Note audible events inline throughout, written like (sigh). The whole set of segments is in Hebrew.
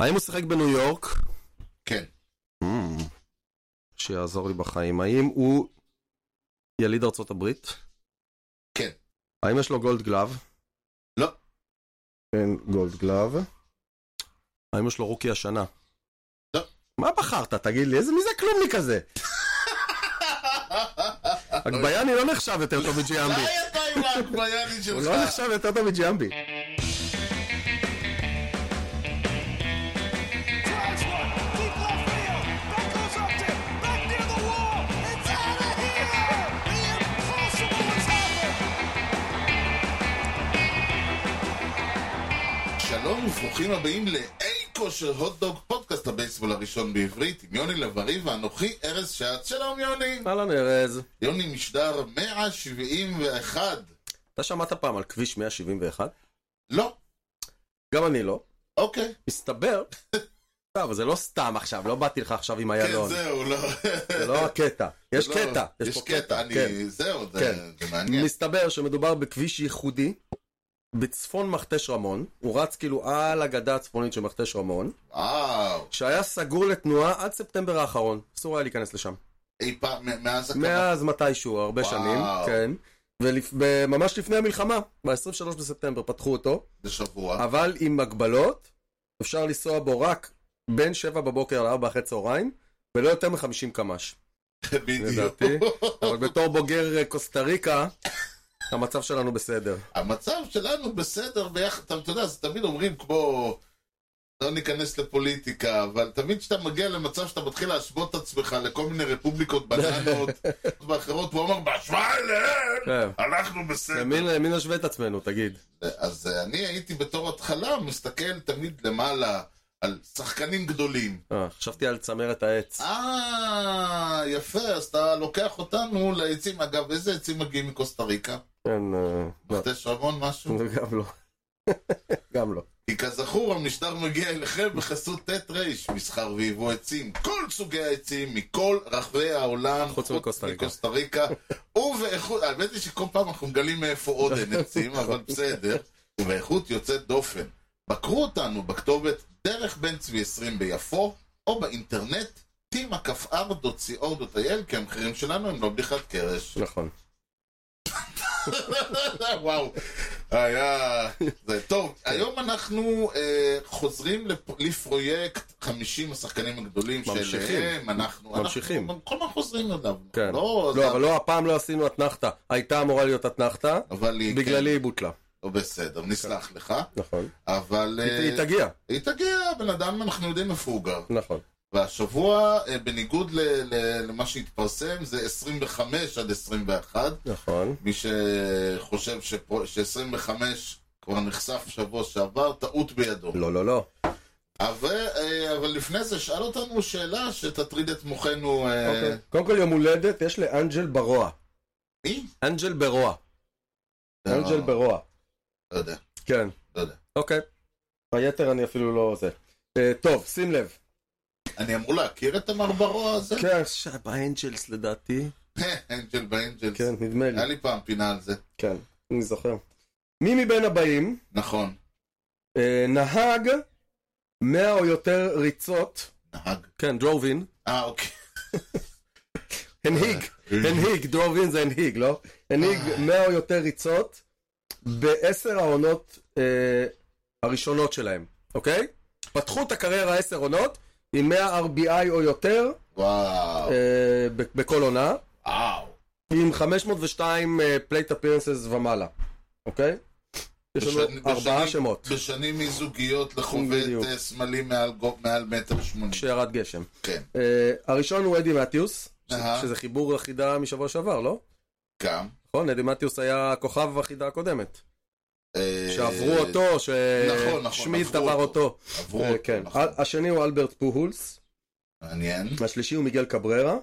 האם הוא שיחק בניו יורק? (laughs) כן. אמ, שיעזור לי בחיים. האם הוא יליד ארצות הברית? כן. האם יש לו גולד גלאב? לא. אין גולד גלאב. האם יש לו רוקי השנה? לא. מה בחרת? תגיד לי, איזה מי זה הכלומניק הזה? אה, אגבייני לא נחשב יותר טוב די מג'יאמבי. אתה עם ההגבייני הוא שלך. לא נחשב יותר טוב מג'יאמבי. drives one, deep left field. That goes up to back near the wall. It's out of here. The impossible has happened. שלום וברוכים הבאים לאי כושר הוטדוג, פודקאסט הבייסבול הראשון בעברית, עם יוני לב-ארי ואנוכי ארז שעד. שלום יוני. אהלן ארז. יוני משדר 171. אתה שמעת פעם על כביש 171? לא. גם אני לא. אוקיי. מסתבר, (laughs) לא, אבל זה לא סתם עכשיו, לא באתי לך עכשיו עם כן, איילון. זהו, לא. זה לא הקטע. יש לא, קטע, יש פה קטע, אני- כן. זהו, זה כן. זה מעניין. מסתבר שמדובר בכביש ייחודי בצפון מכתש רמון, הוא רץ כאילו על הגדה הצפונית של מכתש רמון, וואו. שהיה סגור לתנועה עד ספטמבר האחרון, אסור היה להיכנס לשם. אי פעם, מ- מאז הקמת... מאז מתישהו, הרבה וואו. שנים, כן. וממש לפני המלחמה, ב-23 בספטמבר פתחו אותו, זה שבוע. אבל עם הגבלות, אפשר לנסוע בו רק בין 7 בבוקר ל-4 אחרי צהריים, ולא יותר מ-50 קמ"ש. בדיוק. אה, לדעתי. אבל בתור בוגר אה, קוסטה ריקה, המצב שלנו בסדר. המצב שלנו בסדר ביחד, אתה אתה יודע, זה תמיד אומרים כמו... לא ניכנס לפוליטיקה, אבל תמיד כשאתה מגיע למצב שאתה מתחיל להשוות את עצמך לכל מיני רפובליקות בננות ואחרות, הוא אמר, בהשוואה אליהם, כן. אנחנו בסדר. למי למי נשווה את עצמנו, תגיד? אז אה, אני הייתי בתור התחלה מסתכל תמיד למעלה על שחקנים גדולים. אה, חשבתי על צמרת העץ. אה, יפה, אז אתה לוקח אותנו לעצים. אגב, איזה עצים מגיעים מקוסטה ריקה? כן, אה, לא. מכתש רמון משהו? זה גם לא. גם לא. כי כזכור, המשדר מגיע אליכם בחסות ט' ר', מסחר ויבוא עצים. כל סוגי העצים, מכל רחבי העולם, חוץ מקוסטה ריקה. מקוסטה ריקה. (laughs) ובאיכות, האמת היא שכל פעם אנחנו מגלים מאיפה (laughs) עוד אין נכון. עצים, אבל בסדר. ובאיכות יוצאת דופן. בקרו אותנו בכתובת דרך בן צבי 20 ביפו, או באינטרנט, tima.co.il, כי המחירים שלנו הם לא בדיחת קרש. נכון. וואו, היה... זה טוב, כן. היום אנחנו אה, חוזרים לפ- לפרויקט 50 השחקנים הגדולים ממשיכים. שלהם, אנחנו... ממשיכים. אנחנו כל הזמן חוזרים אליו. כן. לא, לא, זה- אבל לא, הפעם לא עשינו אתנחתא. הייתה אמורה להיות אתנחתא, אבל היא... בגללי כן, היא בוטלה. לא בסדר, נסלח לך, נכון. אבל... היא אה, היא תגיע. היא תגיע, בן אדם, אנחנו יודעים איפה הוא גר. נכון. והשבוע, אה, בניגוד ל- ל- למה שהתפרסם, זה 25 עד 21. נכון. מי שחושב שפרו- ש-25 כבר נחשף שבוע שעבר, טעות בידו. לא, לא, לא. אבל, אה, אבל לפני זה, שאל אותנו שאלה שתטריד את מוחנו. אה, אוקיי. קודם כל יום הולדת יש לאנג'ל ברוע. מי? אנג'ל ברוע. לא, אנג'ל ברוע. לא יודע, כן. לא יודע. אוקיי. היתר אני אפילו לא זה. אה, טוב, שים לב. אני אמור להכיר את תמר ברוע הזה? כן, באנג'לס לדעתי. (laughs) אנג'ל באנג'לס. כן, נדמה לי. היה לי פעם פינה על זה. כן, אני זוכר. מי מבין הבאים נכון, אה, נהג 100 או יותר ריצות, נהג. כן, דרווין, אה, אוקיי. אה. הנהיג, הנהיג, דרווין זה הנהיג, לא? הנהיג 100 או יותר ריצות בעשר העונות אה, הראשונות שלהם, אוקיי? פתחו את הקריירה עשר עונות עם 100 RBI או יותר וואו. אה, ב- בכל עונה, וואו. עם 502 פלייט אפירנסס אה, ומעלה, אוקיי? יש בשני- לנו ארבעה בשנים- שמות בשנים מזוגיות לחובט בדיוק. אה, שמאלי מעל גו- מעל מטר שמונים. כשירד גשם. כן. אה, הראשון הוא אדי מתיוס, ש- אהה. שזה חיבור החידה משבוע שעבר, לא? גם. נכון, אדי מתיוס היה כוכב החידה הקודמת. אה, שעברו אותו, נכון, נכון, ששמיד עברו דבר אותו. אותו. עברו אה, אותו, כן. נכון. ה- השני הוא אלברט פוהולס, מעניין. השלישי הוא מיגל קבררה,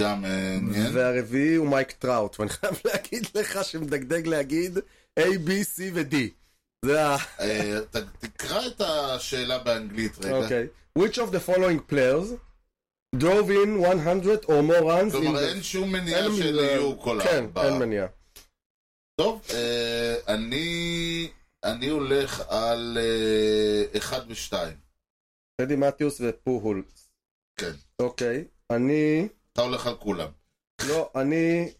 גם אה, מעניין. והרביעי הוא מייק טראוט, ואני חייב להגיד לך שמדגדג להגיד A, B, C ו-D. זה ה... אה, ת- תקרא את השאלה באנגלית רגע. אוקיי. Which of the following players drove in 100 or more runs in כלומר, the... אין שום מניעה אין של מניעה. יהיו כל כן, הארבעה. אין מניעה. טוב, אה, אני אני הולך על אה, אחד ושתיים. טדי מתיוס ופוהול. כן. אוקיי. אני... אתה הולך על כולם. לא, אני...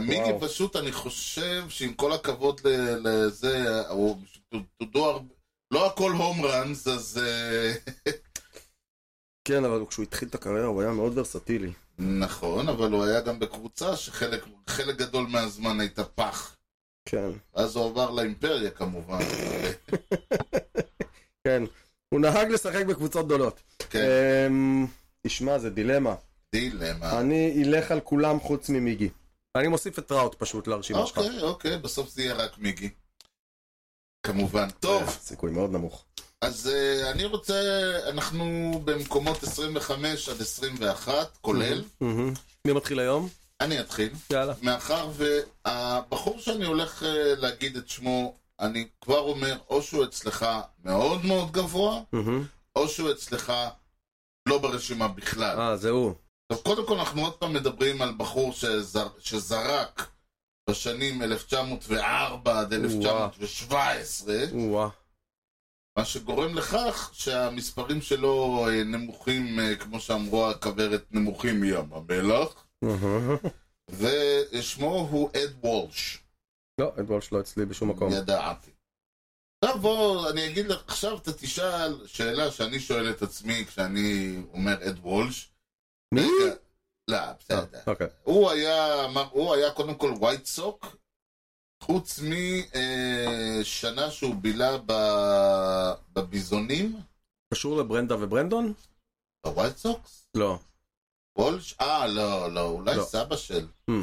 מיגי פשוט, אני חושב שעם כל הכבוד ל- לזה, הוא דודו הרבה... לא הכל הום ראנס, אז... אה, כן, אבל כשהוא התחיל את הקריירה הוא היה מאוד ורסטילי. נכון, אבל הוא היה גם בקבוצה שחלק חלק גדול מהזמן הייתה פח. כן. אז הוא עבר לאימפריה כמובן. אה, כן. הוא נהג לשחק בקבוצות גדולות. כן, אמ, תשמע, זה דילמה. דילמה. אני אלך על כולם חוץ ממיגי. אני מוסיף את טראוט פשוט לרשימה שלך. אוקיי, אוקיי, בסוף זה יהיה רק מיגי. כמובן. טוב, אה, סיכוי מאוד נמוך. אז אה, אני רוצה, אנחנו במקומות 25 עד 21, כולל. מהמם. מי מתחיל היום? אני אתחיל. יאללה. מאחר והבחור שאני הולך אה, להגיד את שמו, אני כבר אומר, או שהוא אצלך מאוד מאוד גבוה, מהמם. או שהוא אצלך לא ברשימה בכלל. אה, זה הוא. טוב, קודם כל אנחנו עוד פעם מדברים על בחור שזר, שזרק בשנים 1904 עד 1917, או-אה. מה שגורם לכך שהמספרים שלו אה, נמוכים, אה, כמו שאמרו הכוורת, נמוכים מים המלח, מהמם. ושמו הוא אד וולש. לא, את וולש לא אצלי בשום מקום. ידעתי. עכשיו בוא, אני אגיד לך, עכשיו אתה תשאל שאלה שאני שואל את עצמי כשאני אומר אד וולש. מי? רגע, לא, בסדר. אה, אוקיי. הוא היה, אמר, הוא היה קודם כל ווייט סוק, חוץ משנה שהוא בילה ב- בביזונים, קשור לברנדה וברנדון? בווייט סוקס? לא. וולש? אה, לא, לא, אולי לא. סבא של. Hmm.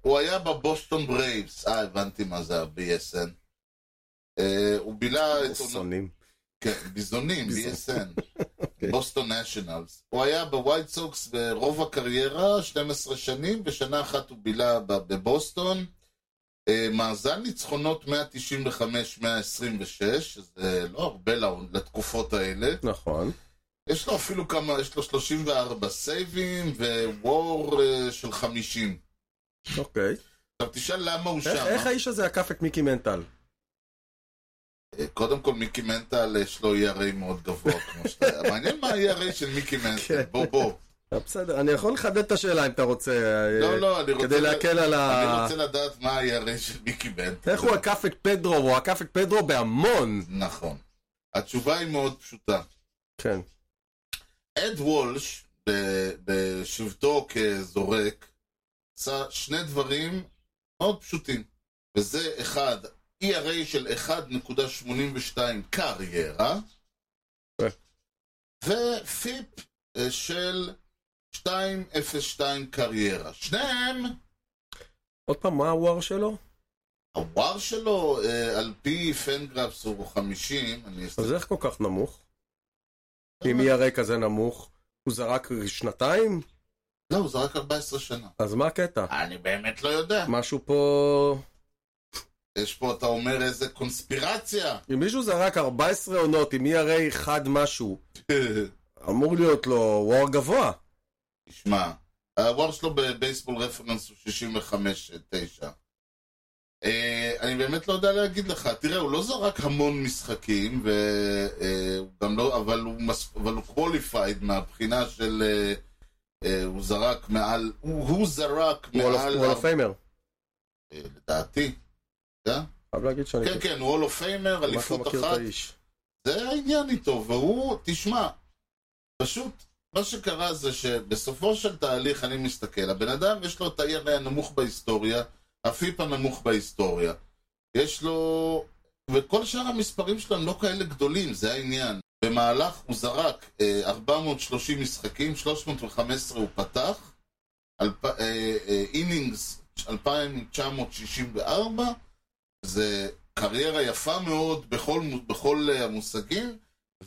הוא היה בבוסטון ברייבס, אה, הבנתי מה זה ה-BSN. אה, הוא בילה את עונות... שונאים. כן, ביזונים, ביזון. אוקיי. BSN. (laughs) בוסטון נשיונלס. הוא היה בווייט סוקס ברוב הקריירה, 12 שנים, ושנה אחת הוא בילה ב- בבוסטון. אה, מאזן ניצחונות 195-126, שזה לא הרבה לעונ- לתקופות האלה. נכון. יש לו אפילו כמה, יש לו 34 סייבים ווור אה, של 50. אוקיי. עכשיו תשאל למה הוא איך- איך שם. אה? האיש הזה עקף את מיקי מנטל? אה, קודם כל מיקי מנטל יש לו ERA מאוד גבוה, כמו שאתה יודע. מעניין מה ה-ERA של מיקי מנטל, כן. בוא בוא. אה, בסדר, אני יכול לחדד את השאלה אם אתה רוצה. אה, לא, לא, אני רוצה... כדי להקל על ה... אני רוצה לדעת מה ה-ERA של מיקי מנטל. איך הוא עקף את פדרו, הוא עקף את פדרו בהמון. נכון. התשובה היא מאוד פשוטה. כן. אד וולש, ב- בשבתו כזורק, עשה שני דברים מאוד פשוטים. וזה אחד, ERA של 1.82 קריירה, כן. ופיפ אה, של 2.02 קריירה. שניהם, עוד פעם, מה הוואר שלו? הוואר שלו, אה, על פי פנגרפס הוא 50, אני אסתכל. אז איך כל כך נמוך? אם ERA כזה נמוך, הוא זרק שנתיים? לא, הוא זרק 14 שנה. אז מה הקטע? אני באמת לא יודע. משהו פה... יש פה, אתה אומר, איזה קונספירציה. אם מישהו זרק 14 עונות עם ERA חד משהו, אמור להיות לו וואר גבוה. תשמע, הוואר שלו בבייסבול רפרנס הוא 65-9. אה, אני באמת לא יודע להגיד לך, תראה, הוא לא זרק המון משחקים, ו... אה, הוא גם לא, אבל הוא, מס... אבל הוא qualified מהבחינה של... אה, אה, הוא זרק מעל... הוא, הוא זרק וול מעל... אוף פיימר. אה, לדעתי. חייב להגיד שאני כן, כן, הוא הולו פיימר, ממש לא אליפות מכיר אחת. אה, את האיש. זה העניין איתו, והוא, תשמע, פשוט, מה שקרה זה שבסופו של תהליך, אני מסתכל, הבן אדם יש לו את ה-ERA הנמוך בהיסטוריה, הפיפ הנמוך בהיסטוריה. יש לו... וכל שאר המספרים שלו הם לא כאלה גדולים, זה העניין. במהלך הוא זרק אה, 430 משחקים, 315 הוא פתח, אלפ... אה, אה, אינינגס 2,964, זה קריירה יפה מאוד בכל, מו- בכל אה, המושגים,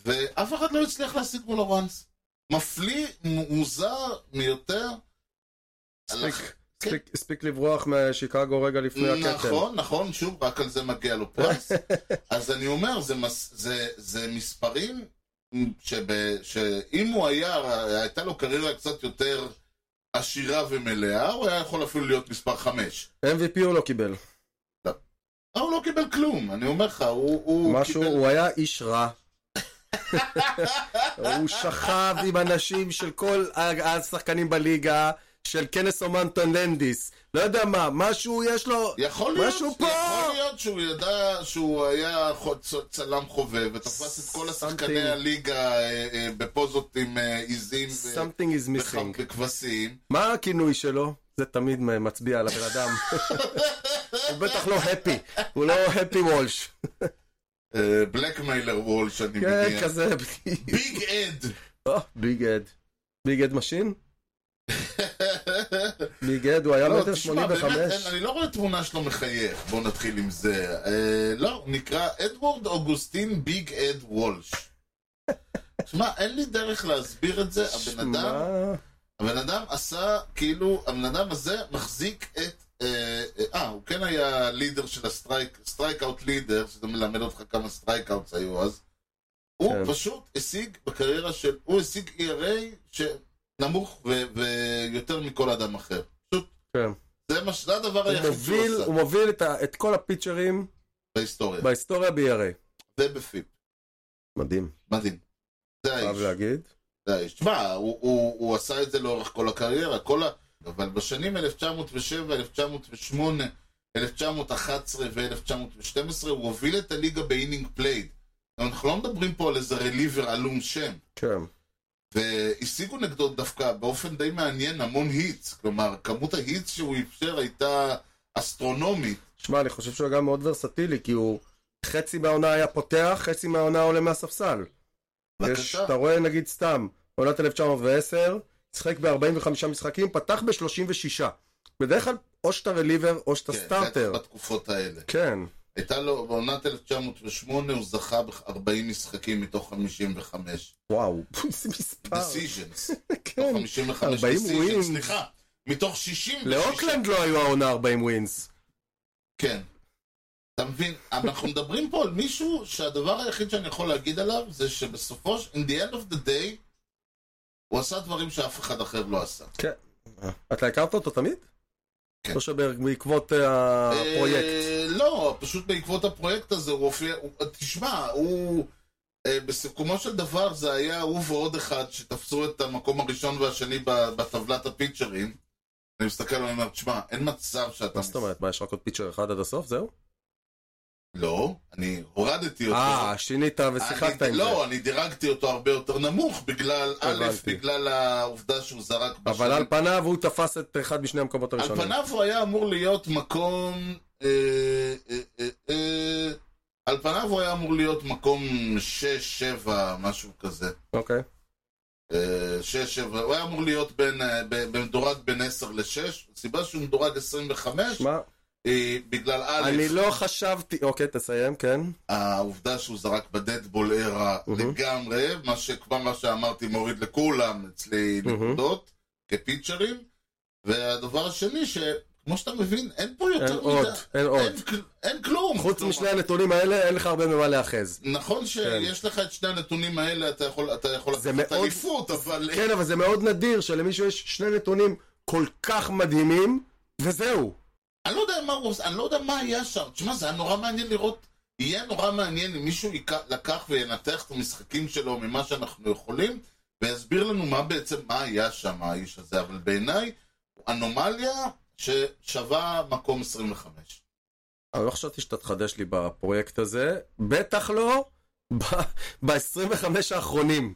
ואף אחד לא הצליח להשיג מולו ראנס. מפליא, מ- מוזר מיותר. הספיק- הספיק- הספיק לברוח משיקגו רגע לפני הקטן. כן. נכון, נכון, שוב, רק על זה מגיע (laughs) לו פרס. אז אני אומר, זה, מס, זה, זה מספרים שב, שאם הוא היה, הייתה לו קריירה קצת יותר עשירה ומלאה, הוא היה יכול אפילו להיות מספר חמש. MVP הוא לא קיבל. אה, הוא לא קיבל כלום, אני אומר לך, הוא, הוא משהו, קיבל... הוא היה איש רע. הוא שכב עם אנשים של כל ה- השחקנים בליגה, של כנס אומנטון לנדיס. לא יודע מה, משהו יש לו... יכול להיות, משהו פה! יכול להיות שהוא ידע שהוא היה חו- צ- צלם חובב, ותפס את כל השחקני Something. הליגה אה, אה, בפוזות עם אה, עיזים ו- something is וח- missing. וכבשים. מה הכינוי שלו? זה תמיד מצביע על הבן (laughs) אדם. הוא בטח לא happy, הוא לא happy וולש. אה, בלקמיילר וולש, אני כן, מניח. כזה. (laughs) ביג אד! Oh, ביג אד. ביג אד משין? ביג אד, הוא היה מטר לא, תשמע, באמת, 85. אין- אני לא רואה תמונה שלו מחייך, בוא נתחיל עם זה. אה, לא, נקרא אדוורד אוגוסטין ביג אד (laughs) וולש. שמע, אין לי דרך להסביר את זה, הבן אדם... לא שמע, הבן אדם עשה, כאילו, הבן אדם הזה מחזיק את... אה, אה, הוא כן היה לידר של הסטרייק, סטרייק אאוט לידר, שזה מלמד אותך כמה סטרייק אאוטס היו אז. הוא כן. פשוט השיג בקריירה של... הוא השיג ERA שנמוך ו- ויותר מכל אדם אחר. פשוט, כן. זה, מה, ש- זה הדבר הוא היחיד שהוא מוביל- עשה הוא מוביל את ה- את כל הפיצ'רים בהיסטוריה. בהיסטוריה ב-ERA. ובפיפ. מדהים, מדהים. זה חייב האיש. להגיד. זה האיש. תשמע, הוא, הוא, הוא עשה את זה לאורך כל הקריירה, כל ה... אבל בשנים 1907, 1908, 1911 ו-1912 הוא הוביל את הליגה באינינג פלייד. אנחנו לא מדברים פה על איזה רליבר עלום שם. כן. והשיגו נגדו דווקא באופן די מעניין המון היטס. כלומר, כמות ההיטס שהוא אפשר הייתה אסטרונומית. שמע, אני חושב שהוא גם מאוד ורסטילי, כי הוא חצי מהעונה היה פותח, חצי מהעונה עולה מהספסל. יש, בבקשה. אתה רואה נגיד סתם, עונת 1910, שיחק ב-45 משחקים, פתח ב-36. בדרך כלל, או שאתה רליבר, או שאתה כן, סטארטר. בטח בתקופות האלה. כן, הייתה לו, בעונת 1908 הוא זכה ב-40 משחקים מתוך 55. וואו, (laughs) איזה מספר. decisions. (laughs) כן. מתוך 55 40 decisions, ווינס. סליחה. מתוך 60. לאוקלנד לא היו העונה 40 ווינס. כן. אתה מבין? אנחנו מדברים פה על מישהו שהדבר היחיד שאני יכול להגיד עליו זה שבסופו של... In the end of the day, הוא עשה דברים שאף אחד אחר לא עשה. אתה הכרת אותו תמיד? אה. כן. או שבעקבות אה, הפרויקט. אה, לא, פשוט בעקבות הפרויקט הזה הוא הופיע... הוא- תשמע, הוא... אה, בסיכומו של דבר זה היה הוא ועוד אחד שתפסו את המקום הראשון והשני ב- בטבלת הפיצ'רים. אני מסתכל עליו ואומר, תשמע, אין מצב שאתה... מה זאת אומרת? מה, יש רק עוד פיצ'ר אחד עד הסוף? זהו? לא, אני הורדתי אותו. אה, שינית ושיחקת אני- עם זה. לא, אני דירגתי אותו הרבה יותר נמוך, בגלל, א', הבנתי. בגלל העובדה שהוא זרק אבל על פניו הוא תפס את אחד משני המקומות אה, על הראשונים. פניו הוא היה אמור להיות מקום... אה, אה, אה, אה, על פניו הוא היה אמור להיות מקום 6-7, משהו כזה. אוקיי. 6-7, הוא היה אמור להיות בין, אה, ב- במדורג בין 10 ל-6, הסיבה שהוא מדורג 25 שמע, היא בגלל א', אני לא חשבתי... אוקיי, תסיים, (laughs) כן. העובדה שהוא זרק בדדבול ערה מהמם. לגמרי, מה שכבר מה שאמרתי מוריד לכולם אצלי מהמם. נקודות, כפיצ'רים. והדבר השני, שכמו שאתה מבין, אין פה אין יותר עוד, אין עוד. אין כל- אין כלום. חוץ כלומר, משני הנתונים האלה, אין לך הרבה ממה להאחז. נכון שיש לך את שני הנתונים האלה, אתה יכול, אתה יכול זה לקחת מאוד- אליפות, אבל... כן, אבל זה מאוד נדיר שלמישהו יש שני נתונים כל כך מדהימים, וזהו. אני לא יודע מה הוא עושה, אני לא יודע מה היה שם. תשמע, זה היה נורא מעניין לראות, יהיה נורא מעניין אם מישהו יק- לקח וינתח את המשחקים שלו ממה שאנחנו יכולים, ויסביר לנו מה בעצם, מה היה שם האיש הזה. אבל בעיניי, הוא אנומליה ששווה מקום 25. אני לא חשבתי שאתה תחדש לי בפרויקט הזה, בטח לא (laughs) ב-25 האחרונים.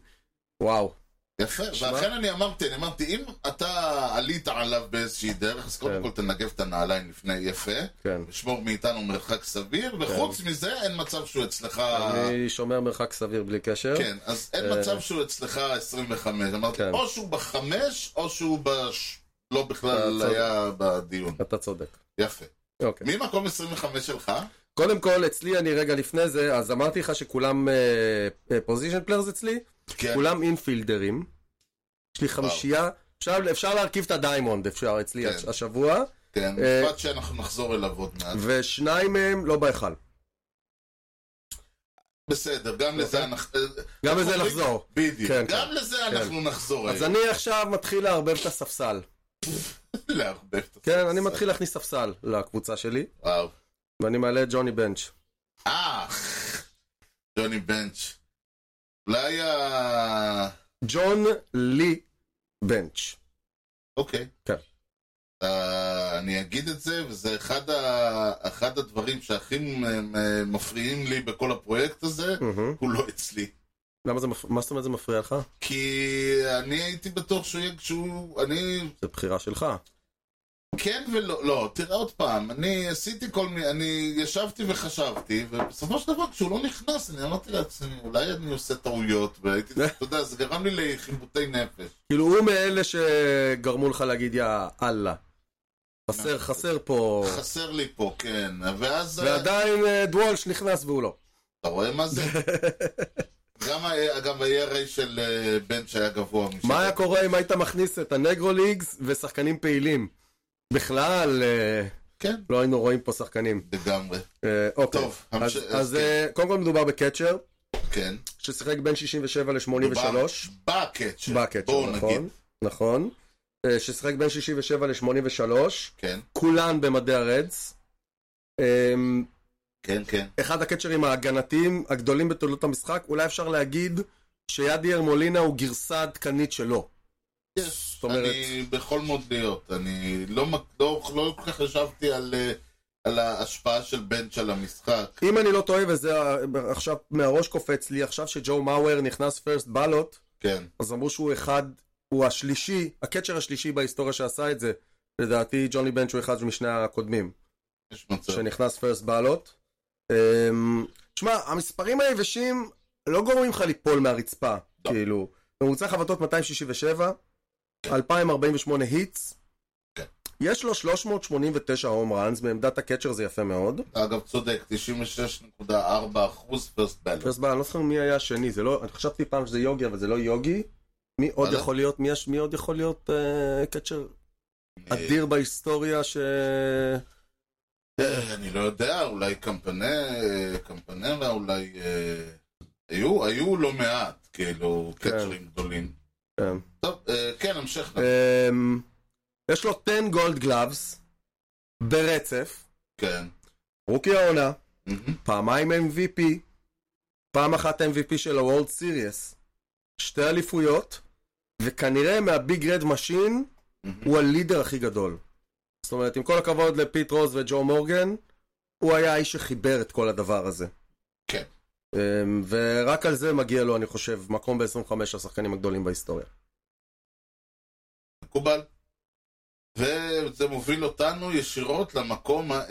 וואו. יפה, שמע. ואכן אני אמרתי, אני אמרתי, אם אתה עלית עליו באיזושהי דרך, אז כן. קודם כל תנגב את הנעליים לפני יפה, כן. ושמור מאיתנו מרחק סביר, וחוץ מזה אין מצב שהוא אצלך... אני שומר מרחק סביר בלי קשר. כן, אז אין אה. מצב שהוא אצלך 25. אמרתי, כן. או שהוא בחמש, או שהוא בש... לא בכלל אתה צודק. היה בדיון. אתה צודק. יפה. אוקיי. מי מקום 25 שלך? קודם כל, אצלי אני רגע לפני זה, אז אמרתי לך שכולם אה, פוזיישן פליירס אצלי, כן. כולם אינפילדרים. יש לי חמישייה. אפשר, אפשר להרכיב את הדיימונד, אפשר אצלי כן. הש- השבוע, כן, אה. משפט שאנחנו נחזור אליו עוד מעט. ושניים מהם לא בהיכל. בסדר, גם לזה אוקיי. אנחנו... גם איך לזה אומרים? נחזור. בדיוק. כן, גם לזה כן. אנחנו נחזור אה, אז היום. אני עכשיו מתחיל לערבב את הספסל. לערבב את כן, אני הספסל. מתחיל להכניס ספסל לקבוצה שלי. וואו. ואני מעלה את ג'וני בנץ'. אה, ג'וני בנץ'. אולי ה... ג'ון לי בנץ'. אוקיי. כן. אה, אני אגיד את זה, וזה אחד, ה... אחד הדברים שהכי מ- מ- מפריעים לי בכל הפרויקט הזה, מהמם. הוא לא אצלי. למה זה, מפ- מה זאת אומרת זה מפריע לך? כי אני הייתי בטוח שהוא יהיה כשהוא... אני... זה בחירה שלך. כן ולא, לא, תראה עוד פעם, אני עשיתי כל מיני, אני ישבתי וחשבתי, ובסופו של דבר כשהוא לא נכנס, אני אמרתי לעצמי, אולי אני עושה טעויות, והייתי, אתה יודע, זה גרם לי לחיבוטי נפש. כאילו הוא מאלה שגרמו לך להגיד יא אללה. חסר, חסר פה. נכון. חסר לי פה, כן, ואז... ועדיין אה, דוולש נכנס והוא לא. אתה רואה מה (laughs) זה? גם, אה, ה- גם ה-ERA של אה, בן שהיה גבוה משם. מה היה קורה אם היית מכניס את הנגרו ליגס ושחקנים פעילים? בכלל, אה, כן, לא היינו רואים פה שחקנים. לגמרי. אה, אוקיי. טוב, אז- המש- אז אז אה, קודם כל מדובר בקצ'ר, כן. ששיחק בין 67 ל-83. בקאצ'ר. בקצ'ר, נכון. נכון. אה, ששיחק בין 67 ל-83. כן, כולן במדי הרדס. אמ, כן, כן. אחד הקצ'רים ההגנתיים הגדולים בתולדות המשחק, אולי אפשר להגיד שידיאר מולינה הוא גרסה עדכנית שלו. יש, זאת אומרת- אני בכל מוד להיות. אני לא, מק- לא, לא כל כך חשבתי על, אה, על ההשפעה של בנץ' על המשחק. אם אני לא טועה, וזה ה- עכשיו מהראש קופץ לי, עכשיו שג'ו מאואר נכנס פרסט בלוט, כן, אז אמרו שהוא אחד, הוא השלישי, הקצ'ר השלישי בהיסטוריה שעשה את זה. לדעתי ג'וני בנץ' הוא אחד משני הקודמים, יש מצב. שנכנס פרסט בלוט. שמע, המספרים היבשים לא גורמים לך ליפול מהרצפה, לא. כאילו. ממוצע חבטות 267, 2048 היטס. כן. יש לו 389 הום ראנס, בעמדת הקצ'ר זה יפה מאוד. אגב, צודק, 96.4 אחוז פרסט בלו. פרס בר, אני לא זוכר מי היה השני, זה לא, אני חשבתי פעם שזה יוגי, אבל זה לא יוגי. מי עוד וואלה? יכול להיות, מי, יש- מי עוד יכול להיות אה, קצ'ר אדיר בהיסטוריה ש... אה, אני לא יודע, אולי קמפנה, אה, קמפנלה, אולי... אה, היו, היו לא מעט, כאילו, כן. קצ'רים גדולים. כן. טוב, אה, כן, המשך. אמ, יש לו 10 גולד גלאבס ברצף, כן. רוקי העונה, מהמם. פעמיים MVP, פעם אחת MVP של הוולד סיריוס, שתי אליפויות, וכנראה מהביג רד משין מהמם. הוא הלידר הכי גדול. זאת אומרת, עם כל הכבוד לפיט רוז וג'ו מורגן, הוא היה האיש שחיבר את כל הדבר הזה. כן. אמ, ורק על זה מגיע לו, אני חושב, מקום ב-25 השחקנים הגדולים בהיסטוריה. מקובל. וזה מוביל אותנו ישירות למקום ה-24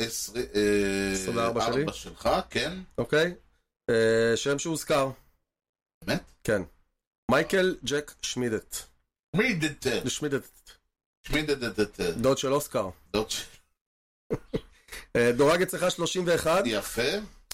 24 שלי? שלך, כן? אוקיי? אה, שם שהוזכר. באמת? כן. מייקל ג'ק שמידט. מידדד. שמידט, מידדדד. דוד של אוסקר. דוד שלי. אה, דורג אצלך 31, יפה.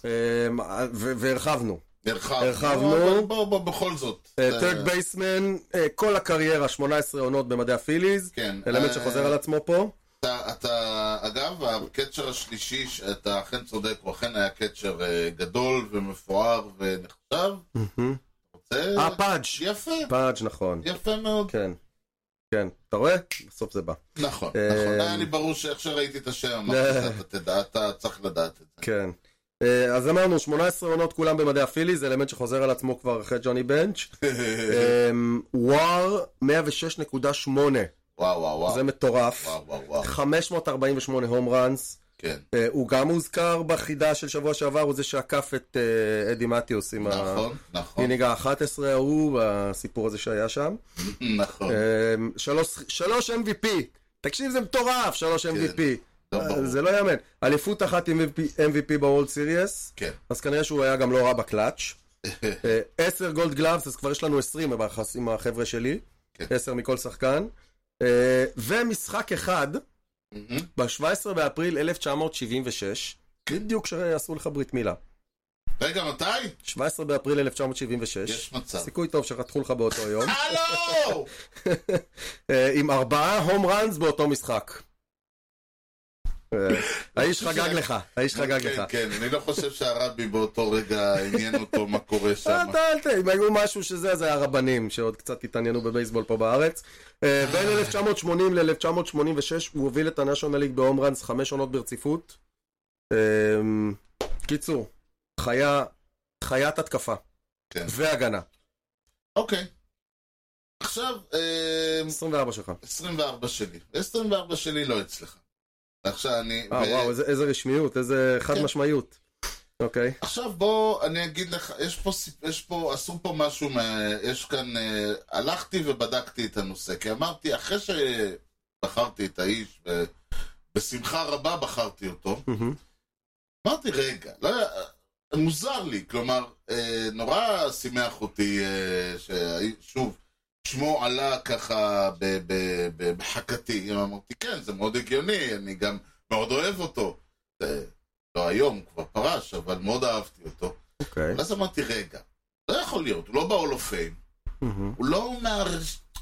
אמ, ו- והרחבנו. אה, הרחבנו. הרחבנו. אבל בוא, בוא, בכל זאת. אה, טרד בייסמן, אה, כל הקריירה, 18 עונות במדעי הפיליז. כן. אלמנט אה, שחוזר על עצמו פה. אתה, אתה, אגב, הקצ'ר השלישי, ש- אתה אכן צודק, הוא אכן היה קצ'ר אה, גדול ומפואר ונחשב. זה אה, פאג'. יפה, פאג' נכון. יפה מאוד. כן. כן. אתה רואה? בסוף זה בא. נכון, אה, נכון. היה לי ברור שאיך שראיתי את השם, אמרתי, אה. "אתה תדע, אתה צריך לדעת את (laughs) זה. כן. אה, אז אמרנו, 18 עונות כולם במדעי הפיליז, אלמנט שחוזר על עצמו כבר אחרי ג'וני בנץ'. (laughs) אמ, וואר 106.8, וואו, וואו, וואו. זה מטורף. וואו, וואו, וואו. 548 הום ראנס. כן, אה, הוא גם הוזכר בחידה של שבוע שעבר, הוא זה שעקף את אה, אדי מתיוס עם נכון, נכון, הליגה ה-11 ההוא, הסיפור הזה שהיה שם. (laughs) נכון. אה, שלוש- שלוש MVP, תקשיב זה מטורף, שלוש MVP. לא אה, ברור. זה לא יאמן. אליפות אחת עם MVP MVP בוולד סיריוס, כן. אז כנראה שהוא היה גם לא רע (laughs) בקלאץ'. אה, עשר גולד גלאבס, אז כבר יש לנו עשרים ביחס עם החבר'ה שלי. כן. עשר מכל שחקן. אה, ומשחק אחד, ב-17 באפריל 1976, בדיוק כשעשו לך ברית מילה. רגע, מתי? 17 באפריל 1976, יש מצב. סיכוי טוב שחתכו לך באותו יום, הלו! אה, עם ארבעה הום ראנס באותו משחק. אה, האיש חגג לך, האיש חגג לך. כן, כן, אני לא חושב שהרבי באותו רגע עניין אותו מה קורה אה, שם. אתה אל ת... אם היו משהו שזה, אז היה הרבנים שעוד קצת התעניינו בבייסבול פה בארץ. אה, בין 1980 ל-1986 הוא הוביל את ה-National League בהום ראנס חמש עונות ברציפות. אמ, קיצור, חיה, חיית התקפה. כן. והגנה. אוקיי. עכשיו, אה, 24 שלך. 24 שלי. 24 שלי לא אצלך. עכשיו אני... אה, ו- וואו, איזה, איזה רשמיות, איזה כן. חד משמעיות. אוקיי. עכשיו בוא, אני אגיד לך, יש פה, סיפ- יש פה, עשו פה משהו, מה- יש כאן, אה, הלכתי ובדקתי את הנושא, כי אמרתי, אחרי שבחרתי את האיש, ו- בשמחה רבה בחרתי אותו, מהמם. אמרתי, רגע, לא, אה, מוזר לי, כלומר, אה, נורא שימח אותי, אה, שהאיש- שוב, שמו עלה ככה ב- ב- ב- בחכתי, אמרתי, כן, זה מאוד הגיוני, אני גם מאוד אוהב אותו. אה, לא היום, כבר פרש, אבל מאוד אהבתי אותו. אוקיי. ואז אמרתי, רגע, לא יכול להיות, הוא לא ב-all of fame, מהמם. הוא לא, מה...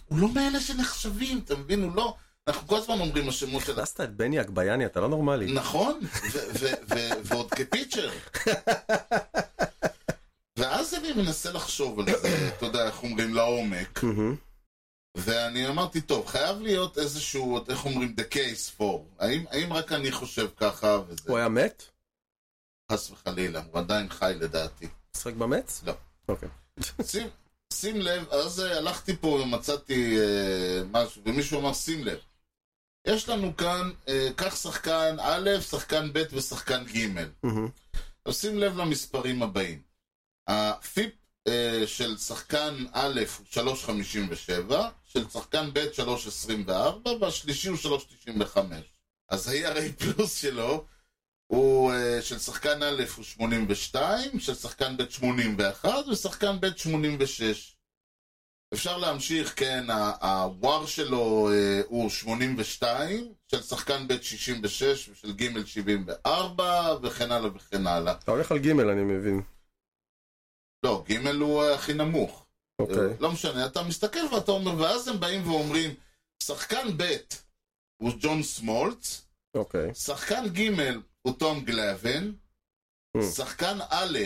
הוא לא מאלה שנחשבים, אתה מבין? הוא לא... אנחנו כל הזמן אומרים השמות של... הכנסת את בני אגבייני, אתה לא נורמלי. נכון, ו- ו- ו- ועוד כפיצ'ר. ואז אני מנסה לחשוב על זה, אתה יודע, איך אומרים, לעומק. מהמם. ואני אמרתי, טוב, חייב להיות איזשהו, איך אומרים, the case for. האם, האם רק אני חושב ככה, וזה הוא היה מת? חס וחלילה, הוא עדיין חי לדעתי. משחק במץ? לא. אוקיי. שים, שים לב, אז אה, הלכתי פה ומצאתי אה, משהו, ומישהו אמר שים לב. יש לנו כאן, אה, קח שחקן א', שחקן ב' ושחקן ג'. מהמם. אז שים לב למספרים הבאים. הפיפ אה, של שחקן א' הוא 3.57, של שחקן ב' 3.24, והשלישי הוא 3.95. אז ה-ERA פלוס שלו הוא אה, של שחקן א' הוא 82, של שחקן ב' 81, ושחקן ב' 86. אפשר להמשיך, כן, הוואר שלו אה, הוא 82, של שחקן ב' 66 ושל ג' 74, וכן הלאה וכן הלאה. אתה הולך על ג' אני מבין. לא, ג' הוא אה, הכי נמוך. אוקיי. לא משנה, אתה מסתכל ואתה אומר, ואז הם באים ואומרים, שחקן ב' הוא ג'ון סמולץ, אוקיי. שחקן ג' הוא תום גלאבן, Mm. שחקן א',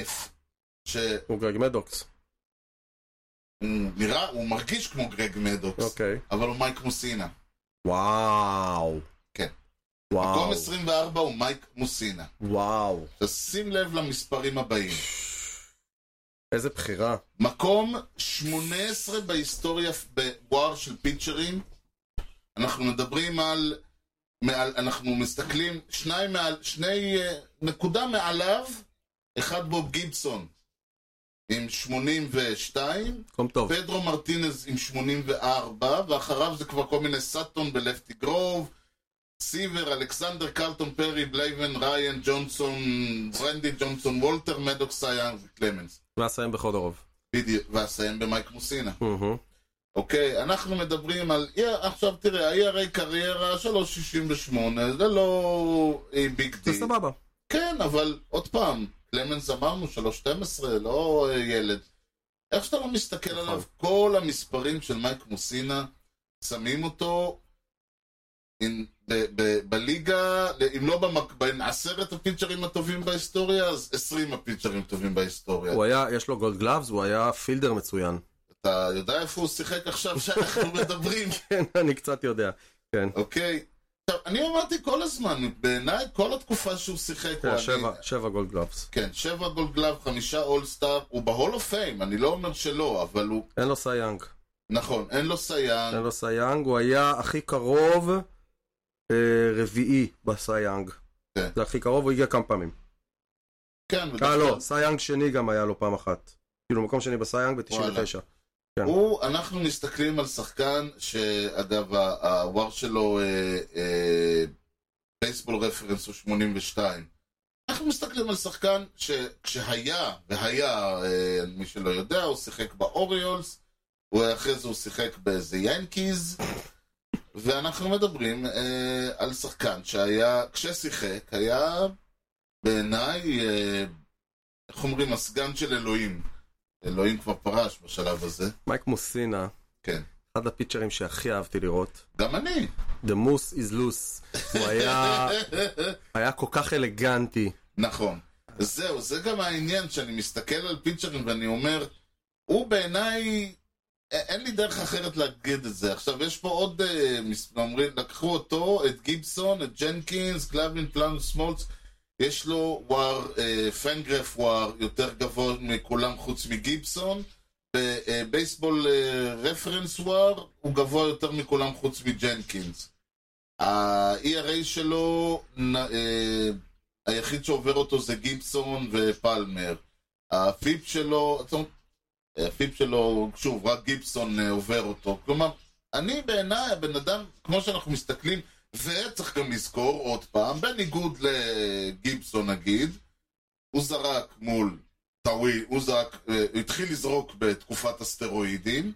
שנראה, הוא גרג מדוקס. הוא מרגיש כמו גרג מדוקס, אוקיי. אבל הוא מייק מוסינה. וואו. כן. מקום וואו. 24 הוא מייק מוסינה. וואו. אז שים לב למספרים הבאים. איזה בחירה. מקום 18 בהיסטוריה בוואר של פיצ'רים. אנחנו מדברים על... מעל, אנחנו מסתכלים, שני, מעל, שני אה, נקודה מעליו, אחד בוב גיבסון עם 82, מקום טוב. פדרו מרטינז עם 84, ואחריו זה כבר כל מיני סאטון בלפטי גרוב, סיבר, אלכסנדר קרלטון פרי, בלייבן, ריין, ג'ונסון, ברנדי ג'ונסון, וולטר, מדוקס, סייאן וקלמנס. ואסיים בחודרוב. בדיוק, ואסיים במייק מוסינה. מהמם. אוקיי, אנחנו מדברים על... אה, עכשיו תראה, ה-ERA קריירה 368, זה לא ביג זה די. סבבה. כן, אבל עוד פעם, קלמנס אמרנו 312, לא אה, ילד. איך שאתה לא מסתכל נכון. עליו, כל המספרים של מייק מוסינה, שמים אותו עם- ב- ב- בליגה, אם לא במק- בין עשרת הפיצ'רים הטובים בהיסטוריה, אז עשרים הפיצ'רים הטובים בהיסטוריה. הוא היה, יש לו גולד גלאבס, הוא היה פילדר מצוין. אתה יודע איפה הוא שיחק (laughs) עכשיו שאנחנו מדברים, כן, אני קצת יודע. אוקיי? עכשיו, אני אמרתי כל הזמן, בעיניי כל התקופה שהוא שיחק, הוא כן, אני- שבע- שבע גולד גלאבס. כן, שבע גולד גלאב, חמישה אולסטאר, הוא בהול אוף פיים, אני לא אומר שלא, אבל הוא, אין לו סייאנג. נכון, אין לו סייען, אין לו סייאנג, הוא היה הכי קרוב אה, רביעי בסייאנג. כן. זה הכי קרוב, הוא הגיע כמה פעמים. אה, כן, ודווקא- לא, סייאנג שני גם היה לו פעם אחת. כאילו, מקום שני בסייאנג ב-99. כן. הוא, אנחנו מסתכלים על שחקן שאגב, ה- הוואר שלו, אה, אה, בייסבול רפרנס הוא 82. אנחנו מסתכלים על שחקן שכשהיה, והיה, אה, מי שלא יודע, הוא שיחק באוריולס, הוא- אחרי זה הוא שיחק באיזה ינקיז, ואנחנו מדברים אה, על שחקן שהיה, כששיחק, היה בעיניי, אה, איך אומרים, הסגן של אלוהים. אלוהים כבר פרש בשלב הזה. מייק מוסינה, כן. אחד הפיצ'רים שהכי אהבתי לראות. גם אני. The moose is loose. הוא (laughs) היה, היה כל כך אלגנטי. נכון. זהו, זה גם העניין, שאני מסתכל על פיצ'רים ואני אומר, הוא בעיניי, א- אין לי דרך אחרת להגיד את זה. עכשיו, יש פה עוד, אה, מס- אומרים, לקחו אותו, את גיבסון, את ג'נקינס, קלבין, פלאם, סמולץ, יש לו וואר, אה, פנגרף וואר, יותר גבוה מכולם חוץ מגיבסון, בבייסבול אה, רפרנס וואר, הוא גבוה יותר מכולם חוץ מג'נקינס. ה-ERA שלו, נ- אה, היחיד שעובר אותו זה גיבסון ופלמר. הפיפ שלו, זאת אומרת, הפיפ שלו, שוב, רק גיבסון אה, עובר אותו. כלומר, אני בעיניי הבן אדם, כמו שאנחנו מסתכלים, וצריך גם לזכור עוד פעם, בניגוד לגיבסון נגיד, הוא זרק מול טאווי, הוא זרק, אה, הוא התחיל לזרוק בתקופת הסטרואידים,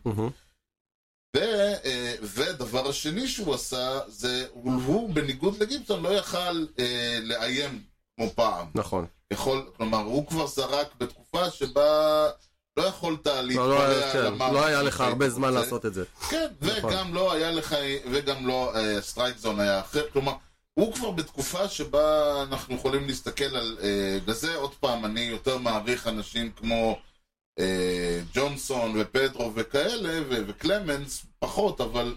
ו, אה, והדבר השני שהוא עשה, זה הוא, הוא בניגוד לגיבסון לא יכל אה, לאיים כמו פעם. נכון. יכול, כלומר, הוא כבר זרק בתקופה שבה לא יכולת לא, לא להתפלא היה- על כן, המערכת. לא היה לך הרבה זמן זה- לעשות את זה. כן, נכון. וגם לא היה לך, וגם לא סטרייק זון היה אחר, כלומר, הוא כבר בתקופה שבה אנחנו יכולים להסתכל על... אה, לזה, עוד פעם, אני יותר מעריך אנשים כמו אה, ג'ונסון ופדרו וכאלה, ו- וקלמנס פחות, אבל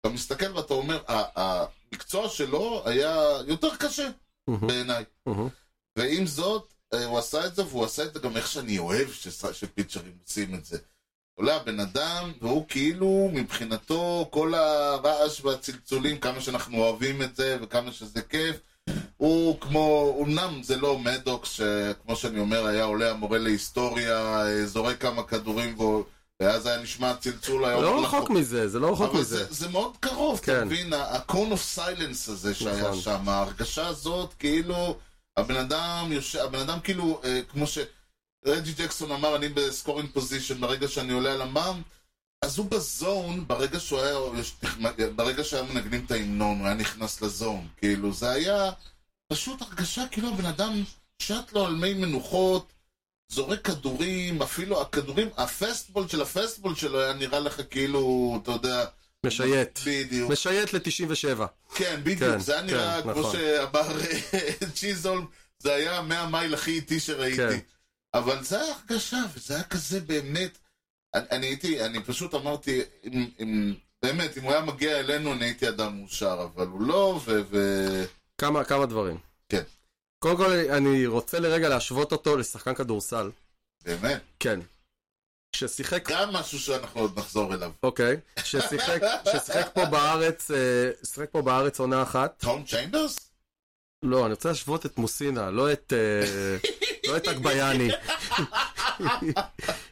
אתה מסתכל ואתה אומר, "ה- המקצוע שלו היה יותר קשה מהמם, בעיניי. מהמם. ועם זאת, אה, הוא עשה את זה, והוא עשה את זה גם איך שאני אוהב שס- שפיצ'רים עושים את זה. עולה הבן אדם, והוא כאילו, מבחינתו, כל הרעש והצלצולים, כמה שאנחנו אוהבים את זה, וכמה שזה כיף, הוא כמו, אמנם זה לא מדוקס, שכמו שאני אומר, היה עולה המורה להיסטוריה, אה, זורק כמה כדורים, והוא- ואז היה נשמע הצלצול, היה זה לא אומר רחוק לחוק. מזה, זה לא רחוק אבל מזה. זה, זה מאוד קרוב, כן. כן. אתה מבין? ה-cone of silence הזה שהיה נכון. שם, ההרגשה הזאת, כאילו, הבן אדם יושב, הבן אדם כאילו, אה, כמו ש... רג'י ג'קסון אמר, אני בסקורינג פוזיישן ברגע שאני עולה על המאונט, אז הוא בזון, ברגע שהוא היה, ברגע שהיה מנגנים את ההמנון, הוא היה נכנס לזון. כאילו, זה היה פשוט הרגשה כאילו הבן אדם שט לו על מי מנוחות, זורק כדורים, אפילו הכדורים, הפסטבול של הפסטבול שלו היה נראה לך כאילו, אתה יודע... משייט. בדיוק. משייט ל-97. כן, בדיוק, כן, זה היה נראה, כן, כמו נכון. שאמר (laughs) צ'יזול, זה היה המאה מייל הכי איטי שראיתי. כן. אבל זה היה הרגשה, וזה היה כזה באמת... אני, אני הייתי, אני פשוט אמרתי, אם, אם, באמת, אם הוא היה מגיע אלינו, אני הייתי אדם מאושר, אבל הוא לא, ו... ו... כמה, כמה דברים. כן. קודם כל, אני רוצה לרגע להשוות אותו לשחקן כדורסל. באמת. כן. ששיחק, גם משהו שאנחנו עוד נחזור אליו. אוקיי. ששיחק, ששיחק פה בארץ, אה, שיחק פה בארץ עונה אחת. תום צ'יינברס? לא, אני רוצה להשוות את מוסינה, לא את... אה, לא את אגבייני.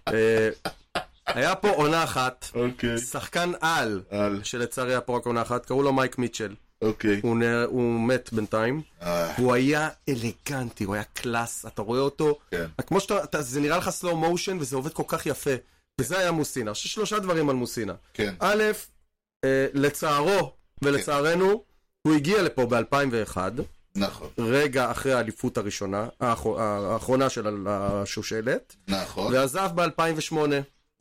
אה, היה פה עונה אחת, אוקיי. שחקן על, על, שלצערי היה פה רק עונה אחת, קראו לו מייק מיטשל. אוקיי. הוא נ- הוא מת בינתיים. אה, הוא היה אלגנטי, הוא היה קלאס, אתה רואה אותו. כן. כמו שאתה, אתה, זה נראה לך slow motion וזה עובד כל כך יפה. וזה היה מוסינה. עכשיו שלושה דברים על מוסינה. כן, א', אה, לצערו ולצערנו, הוא הגיע לפה ב-2001, נכון, רגע אחרי האליפות הראשונה, האחו- האחרונה של השושלת, נכון. ועזב ב-2008,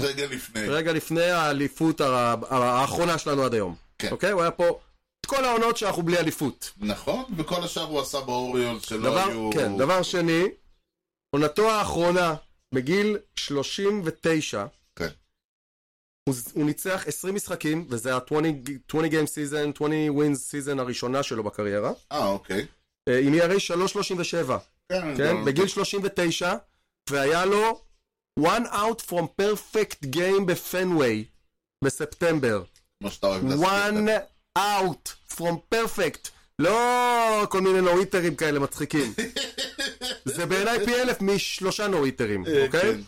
רגע לפני. רגע לפני האליפות ה- האחרונה שלנו עד היום. כן. אוקיי? הוא היה פה את כל העונות שאנחנו בלי אליפות. נכון, וכל השאר הוא עשה באוריולס שלא דבר, לא היו... כן, דבר שני, עונתו האחרונה, בגיל 39, כן. הוא, הוא ניצח 20 משחקים, וזה ה-20 Game Season, 20 Wins Season הראשונה שלו בקריירה, אה, אוקיי. אה, עם ERA 3.37, כן, כן? גם- בגיל 39, והיה לו one out from perfect game בפנוויי, בספטמבר. כמו שאתה אוהב one להזכיר. out from perfect. לא כל מיני נוריטרים כאלה (laughs) מצחיקים. (laughs) זה בעיניי פי אלף משלושה נוריטרים, אה, אוקיי? כן.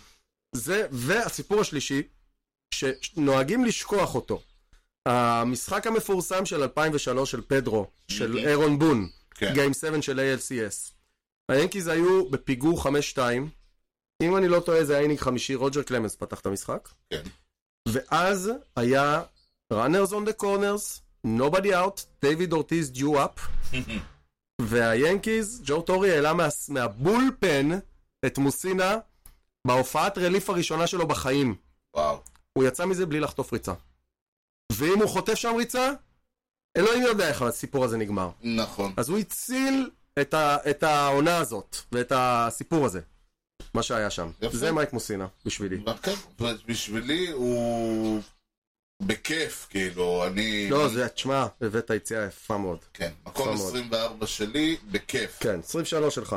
זה, והסיפור השלישי, שנוהגים לשכוח אותו. המשחק המפורסם של 2003 של פדרו, של Mhm. אירון בון, כן. גיים 7 של ALCS. היאנקיז היו בפיגור 5-2, אם אני לא טועה זה היה אינינג חמישי, רוג'ר קלמנס פתח את המשחק. כן. ואז היה runners on the corners, nobody out, דיוויד אורטיז due (laughs) up, והיאנקיז, ג'ו טורי העלה מה, מהבולפן את מוסינה בהופעת רליף הראשונה שלו בחיים. וואו. הוא יצא מזה בלי לחטוף ריצה. ואם הוא חוטף שם ריצה, אלוהים יודע איך הסיפור הזה נגמר. נכון. אז הוא הציל את, ה, את העונה הזאת, ואת הסיפור הזה, מה שהיה שם. יפה. כן, זה מייק מוסינה, בשבילי. וכן, ובשבילי הוא... בכיף, כאילו, אני... לא, זה, תשמע, הבאת יציאה יפה מאוד. כן, מקום חמוד. 24 שלי, בכיף. כן, 23 שלך.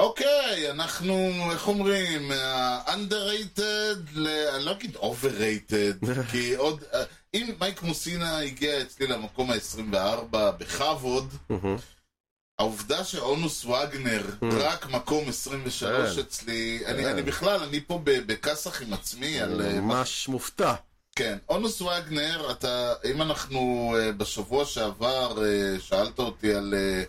אוקיי, אנחנו, איך אומרים, אה, underrated, ל... אני לא אגיד (laughs) overrated, כי עוד, אה, אם מייק מוסינה הגיע אצלי למקום ה-24 בכבוד, מהמם. העובדה שאונוס וגנר רק מקום 23 Hmm. כן. אצלי, כן. Hmm. אני אני בכלל, אני פה ב- בכסח עם עצמי על... אה, מה- ממש מופתע. כן, אונוס וגנר, אתה, אם אנחנו אה, בשבוע שעבר, אה, שאלת אותי על אה,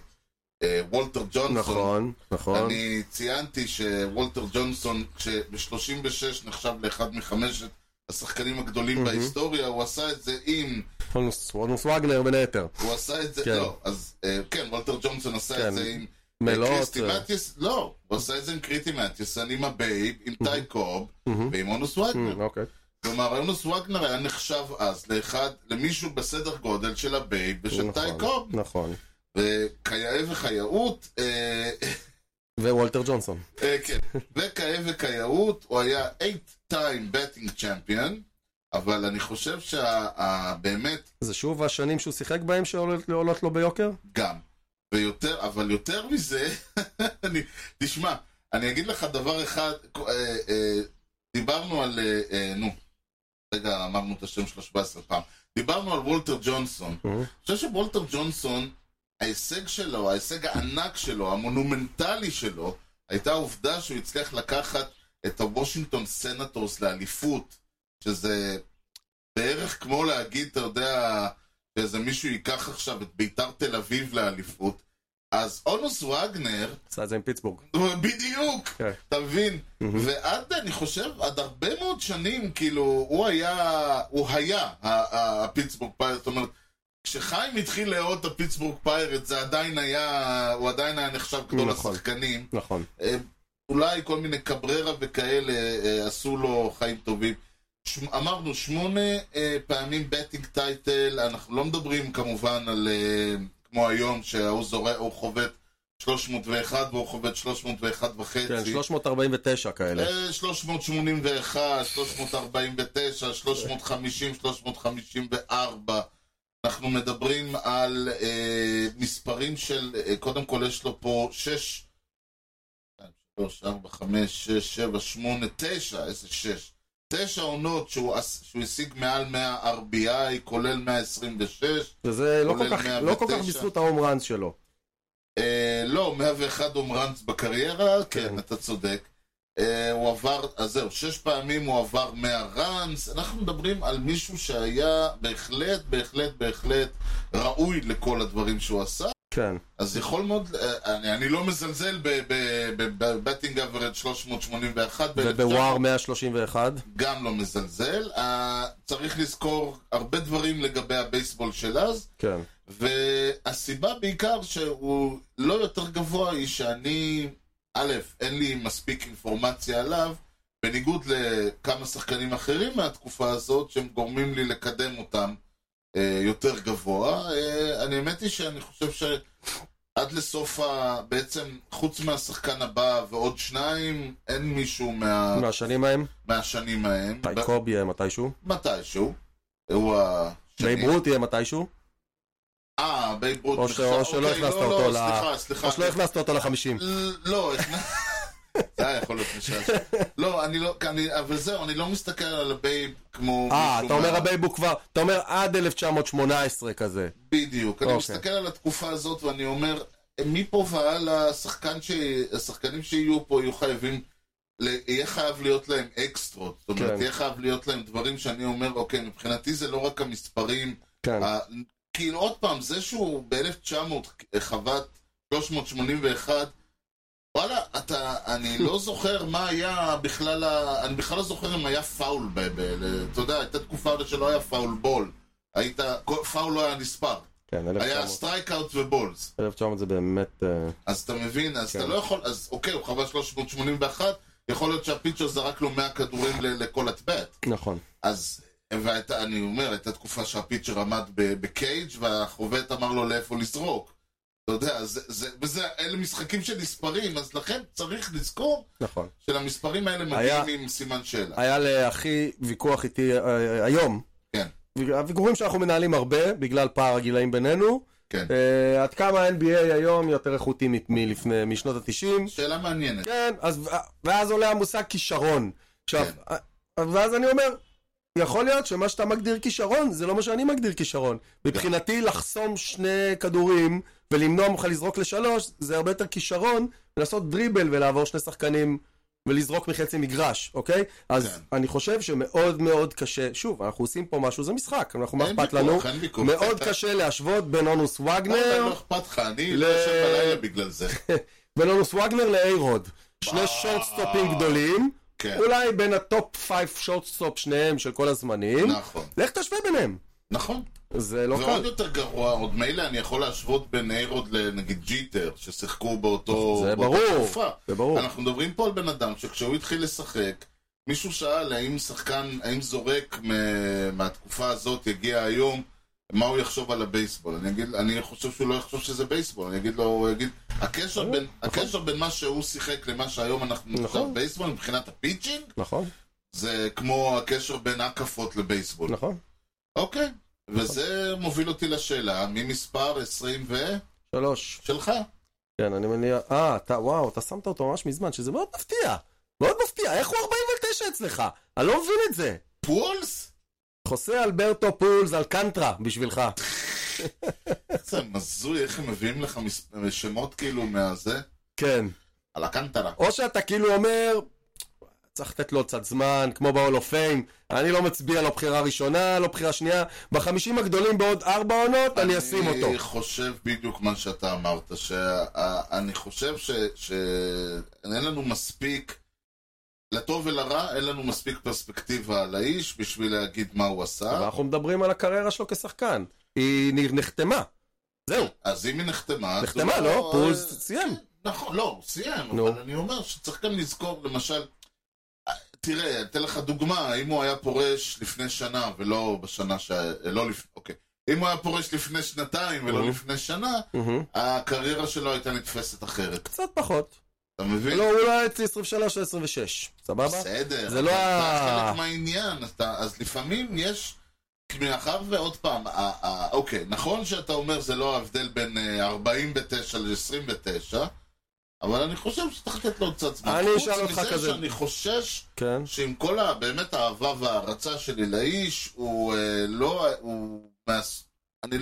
אה, וולטר ג'ונסון. נכון, נכון. אני ציינתי שוולטר ג'ונסון, כשב-36 נחשב לאחד מחמשת השחקנים הגדולים מהמם. בהיסטוריה, הוא עשה את זה עם... אונוס אונוס וגנר בין היתר. הוא עשה את זה... כן. לא, אז אה, כן, וולטר ג'ונסון עשה כן. את זה עם... מלאות. קריסטי אה, מתיוס, לא, הוא עשה את זה עם קריטי מתיוסון, עם הבייב, עם טי קוב, מהמם. ועם אונוס וגנר. אה, אוקיי. כלומר, אונוס וגנר היה נחשב אז לאחד, למישהו בסדר גודל של הבייב ושל טי נכון, קוב. נכון. וכיאה וכיאות, אה, ווולטר ג'ונסון. אה, כן, וכאה וכיאות, הוא היה 8 time betting champion, אבל אני חושב שבאמת זה שוב השנים שהוא שיחק בהם שעולות עולות לו ביוקר? גם, ויותר, אבל יותר מזה, (laughs) אני, תשמע, אני אגיד לך דבר אחד, אה, אה, דיברנו על, אה, אה, נו, רגע, אמרנו את השם שלו 17 פעם, דיברנו על וולטר ג'ונסון. אה, אני חושב שוולטר ג'ונסון, ההישג שלו, ההישג הענק שלו, המונומנטלי שלו, הייתה העובדה שהוא הצליח לקחת את הוושינגטון סנטורס לאליפות, שזה בערך כמו להגיד, אתה יודע, שאיזה מישהו ייקח עכשיו את ביתר תל אביב לאליפות. אז אונוס וגנר, (laughs) עשה את זה עם פיטסבורג. הוא- בדיוק, כן. אתה מבין? מהמם. ועד, אני חושב, עד הרבה מאוד שנים, כאילו, הוא היה, הוא היה ה- ה- הפיטסבורג פיירט, זאת אומרת, כשחיים התחיל לאהוד את הפיטסבורג פיירט, זה עדיין היה, הוא עדיין היה נחשב גדול נכון. השחקנים. נכון. אה, אולי כל מיני קבררה וכאלה אה, עשו לו חיים טובים. ש... אמרנו שמונה אה, פעמים בטינג טייטל, אנחנו לא מדברים כמובן על אה, כמו היום שההוא זורק, הוא חובט 301 והוא חובט 301 וחצי. כן, 349 כאלה. אה, 381, 349, 350, 354. אנחנו מדברים על אה, מספרים של, אה, קודם כל יש לו פה 6, 3, 4, 5, 6, 7, 8, 9, איזה 6. 9 עונות שהוא, עש- שהוא השיג מעל 100 RBI, כולל 126. וזה לא כל כולל כך- 109. לא כל כך בזכות ההום ראנס שלו. אה, לא, 101 אומרנץ בקריירה, כן. כן, אתה צודק. אה, הוא עבר, אז זהו, שש פעמים הוא עבר 100 ראנס. אנחנו מדברים על מישהו שהיה בהחלט, בהחלט, בהחלט ראוי לכל הדברים שהוא עשה. כן. אז יכול מאוד, אה, אני, אני לא מזלזל בבטינג אברד 381. ובוואר 131. גם לא מזלזל. אה, צריך לזכור הרבה דברים לגבי הבייסבול של אז. כן. והסיבה בעיקר שהוא לא יותר גבוה היא שאני, א', אין לי מספיק אינפורמציה עליו, בניגוד לכמה שחקנים אחרים מהתקופה הזאת, שהם גורמים לי לקדם אותם אה, יותר גבוה. אה, אני האמת היא שאני חושב שעד לסוף ה... בעצם, חוץ מהשחקן הבא ועוד שניים, אין מישהו מה... מהשנים ההם? מהשנים ההם. טי קוב יהיה מתישהו. מתישהו. הוא השני. דייב רוט יהיה מתישהו. אה, בייב רות. או ש- או שלא אוקיי, הכנסת לא, אותו לא, ל- סליחה, סליחה. או שלא הכנסת אותו לחמישים. לא, הכנס- זה היה יכול להיות משעשע. לא, אני לא, אני- אבל זהו, אני לא מסתכל על הבייב כמו... אה, מישהו אתה אומר מה- הבייב הוא כבר, אתה אומר עד 1918 כזה. בדיוק. אני אוקיי. מסתכל על התקופה הזאת ואני אומר, מפה והלאה, השחקן ש- השחקנים שיהיו פה יהיו חייבים, ל- יהיה חייב להיות להם אקסטרות. זאת כן. אומרת, יהיה חייב להיות להם דברים שאני אומר, אוקיי, מבחינתי זה לא רק המספרים, כן. ה- כאילו עוד פעם, זה שהוא ב-1900 אה, חוות 381, וואלה, אתה, אני (laughs) לא זוכר מה היה בכלל, ה- אני בכלל לא זוכר אם היה פאול, ב- ב- ל- אתה יודע, הייתה תקופה עוד שלא היה פאול בול. היית, כל- פאול לא היה נספר. כן, היה 1900. סטרייק אאוט ובולס. 1900 זה באמת... אה, אז אתה מבין, אז כן. אתה לא יכול, אז אוקיי, הוא חווה 381, יכול להיות שהפיצ'ר זרק לו 100 כדורים ל- לכל הטבעת. נכון. אז, והייתה, אני אומר, הייתה תקופה שהפיצ'ר עמד ב- בקייג' והחובט אמר לו לאיפה לזרוק. אתה יודע, זה, זה, וזה, אלה משחקים שנספרים, אז לכן צריך לזכור נכון. שלמספרים האלה מגיעים היה- עם סימן שאלה. היה לאחי ויכוח איתי אה, היום. כן. הוויכוחים שאנחנו מנהלים הרבה, בגלל פער הגילאים בינינו, כן. אה, עד כמה ה-NBA היום יותר איכותי מ- מלפני, משנות ה-90. שאלה מעניינת. כן, אז, ואז עולה המושג כישרון. עכשיו, כן. אה, ואז אני אומר, יכול להיות שמה שאתה מגדיר כישרון, זה לא מה שאני מגדיר כישרון. מבחינתי לא. לחסום שני כדורים ולמנוע ממך לזרוק לשלוש, זה הרבה יותר כישרון לעשות דריבל ולעבור שני שחקנים ולזרוק מחצי מגרש, אוקיי? אז כן. אני חושב שמאוד מאוד קשה, שוב, אנחנו עושים פה משהו, זה משחק, אנחנו, מה אין אכפת לנו? ויכוח, אין ויכוח. מאוד אתה- קשה להשוות בין אונוס אתה וגנר, לא אכפת לך, אני ל- לא יושב בלילה בגלל זה. בין אונוס וגנר לאיירוד. שני אה. שורטסטופים גדולים. כן, אולי בין הטופ 5 שורטסטופ שניהם של כל הזמנים. נכון. לך תשווה ביניהם. נכון. זה לא זה עוד קל. יותר גרוע, עוד מילא אני יכול להשוות בין איירוד לנגיד ג'יטר, ששיחקו באותו... זה באותה ברור. תקופה. זה ברור. אנחנו מדברים פה על בן אדם שכשהוא התחיל לשחק, מישהו שאל האם שחקן, האם זורק מ- מהתקופה הזאת יגיע היום, מה הוא יחשוב על הבייסבול. אני אגיד, אני חושב שהוא לא יחשוב שזה בייסבול, אני אגיד לו, הוא יגיד, הקשר בין, הקשר בין מה שהוא שיחק למה שהיום אנחנו נכון. נחשב בייסבול מבחינת הפיצ'ינג, נכון, זה כמו הקשר בין הקפות לבייסבול. נכון. אוקיי, וזה מוביל אותי לשאלה, ממספר 20 ו... שלוש. שלך. כן, אני מניח... אה, אתה, וואו, אתה שמת אותו ממש מזמן, שזה מאוד מפתיע. מאוד מפתיע. איך הוא 49 אצלך? אני לא מבין את זה. פולס? חוסה אלברטו פולס על קנטרה בשבילך. זה מזוי, איך הם מביאים לך מס- שמות כאילו מהזה? כן. על הקנטרה. או שאתה כאילו אומר, צריך לתת לו קצת זמן, כמו ב-all of fame, אני לא מצביע לא בחירה ראשונה, לא בחירה שנייה, בחמישים הגדולים בעוד ארבע עונות, אני אשים אותו. אני חושב בדיוק מה שאתה אמרת, שאני חושב ש... ש... אין לנו מספיק, לטוב ולרע, אין לנו מספיק פרספקטיבה על האיש בשביל להגיד מה הוא אבל עשה. אנחנו מדברים על הקריירה שלו כשחקן. היא נ- נחתמה. זהו, אז אם היא נחתמה... אז נחתמה, הוא לא? אה, פוז סיים. נכון, לא, הוא סיים, נו. אבל אני אומר שצריך גם לזכור, למשל, אה, תראה, אתן לך דוגמה, אם הוא היה פורש לפני שנה ולא בשנה ש... אה, לא לפני, אוקיי. אם הוא היה פורש לפני שנתיים ולא אוקיי. לפני שנה, מהמם. הקריירה שלו הייתה נתפסת אחרת. קצת פחות. אתה מבין? לא, אולי אצלי 23 או 26. סבבה? בסדר. זה לא אבל ה- אתה חלק מהעניין, אז אתה- אז לפעמים יש... מאחר ועוד פעם, ה- ה- אוקיי, נכון שאתה אומר זה לא ההבדל בין אה, 49 ל-29, אבל אני חושב שצריך לתת לו עוד קצת זמן. אני אשאל אותך חוץ כזה. מזה שאני חושש כן. שעם כל ה- באמת האהבה וההערצה שלי לאיש, הוא אה, לא... הוא... מהס- אני...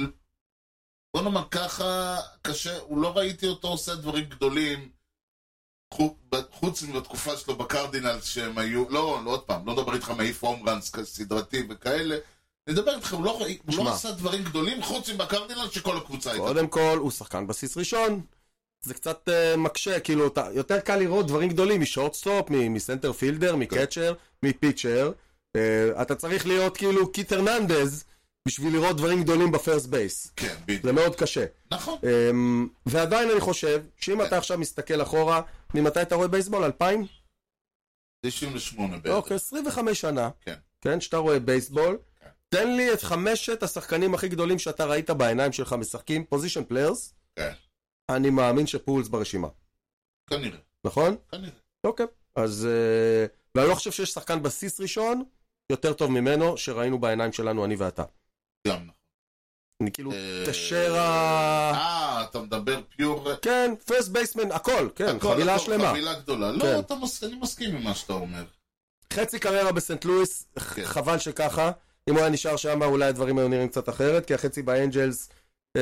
בוא נאמר ככה, קשה, הוא לא ראיתי אותו עושה דברים גדולים, חו- ב- חוץ מבתקופה שלו בקרדינל שהם היו, לא, לא עוד פעם, לא מדבר איתך מעיף הומרנס סדרתי וכאלה, אני מדבר איתך, הוא לא, ראי- הוא שמע. לא עשה דברים גדולים חוץ מבקרדינל שכל הקבוצה הייתה. קודם כל, הוא שחקן בסיס ראשון. זה קצת אה, מקשה, כאילו, אתה, יותר קל לראות דברים גדולים משורטסטופ, מ- מסנטר כן. פילדר, מקצ'ר, מפיצ'ר. אה, אתה צריך להיות כאילו קיט הרננדז בשביל לראות דברים גדולים בפרסט בייס. כן, בדיוק. זה מאוד קשה. נכון. אה, ועדיין אני חושב, שאם כן. אתה עכשיו מסתכל אחורה, ממתי אתה רואה בייסבול? 2000? 98 בערך. אוקיי, 25 שנה. כן. כן, שאתה רואה בייסבול. כן. תן לי את חמשת השחקנים הכי גדולים שאתה ראית בעיניים שלך משחקים, פוזיישן פליירס. כן. אני מאמין שפולס ברשימה, כנראה, נכון? כנראה. אוקיי. אז... אה, ואני לא חושב שיש שחקן בסיס ראשון יותר טוב ממנו שראינו בעיניים שלנו, אני ואתה. גם נכון. אני כאילו... אה, תשר ה... אה, אתה מדבר פיור... כן, פרסט בייסמן, הכל, כן, הכל, חבילה הכל, שלמה. חבילה גדולה. כן. לא, אתה מס- אני מסכים עם מה שאתה אומר. חצי קריירה בסנט לואיס, ח- כן. חבל שככה. אם הוא היה נשאר שם, אולי הדברים היו נראים קצת אחרת, כי החצי באנג'לס אה,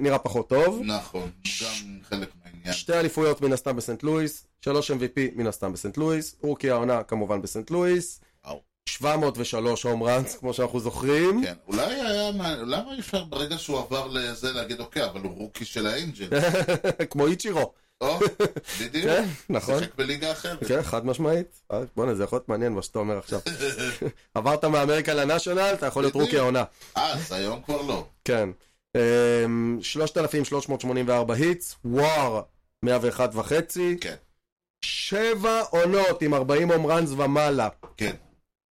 נראה פחות טוב. נכון, ש- גם חלק מהעניין. שתי אליפויות מן הסתם בסנט לואיס, שלוש MVP מן הסתם בסנט לואיס, רוקי העונה כמובן בסנט לואיס, וואו. 703 הום ראנס, כמו שאנחנו זוכרים. כן, אולי היה... מה- למה אי אפשר ברגע שהוא עבר לזה להגיד, אוקיי, אבל הוא רוקי של האנג'ל. כן. (laughs) כמו איצ'ירו, או, בדיוק. כן, נכון. שיחק בליגה אחרת. (laughs) כן, חד משמעית. אה, בואנה, זה יכול להיות מעניין מה שאתה אומר עכשיו. עברת מאמריקה לנאשונל, אתה יכול להיות בדיוק. רוקי העונה. אה, אז, היום כבר לא. כן. אמ, 3,384 היטס, וואר 101 וחצי. כן. שבע עונות עם 40 הום ראנס ומעלה. כן,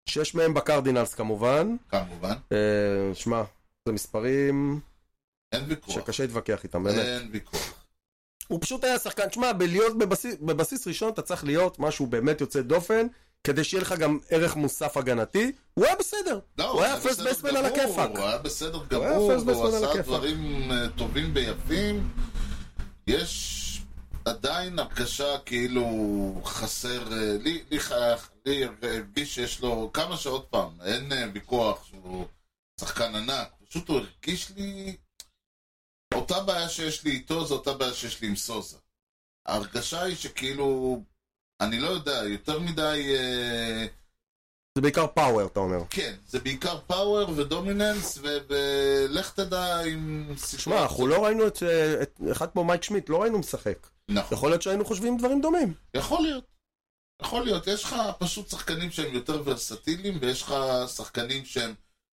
שש מהם בקרדינלס כמובן. כמובן. אה, שמע, זה מספרים אין ויכוח. שקשה להתווכח איתם, באמת. אין ויכוח. הוא פשוט היה שחקן, שמע, בלהיות בבסיס, בבסיס ראשון אתה צריך להיות משהו באמת יוצא דופן, כדי שיהיה לך גם ערך מוסף הגנתי, הוא היה בסדר. לא, הוא היה פרסט בסדר בסמן על גמור, הכיפאק. הוא היה בסדר היה גמור, first והוא baseman על עשה הכיפאק. דברים אה, טובים ויפים. יש עדיין הרגשה כאילו חסר, אה, לי- לי ח- לי הרגיש שיש לו כמה שעוד פעם, אין אה, ויכוח שהוא שחקן ענק, פשוט הוא הרגיש לי... אותה בעיה שיש לי איתו זו אותה בעיה שיש לי עם סוזה. ההרגשה היא שכאילו, אני לא יודע, יותר מדי... אה, זה בעיקר פאוור, אתה אומר. כן, זה בעיקר פאוור ודומיננס, ו- ולך תדע אם... שמע, אנחנו לא ראינו את, אה, את אחד כמו מייק שמיט, לא ראינו משחק. נכון. יכול להיות שהיינו חושבים דברים דומים. יכול להיות. יכול להיות. יש לך פשוט שחקנים שהם יותר ורסטיליים, ויש לך שחקנים שהם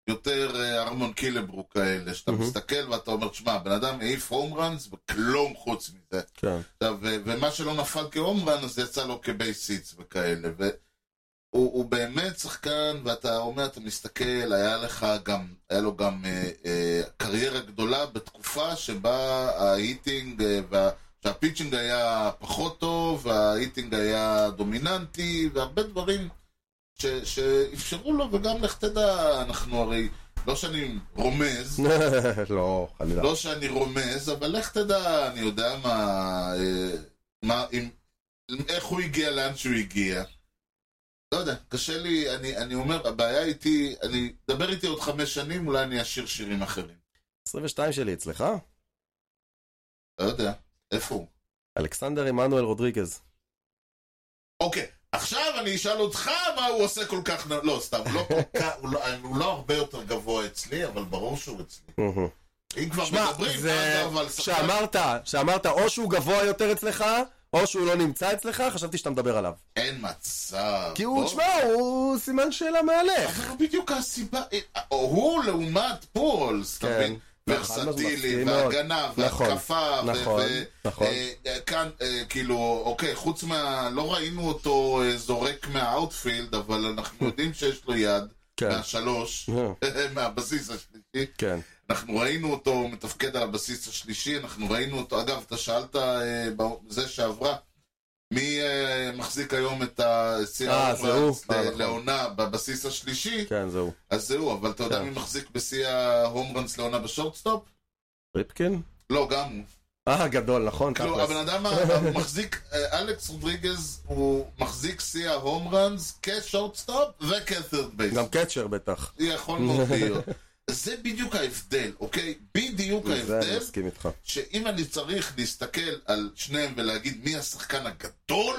יותר אה, ארמון קילברוק כאלה, שאתה מהמם. מסתכל ואתה אומר, שמע, בן אדם העיף הום ראנס וכלום חוץ מזה. כן. עכשיו, ו- ומה שלא נפל כהומרן, אז יצא לו כבייסיץ וכאלה. והוא הוא באמת שחקן, ואתה אומר, אתה מסתכל, היה לך גם, היה לו גם אה, אה, קריירה גדולה בתקופה שבה ההיטינג, אה, וה, שהפיצ'ינג היה פחות טוב, וההיטינג היה דומיננטי, והרבה דברים ש, שאפשרו לו, וגם לך תדע, אנחנו הרי, לא שאני רומז, (laughs) לא, חלילה. לא שאני רומז, אבל לך תדע, אני יודע מה... אה, מה אם, איך הוא הגיע לאן שהוא הגיע. לא יודע, קשה לי, אני, אני אומר, הבעיה איתי, אני... דבר איתי עוד חמש שנים, אולי אני אשיר שירים אחרים. 22 שלי אצלך? לא יודע, איפה הוא? אלכסנדר עמנואל רודריגז. אוקיי, עכשיו אני אשאל אותך מה הוא עושה כל כך... נ- לא, סתם, הוא לא כל כך... הוא לא, הוא לא הרבה יותר גבוה אצלי, אבל ברור שהוא אצלי. מהמם. אם כבר שמע, מדברים, זה... אז אבל... שחקן- שאמרת, שאמרת או שהוא גבוה יותר אצלך, או שהוא לא נמצא אצלך, חשבתי שאתה מדבר עליו. אין מצב. כי הוא, בוא. תשמע, הוא סימן שאלה מעליך. אבל בדיוק הסיבה, או הוא לעומת פולס, אתה כן. מבין? נכון, ורסטילי, מסכים מאוד. והגנה, נכון, והתקפה, ו- נכון, ו- נכון. אה, אה, כאן, אה, כאילו, אוקיי, חוץ מה... לא ראינו אותו אה, זורק מהאוטפילד, אבל (laughs) אנחנו יודעים שיש לו יד, כן. מהשלוש, (laughs) מהבסיס השלישי. כן. אנחנו ראינו אותו מתפקד על הבסיס השלישי, אנחנו ראינו אותו, אגב, אתה שאלת אה, בזה שעברה, מי אה, מחזיק היום את השיא אה, זה הוא. ההומרנס אה, נכון. לעונה בבסיס השלישי, כן, זהו. אז זהו, אבל אתה יודע כן. מי מחזיק בשיא ההומרנס לעונה בשורטסטופ? ריפקין? לא, גם הוא. אה, גדול, נכון, כאילו, תכלס. הבן אדם המחזיק, אה, אלכס רודריגז הוא מחזיק שיא ההומרנס כשורטסטופ וכת'רד בייס. גם קצ'ר בטח. יכול מאוד להיות. (laughs) זה בדיוק ההבדל, אוקיי? בדיוק זה אני ההבדל, מסכים איתך. שאם אני צריך להסתכל על שניהם ולהגיד מי השחקן הגדול,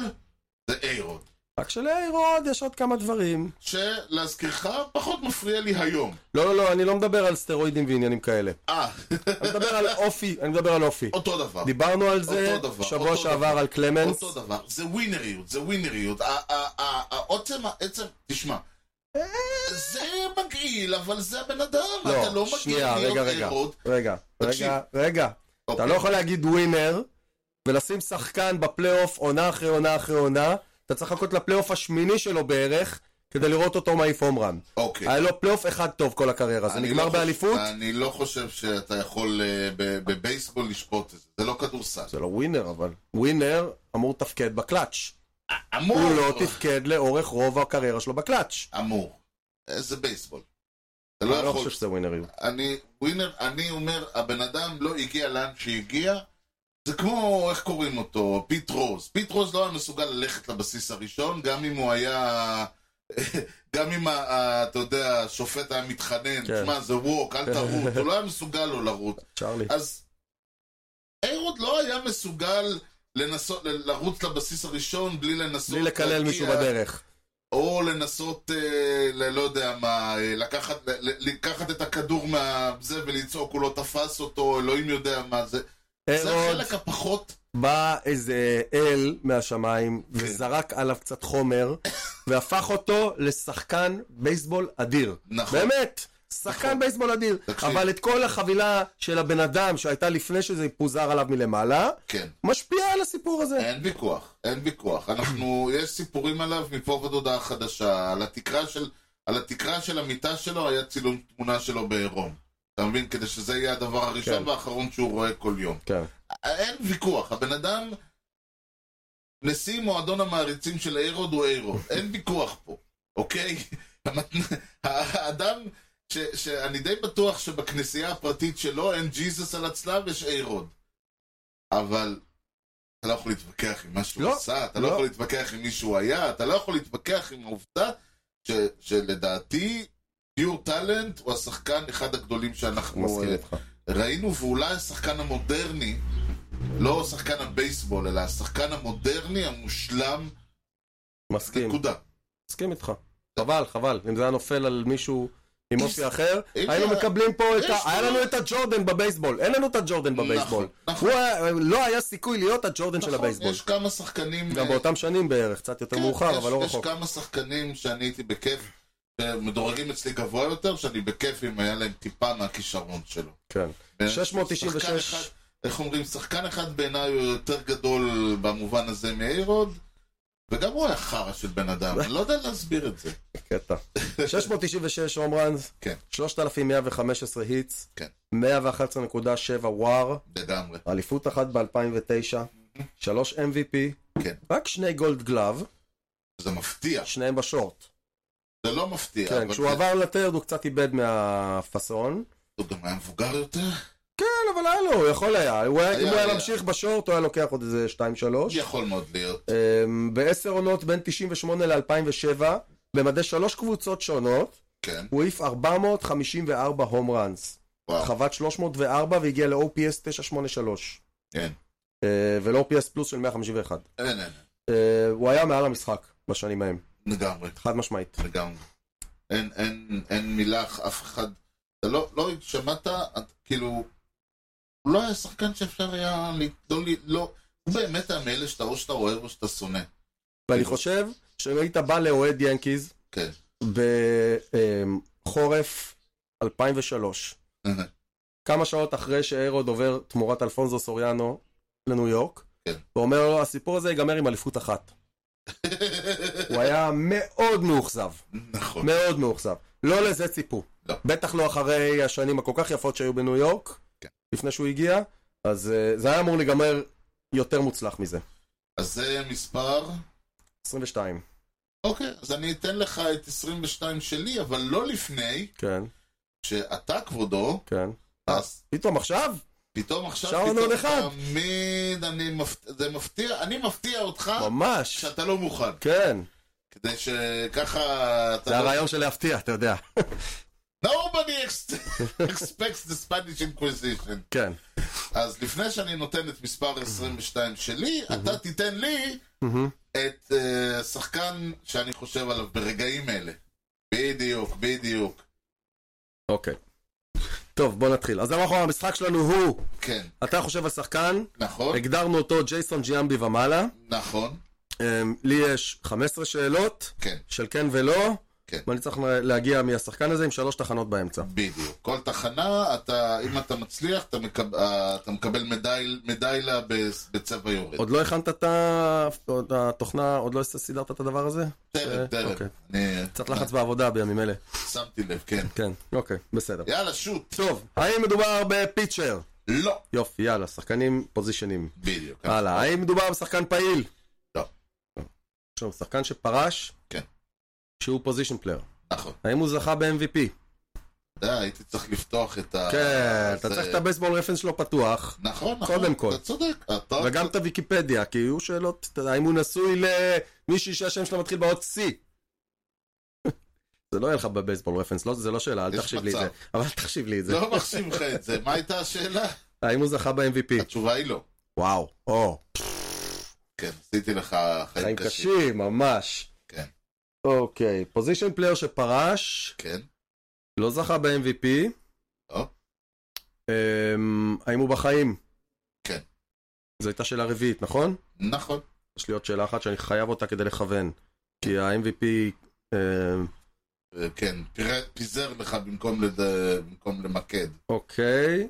זה איירון. רק שלאיירוד יש עוד כמה דברים. שלהזכירך, פחות מפריע לי היום. לא, לא, לא, אני לא מדבר על סטרואידים ועניינים כאלה. אה, אני מדבר על אופי, אני מדבר על אופי. (laughs) אותו דבר. דיברנו על זה אותו דבר, שבוע אותו שעבר דבר. על קלמנס. אותו דבר, זה ווינריות, זה ווינריות. ה- ה- ה- העוצם, העצם, תשמע. אה, זה מגעיל, אבל זה הבן אדם, אתה לא מגיע שנייה, להיות רגע, רגע. אירוד. רגע, תקשיב. אוקיי. רגע, רגע. אתה לא יכול להגיד ווינר ולשים שחקן בפלייאוף עונה אחרי עונה אחרי עונה. אתה צריך לחכות לפלייאוף השמיני שלו בערך כדי לראות אותו מעיף הום רן. אוקיי. היה לו פלייאוף אחד טוב כל הקריירה. אה, זה אני נגמר לא חושב- באליפות? אני לא חושב שאתה יכול אה, ב- בבייסבול לשפוט את זה, זה לא כדורסל. זה לא ווינר אבל. ווינר אמור לתפקד בקלאץ'. אמור. הוא לא תפקד לאורך רוב הקריירה שלו בקלאץ'. אמור. אה, זה בייסבול. אתה לא אני לא יכול... חושב שזה ווינריות. אני, ווינר, אני אומר, הבן אדם לא הגיע לאן שהגיע, זה כמו, איך קוראים אותו, פיט רוז. פיט רוז לא היה מסוגל ללכת לבסיס הראשון, גם אם הוא היה... (laughs) גם אם, ה- ה- אתה יודע, השופט היה מתחנן, כן. תשמע, זה ווק, אל תרוץ, הוא לא היה מסוגל לא לרוץ. צ'ארלי. אז איירוד לא היה מסוגל לנסות, ל- לרוץ לבסיס הראשון בלי לנסות... בלי לקלל להגיע- מישהו בדרך. או לנסות, אה, ל- לא יודע מה, אה, לקחת, ל- ל- לקחת את הכדור מה... זה ולצעוק, הוא לא תפס אותו, אלוהים יודע מה זה. זה ארוד החלק הפחות... בא איזה אל כן. מהשמיים וזרק עליו קצת חומר (coughs) והפך אותו לשחקן בייסבול אדיר. נכון. באמת, שחקן נכון. בייסבול אדיר. תקשיב. אבל את כל החבילה של הבן אדם שהייתה לפני שזה פוזר עליו מלמעלה, כן. משפיעה על הסיפור הזה. אין ויכוח, אין ויכוח. אנחנו, יש סיפורים עליו מפה ועד הודעה חדשה. על התקרה של, על התקרה של המיטה שלו היה צילום תמונה שלו בעירום. אתה מבין? כדי שזה יהיה הדבר הראשון כן. והאחרון שהוא רואה כל יום. כן. אין ויכוח, הבן אדם נשיא מועדון המעריצים של איירוד הוא איירוד, אין ויכוח פה, אוקיי? (laughs) המת- האדם, ש, שאני די בטוח שבכנסייה הפרטית שלו אין ג'יזוס על הצלב, יש איירוד. אבל אתה לא יכול להתווכח עם מה שהוא לא, עשה, אתה לא, לא. יכול להתווכח עם מי שהוא היה, אתה לא יכול להתווכח עם העובדה ש, שלדעתי פיור טאלנט הוא השחקן אחד הגדולים שאנחנו... מסכים אה, איתך. ראינו ואולי השחקן המודרני, לא שחקן הבייסבול, אלא השחקן המודרני המושלם, מסכים. נקודה. מסכים איתך. חבל, חבל. אם זה היה נופל על מישהו עם אופי אחר, אם היינו זה- מקבלים פה את יש ה... היה לו- לנו את הג'ורדן בבייסבול. אין לנו את הג'ורדן נכון, בבייסבול. נכון. הוא היה- לא היה סיכוי להיות הג'ורדן של נכון, הבייסבול. יש כמה שחקנים... גם אה, באותם שנים בערך, קצת יותר כן, מאוחר, יש- אבל לא יש רחוק. כמה שחקנים שאני הייתי בכיף, מדורגים אצלי גבוה יותר, שאני בכיף אם היה להם טיפה מהכישרון שלו. כן. אה, 696. שחקן אחד- איך אומרים, שחקן אחד בעיניי הוא יותר גדול במובן הזה מאיירוד, וגם הוא היה חרא של בן (laughs) אדם, אני לא יודע להסביר את זה. (laughs) קטע. 696 הום ראנס, כן. 3,115 היטס, כן. 111.7 וואר, לגמרי. אליפות אחת ב-2009, 3 MVP, כן. רק שני גולד גלאב, זה מפתיע, שניהם בשורט. זה לא מפתיע. כן, אבל כשהוא זה- עבר לטרד הוא קצת איבד מהפאסון. הוא גם היה מבוגר יותר? כן, אבל היה לו, הוא יכול היה. הוא היה- היה, אם הוא היה היה. ממשיך בשורט, הוא היה לוקח עוד איזה 2-3. יכול מאוד להיות. אמ, בעשר עונות בין 98 ל-2007, במדי שלוש קבוצות שונות, כן, הוא העיף 454 הום ראנס. וואו. חוות 304 והגיע ל-OPS 983. כן. אה, ול-OPS פלוס של 151. אין, אין, אין. אה, הוא היה מעל המשחק בשנים ההם, לגמרי, חד משמעית. לגמרי. אין, אין, אין מילה, אף אחד... אתה לא, לא שמעת, את- כאילו... הוא לא היה שחקן שאפשר היה... ל- לא, ל- לא... הוא באמת היה מאלה שאתה או שאתה אוהב או שאתה שונא. ואני חושב שאם היית בא לאוהד ינקיז כן. בחורף 2003, אה, כמה שעות אחרי שאיירוד עובר תמורת אלפונזו סוריאנו לניו יורק, כן. ואומר לו, הסיפור הזה ייגמר עם אליפות אחת. הוא היה מאוד מאוכזב, נכון. מאוד מאוכזב. לא לזה ציפו. לא. בטח לא אחרי השנים הכל כך יפות שהיו בניו יורק, כן. לפני שהוא הגיע, אז אה, זה היה אמור להיגמר יותר מוצלח מזה. אז זה מספר... 22. אוקיי, אז אני אתן לך את 22 שלי, אבל לא לפני כן, שאתה, כבודו, כן. אז פתאום עכשיו? פתאום עכשיו, שעון פתאום עוד אחד. תמיד אני מפתיע, זה מפתיע, אני מפתיע אותך אה? ממש. כשאתה לא מוכן. כן. כדי שככה אתה... זה לא- הרעיון של להפתיע, אתה יודע. Nobody ex- (laughs) expects the Spanish Inquisition. כן. אז לפני שאני נותן את מספר 22 שלי, אתה תיתן לי מהמם. את אה, שחקן שאני חושב עליו ברגעים אלה. בדיוק, בדיוק. אוקיי. טוב, בוא נתחיל. אז אנחנו, המשחק שלנו הוא, כן, אתה חושב על שחקן, נכון, הגדרנו אותו ג'ייסון ג'יאמבי ומעלה. נכון, אמ, לי יש 15 שאלות כן, של כן ולא, כן. ואני צריך להגיע מהשחקן הזה עם שלוש תחנות באמצע. בדיוק. כל תחנה, אתה, אם אתה מצליח, אתה מקבל, אה, אתה מקבל מדייל, מדיילה בס- בצבע יורד. עוד לא הכנת את ה- עוד התוכנה, עוד לא סידרת את הדבר הזה? טרם, אוקיי. טרם. אני- קצת לחץ בעבודה בימים אלה. שמתי לב, כן. כן, אוקיי, בסדר. יאללה, שוט. טוב, האם מדובר בפיצ'ר? לא. יופי, יאללה, שחקנים, פוזיישנים. בדיוק. הלאה, האם מדובר בשחקן פעיל? כן. לא. עכשיו, שחקן שפרש? כן. שהוא פוזיישן פלייר. נכון. האם הוא זכה ב-MVP? אה, אתה יודע, הייתי צריך לפתוח את ה... כן, אתה זה- צריך את הבייסבול רפרנס שלו פתוח. נכון, נכון. קודם כל. אתה צודק. אתה... וגם את הוויקיפדיה, כי יהיו שאלות, אתה יודע, האם הוא נשוי למישהי שהשם שלה מתחיל באות C? זה לא יהיה לך בבייסבול רפרנס, לא, זה לא שאלה, אל יש תחשיב לי את מצב. זה. אבל אל תחשיב לי את זה. אה. לא מחשיב לך את זה. מה (laughs) הייתה השאלה? האם הוא זכה ב-MVP? התשובה היא לא. וואו, או, כן, עשיתי לך חיים חיים קשים. קשים, ממש. כן. אוקיי, פוזיישן פלייר שפרש, כן. לא זכה ב-MVP. לא. אמ, האם הוא בחיים? כן. זו הייתה שאלה רביעית, נכון? נכון. יש לי עוד שאלה אחת שאני חייב אותה כדי לכוון. כן. כי ה-MVP... אמ, אה, כן. פיר- פיזר לך במקום לד- במקום למקד. (laughs) אוקיי.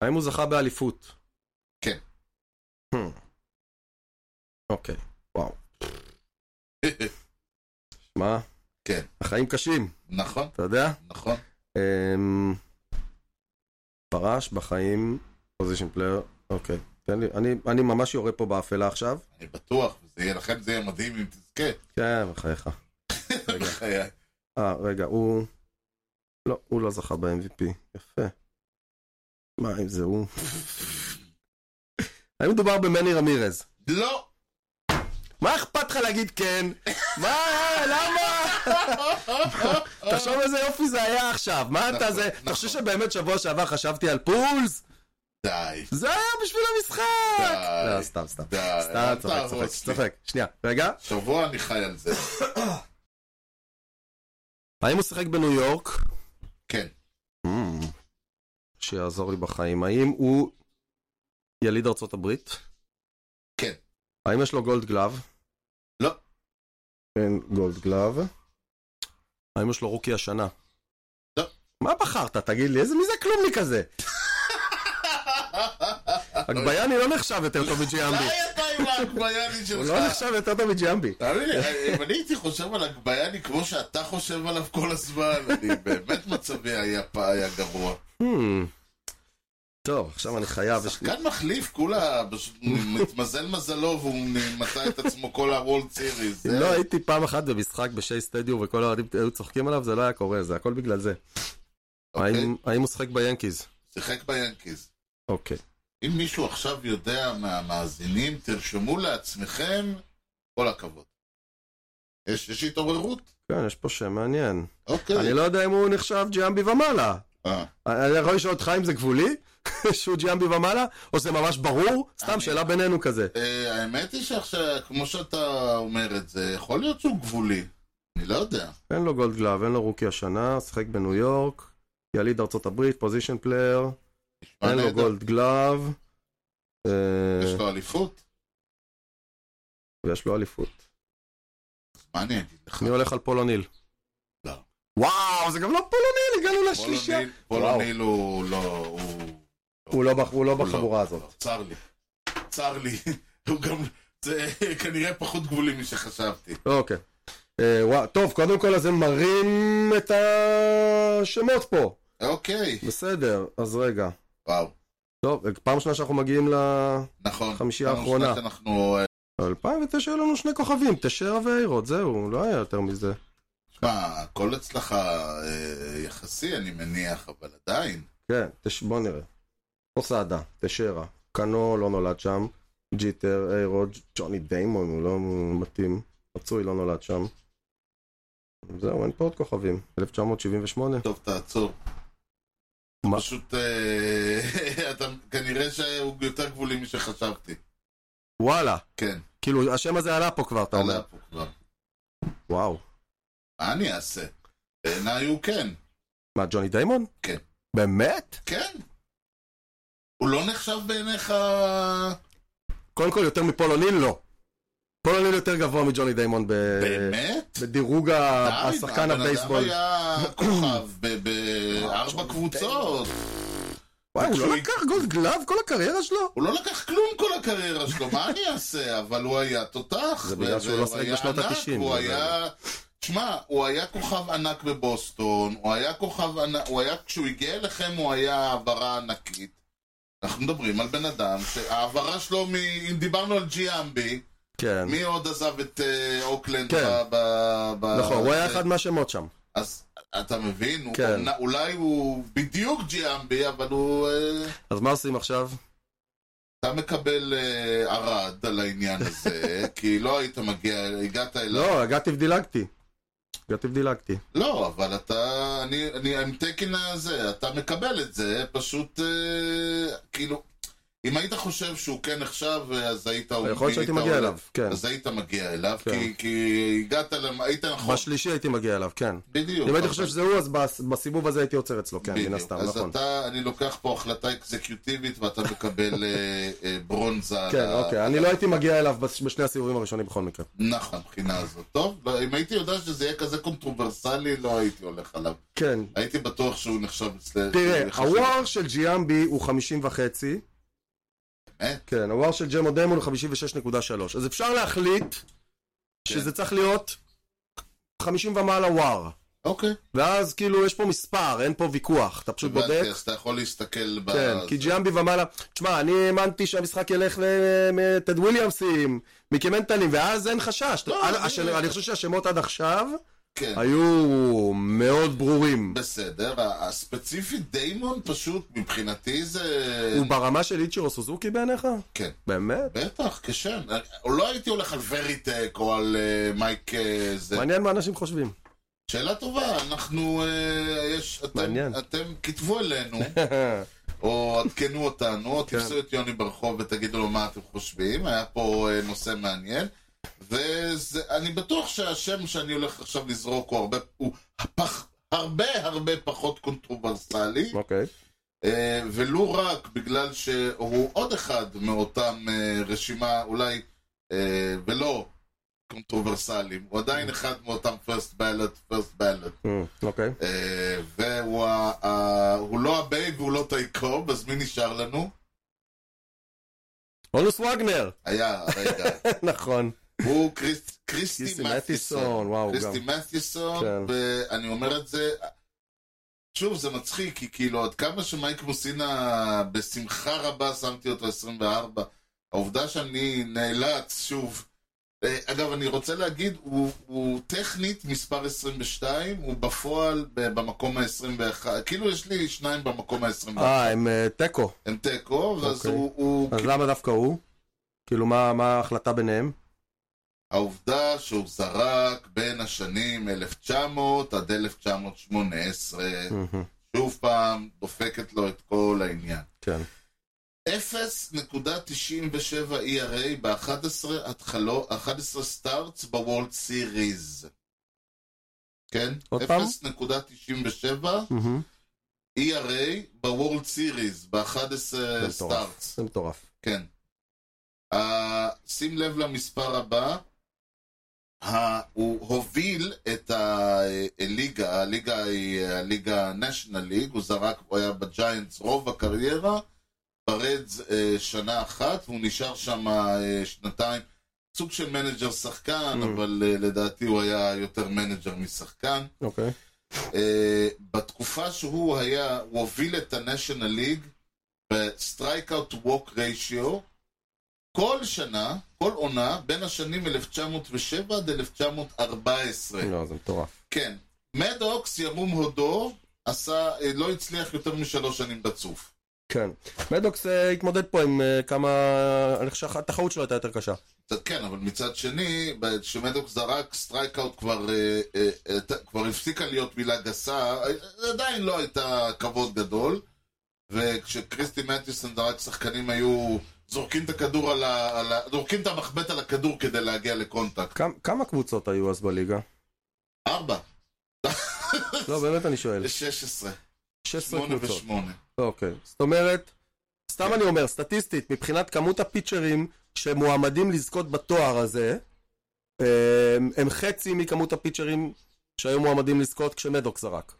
האם הוא זכה באליפות? כן. Hmm. אוקיי, וואו. מה? כן. החיים קשים, נכון, אתה יודע? נכון. אמ, פרש בחיים, פוזיישן פלייר, אוקיי. תן לי, אני- אני ממש יורה פה באפלה עכשיו. אני בטוח. זה יהיה, לכן זה יהיה מדהים אם תזכה. כן, בחייך. (laughs) רגע. בחיי. אה, רגע, הוא... לא, הוא לא זכה ב-MVP. יפה. מה אם זה (laughs) הוא? האם מדובר במני רמירז? לא! מה אכפת לך להגיד כן? מה? (laughs) למה? תחשוב איזה יופי זה היה עכשיו. מה אתה נכון, זה? נכון. אתה חושב שבאמת שבוע שעבר חשבתי על פולס? די, זה היה בשביל המשחק! די. לא, סתם, סתם. די, סתם, אל צוחק, תהרוס צוחק, לי. צוחק. שנייה, רגע. שבוע אני חי על זה. האם הוא שיחק בניו יורק? כן. Mm. שיעזור לי בחיים. האם הוא יליד ארצות הברית? כן. האם יש לו גולד גלאב? לא. אין גולד גלאב. האם יש לו רוקי השנה? לא. אה, מה בחרת? תגיד לי, איזה מי זה כלומניק הזה? אגבייאני לא נחשב יותר טוב מג'יאמבי. (laughs) די אתה עם האגבייני הוא שלך. לא נחשב יותר טוב מג'יאמבי. תאמין לי, אם אני הייתי חושב על אגבייני כמו שאתה חושב עליו כל הזמן, אני באמת מצבי היה פ- היה גרוע. Hmm. טוב, עכשיו אני חייב, יש לי... שחקן מחליף, כולה, פשוט מתמזל מזלו והוא מצא את עצמו כל הוולד סיריס. אם לא הייתי פעם אחת במשחק בשי סטדיו וכל האוהדים היו צוחקים עליו, זה לא היה קורה, זה הכל בגלל זה. האם האם הוא שחק ביאנקיז? אוקיי, שיחק ביאנקיז. אוקיי. אם מישהו עכשיו יודע מהמאזינים, תרשמו לעצמכם, כל הכבוד. יש יש התעוררות? כן, יש פה שם מעניין. אוקיי. אני לא יודע אם הוא נחשב ג'יאמבי ומעלה. אה. אני יכול לשאול אותך אם זה גבולי? (laughs) שהוא ג'יאמבי ומעלה? או שזה ממש ברור? סתם אני- שאלה בינינו כזה. אה, האמת היא שעכשיו, כמו שאתה אומר את זה, יכול להיות שהוא גבולי. אני לא יודע. אין לו גולד גלאב, אין לו רוקי השנה, שיחק בניו יורק, יליד ארצות הברית, פוזיישן פלייר, אין אני לו יודע. גולד גלאב, אה, יש לו אליפות? ויש לו אליפות. מה אני אגיד לך? אני הולך על פול אוניל. לא. וואו, זה גם לא פול אוניל, הגענו לשלישה. פולוניל- פולוניל הוא לא... הוא- הוא לא בח- הוא לא הוא בחבורה לא- הזאת. לא, צר לי. צר לי. (laughs) הוא גם... זה כנראה פחות גבולי משחשבתי. אוקיי. אה, וואו, טוב, קודם כל אז הם מראים את השמות פה. אוקיי. בסדר, אז רגע. וואו. טוב, פעם ראשונה שאנחנו מגיעים ל... נכון. חמישייה פעם ראשונה האחרונה. שאנחנו... אה, 2009 היו לנו שני כוכבים, תשרה ואיירות, זהו, לא היה יותר מזה. שמע, הכל אצלך אה, יחסי, אני מניח, אבל עדיין. כן, תש... בוא נראה. אוסאדה, תשרה. קאנו לא נולד שם. ג'יטר, איירות, ג'וני דיימון, הוא לא מתאים. רצוי לא נולד שם. זהו, אין פה עוד כוכבים. 1978. טוב, תעצור. מה? פשוט, אה, (laughs) אתה כנראה שהוא יותר גבולי משחשבתי. וואלה. כן, כאילו, השם הזה עלה פה כבר, אתה אומר. עלה פה כבר. וואו. מה אני אעשה? בעיניי הוא כן. מה, ג'וני דיימון? כן. באמת? כן. הוא לא נחשב בעיניך... אה, קודם כל, יותר מפול אוניל לא. פול אוניל יותר גבוה מג'וני דיימון ב... באמת? בדירוג ה- השחקן הבייסבול. אה, (clears throat) הבן אדם היה כוכב בארבע קבוצות. וואי, הוא לא שהוא- לקח גולד גלאב כל הקריירה שלו? הוא לא לקח כלום כל הקריירה שלו, מה אני אעשה? אבל הוא היה תותח. זה בגלל שהוא לא והוא שיחק היה בשנות ענק, ה-תשעים, לא- הוא אבל- היה... תשמע, הוא היה כוכב ענק בבוסטון, הוא היה כוכב ענק, הוא היה, כשהוא הגיע אליכם הוא היה העברה ענקית. אנחנו מדברים על בן אדם שההעברה שלו, מ... אם דיברנו על ג'יאמבי, כן. מי עוד עזב את אה, אוקלנד? כן. ב... ב... ב- נכון, הוא היה אה, אחד מהשמות שם. אז אתה מבין? הוא- כן. אומנ- אולי הוא בדיוק ג'יאמבי, אבל הוא... אה, אז מה עושים עכשיו? אתה מקבל אה, ערד על העניין (laughs) הזה, כי לא היית מגיע, הגעת אליו. לא, הגעתי ודילגתי. הגעתי ודילגתי. לא, אבל אתה, אני, אני, I'm taking a זה, אתה מקבל את זה, פשוט, אה, כאילו, אם היית חושב שהוא כן נחשב, אז היית... יכול להיות שהייתי היית מגיע עולה. אליו, כן. אז היית מגיע אליו, כן. כי, כי הגעת אליו, היית נכון. בשלישי הייתי מגיע אליו, כן. בדיוק. אם הייתי אבל- חושב שזה הוא, אז בס- בסיבוב הזה הייתי עוצר אצלו, כן, מן בדיוק. הסתם, אז נכון. אתה, אני לוקח פה החלטה אקזקיוטיבית, ואתה מקבל אה, אה, ברונזה. על כן, ה- אוקיי, אני לא הייתי מגיע אליו בש- בשני הסיבובים הראשונים בכל מקרה. נכון, מבחינה הזאת. טוב, לא, אם הייתי יודע שזה יהיה כזה קונטרוברסלי, לא הייתי הולך עליו. כן, הייתי בטוח שהוא נחשב אצלנו. תראה, הוואר של ג'יאמבי הוא 50 וחצי. באמת? כן, הוואר של ג'מו דיימון הוא 56.3. כן. אז אפשר להחליט שזה צריך להיות 50 ומעלה וואר. אוקיי. ואז כאילו יש פה מספר, אין פה ויכוח, אתה פשוט בודק. הבנתי, אז אתה יכול להסתכל ב... כן, כי ג'יאמבי ומעלה, תשמע, אני האמנתי שהמשחק ילך לטד וויליאמסים, מיקי מנטלים, ואז אין חשש. לא, אני- אני- הש- אני חושב שהשמות עד עכשיו כן. היו מאוד ברורים. בסדר, ה- הספציפית דיימון פשוט, מבחינתי זה... הוא ברמה של איצ'ירו סוזוקי בעיניך? כן. באמת? בטח, כשם. אני- לא הייתי הולך על וריטק או על אה, מייק אה, זה. מעניין מה אנשים חושבים. שאלה טובה, אנחנו... אה, יש... אתם- מעניין. אתם כתבו אלינו, או עדכנו אותנו, או תפסו את יוני ברחוב ותגידו לו מה אתם חושבים. היה פה אה, נושא מעניין. ואני בטוח שהשם שאני הולך עכשיו לזרוק הוא הרבה... הוא הפח... הרבה הרבה פחות קונטרוברסלי. (laughs) אוקיי. אה, ולו רק בגלל שהוא עוד אחד מאותם אה, רשימה, אולי, אה, ולא קונטרוברסליים, הוא עדיין אחד מאותם פרסט בלט, פרסט בלט. אה, אוקיי. אה, והוא ה- ה- הוא לא הבייב והוא לא טייקוב, אז מי נשאר לנו? אונוס וגנר! (laughs) היה, רגע, נכון. הוא קריס- קריסטי מתיסון. וואו, גם. קריסטי מתיסון, כן. ואני אומר את זה... שוב, זה מצחיק, כי כאילו, עד כמה שמייק מוסינה, בשמחה רבה שמתי אותו 24, העובדה שאני נאלץ, שוב... אה, אגב, אני רוצה להגיד, הוא, הוא טכנית מספר 22, הוא בפועל ב- במקום ה-21. כאילו, יש לי שניים במקום ה-21. אה, הם אה, תיקו. הם תיקו, ואז אוקיי. הוא... הוא אז למה דווקא הוא? כאילו, מה מה ההחלטה ביניהם? העובדה שהוא זרק בין השנים 1900 עד 1918. מהמם. שוב פעם, דופקת לו את כל העניין. כן. 0.97 ERA ב-11 התחלו, 11 סטארטס בוולד סיריז. כן? עוד פעם? 0.97 מהמם. ERA E בוולד סיריז, ב-11 זה מטורף. סטארטס. זה מטורף. כן. Uh, שים לב למספר הבא. Uh, הוא הוביל את הליגה, הליגה היא הליגה ה-National League, הוא זרק, הוא היה בג'יינטס רוב הקריירה, ברדס uh, שנה אחת, והוא נשאר שם uh, שנתיים. סוג של מנג'ר שחקן, Mm. אבל uh, לדעתי הוא היה יותר מנג'ר משחקן. אוקיי. אה, בתקופה שהוא היה, הוא הוביל את ה-National League ב-Strikeout Walk Ratio כל שנה, כל עונה, בין השנים 1907 עד 1914. לא, זה מטורף. כן. מדוקס, ירום הודו, עשה, אה, לא הצליח יותר משלוש שנים רצוף. כן. מדוקס אה, התמודד פה עם אה, כמה... אני חושב שהתחרות שלו הייתה יותר קשה. קצת כן, אבל מצד שני, ב- כשמדוקס זרק, סטרייקאוט כבר, אה, אה, אה, כבר הפסיקה להיות מילה גסה, אה, עדיין לא הייתה כבוד גדול, וכשקריסטי מטיסון זרק, שחקנים היו זורקים את הכדור על ה... על ה זורקים את המחבט על הכדור כדי להגיע לקונטקט. כמה- כמה קבוצות היו אז (laughs) בליגה? ארבע, לא, באמת אני שואל. שש עשרה, 16 שמונה קבוצות. ושמונה. אוקיי. זאת אומרת, סתם אני אומר, סטטיסטית, מבחינת כמות הפיצ'רים שמועמדים לזכות בתואר הזה, הם, הם חצי מכמות הפיצ'רים שהיו מועמדים לזכות כשמדוק זרק.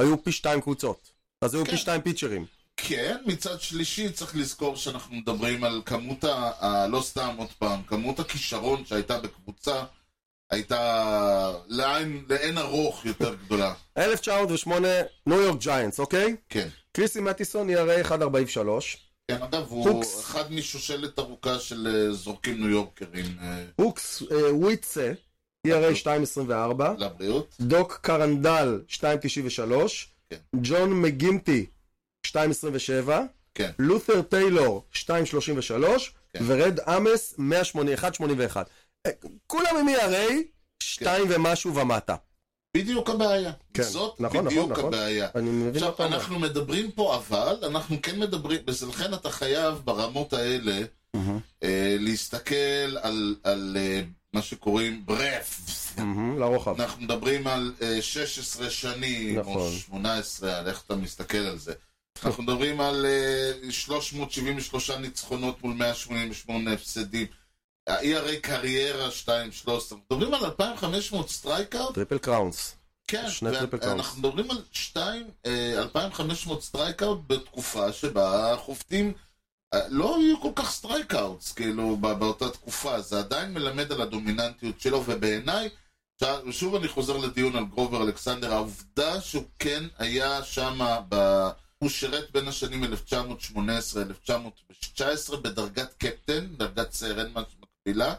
היו פי שתיים קבוצות. אז היו כן. פי שתיים פיצ'רים. כן, מצד שלישי צריך לזכור שאנחנו מדברים על כמות ה... ה... לא סתם עוד פעם, כמות הכישרון שהייתה בקבוצה הייתה לאין, לאין ארוך יותר גדולה. 1908, ניו יורק ג'יינטס, אוקיי? כן. קריסי E מטיסון יראה 1.43. כן, אגב, הוא הוקס. אחד משושלת ארוכה של אה, זורקים ניו יורקרים אה, הוקס אה, וויטסה, E ERA 2.24, לבריאות. דוק קרנדל 2.93, כן. ג'ון מגימטי 2.27, כן. לותר טיילור 2.33, כן. ורד אמס 181.81. אה, כולם עם ERA כן. 2 ומשהו ומטה. בדיוק הבעיה. כן, זאת נכון, נכון, בדיוק נכון. הבעיה. אני מבין מה אתה עכשיו, אומר. אנחנו מדברים פה, אבל אנחנו כן מדברים, ולכן אתה חייב ברמות האלה מהמם, אה, להסתכל על, על אה, מה שקוראים ברף. מהמם, לרוחב. אנחנו מדברים על אה, 16 שנים, או נכון. 18, על איך אתה מסתכל על זה. אנחנו מדברים על אה, 373 ניצחונות מול 188 הפסדים. ה-ERA קריירה 2-13, אנחנו מדברים על 2,500 סטרייקאוט? טריפל קראונס. כן, שני וה- טריפל קראוס. אנחנו מדברים על שתיים, אה, 2,500 סטרייקאוט בתקופה שבה החובטים אה, לא היו כל כך סטרייקאוטס, כאילו, בא- באותה תקופה. זה עדיין מלמד על הדומיננטיות שלו, ובעיניי עכשיו, שוב אני חוזר לדיון על גרובר אלכסנדר, העובדה שהוא כן היה שם, ב... הוא שירת בין השנים 1918-1919 בדרגת קפטן, דרגת סרן מה שמקבילה,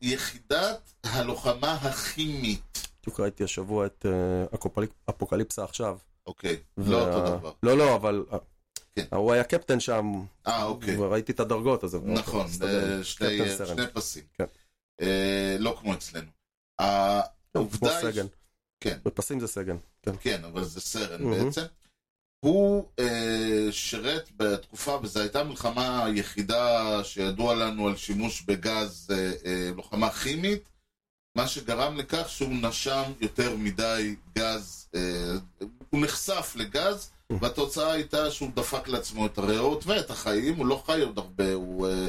ביחידת הלוחמה הכימית. בדיוק ראיתי השבוע את אה, הקופליק- אפוקליפסה עכשיו. אוקיי, וה- לא אותו דבר. לא, לא, אבל... אה, כן. הוא היה קפטן שם, אה, אוקיי. וראיתי את הדרגות, אז... אוקיי, נכון, מסתדר. אה, שני קפטן סרן. שני פסים. כן. אה, לא כמו אצלנו. הוא כמו העובדה היא סגן. כן. בפסים זה סגן. כן. כן, אבל זה סרן מהמם. בעצם. הוא אה, שירת בתקופה, וזו הייתה המלחמה היחידה שידוע לנו על שימוש בגז אה, אה, לוחמה כימית, מה שגרם לכך שהוא נשם יותר מדי גז, אה, הוא נחשף לגז, והתוצאה הייתה שהוא דפק לעצמו את הריאות ואת החיים, הוא לא חי עוד הרבה, הוא, אה,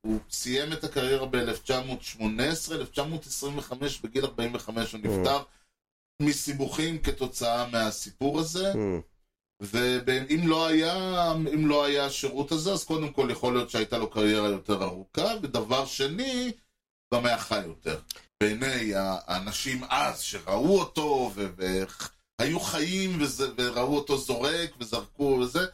הוא סיים את הקריירה ב-1918, 1925, בגיל 45 הוא נפטר. מסיבוכים כתוצאה מהסיפור הזה, Mm. ואם לא היה, אם לא היה השירות הזה, אז קודם כל יכול להיות שהייתה לו קריירה יותר ארוכה, ודבר שני, גם היה חי יותר. בעיני האנשים אז שראו אותו, והיו חיים, וזה, וראו אותו זורק, וזרקו וזה,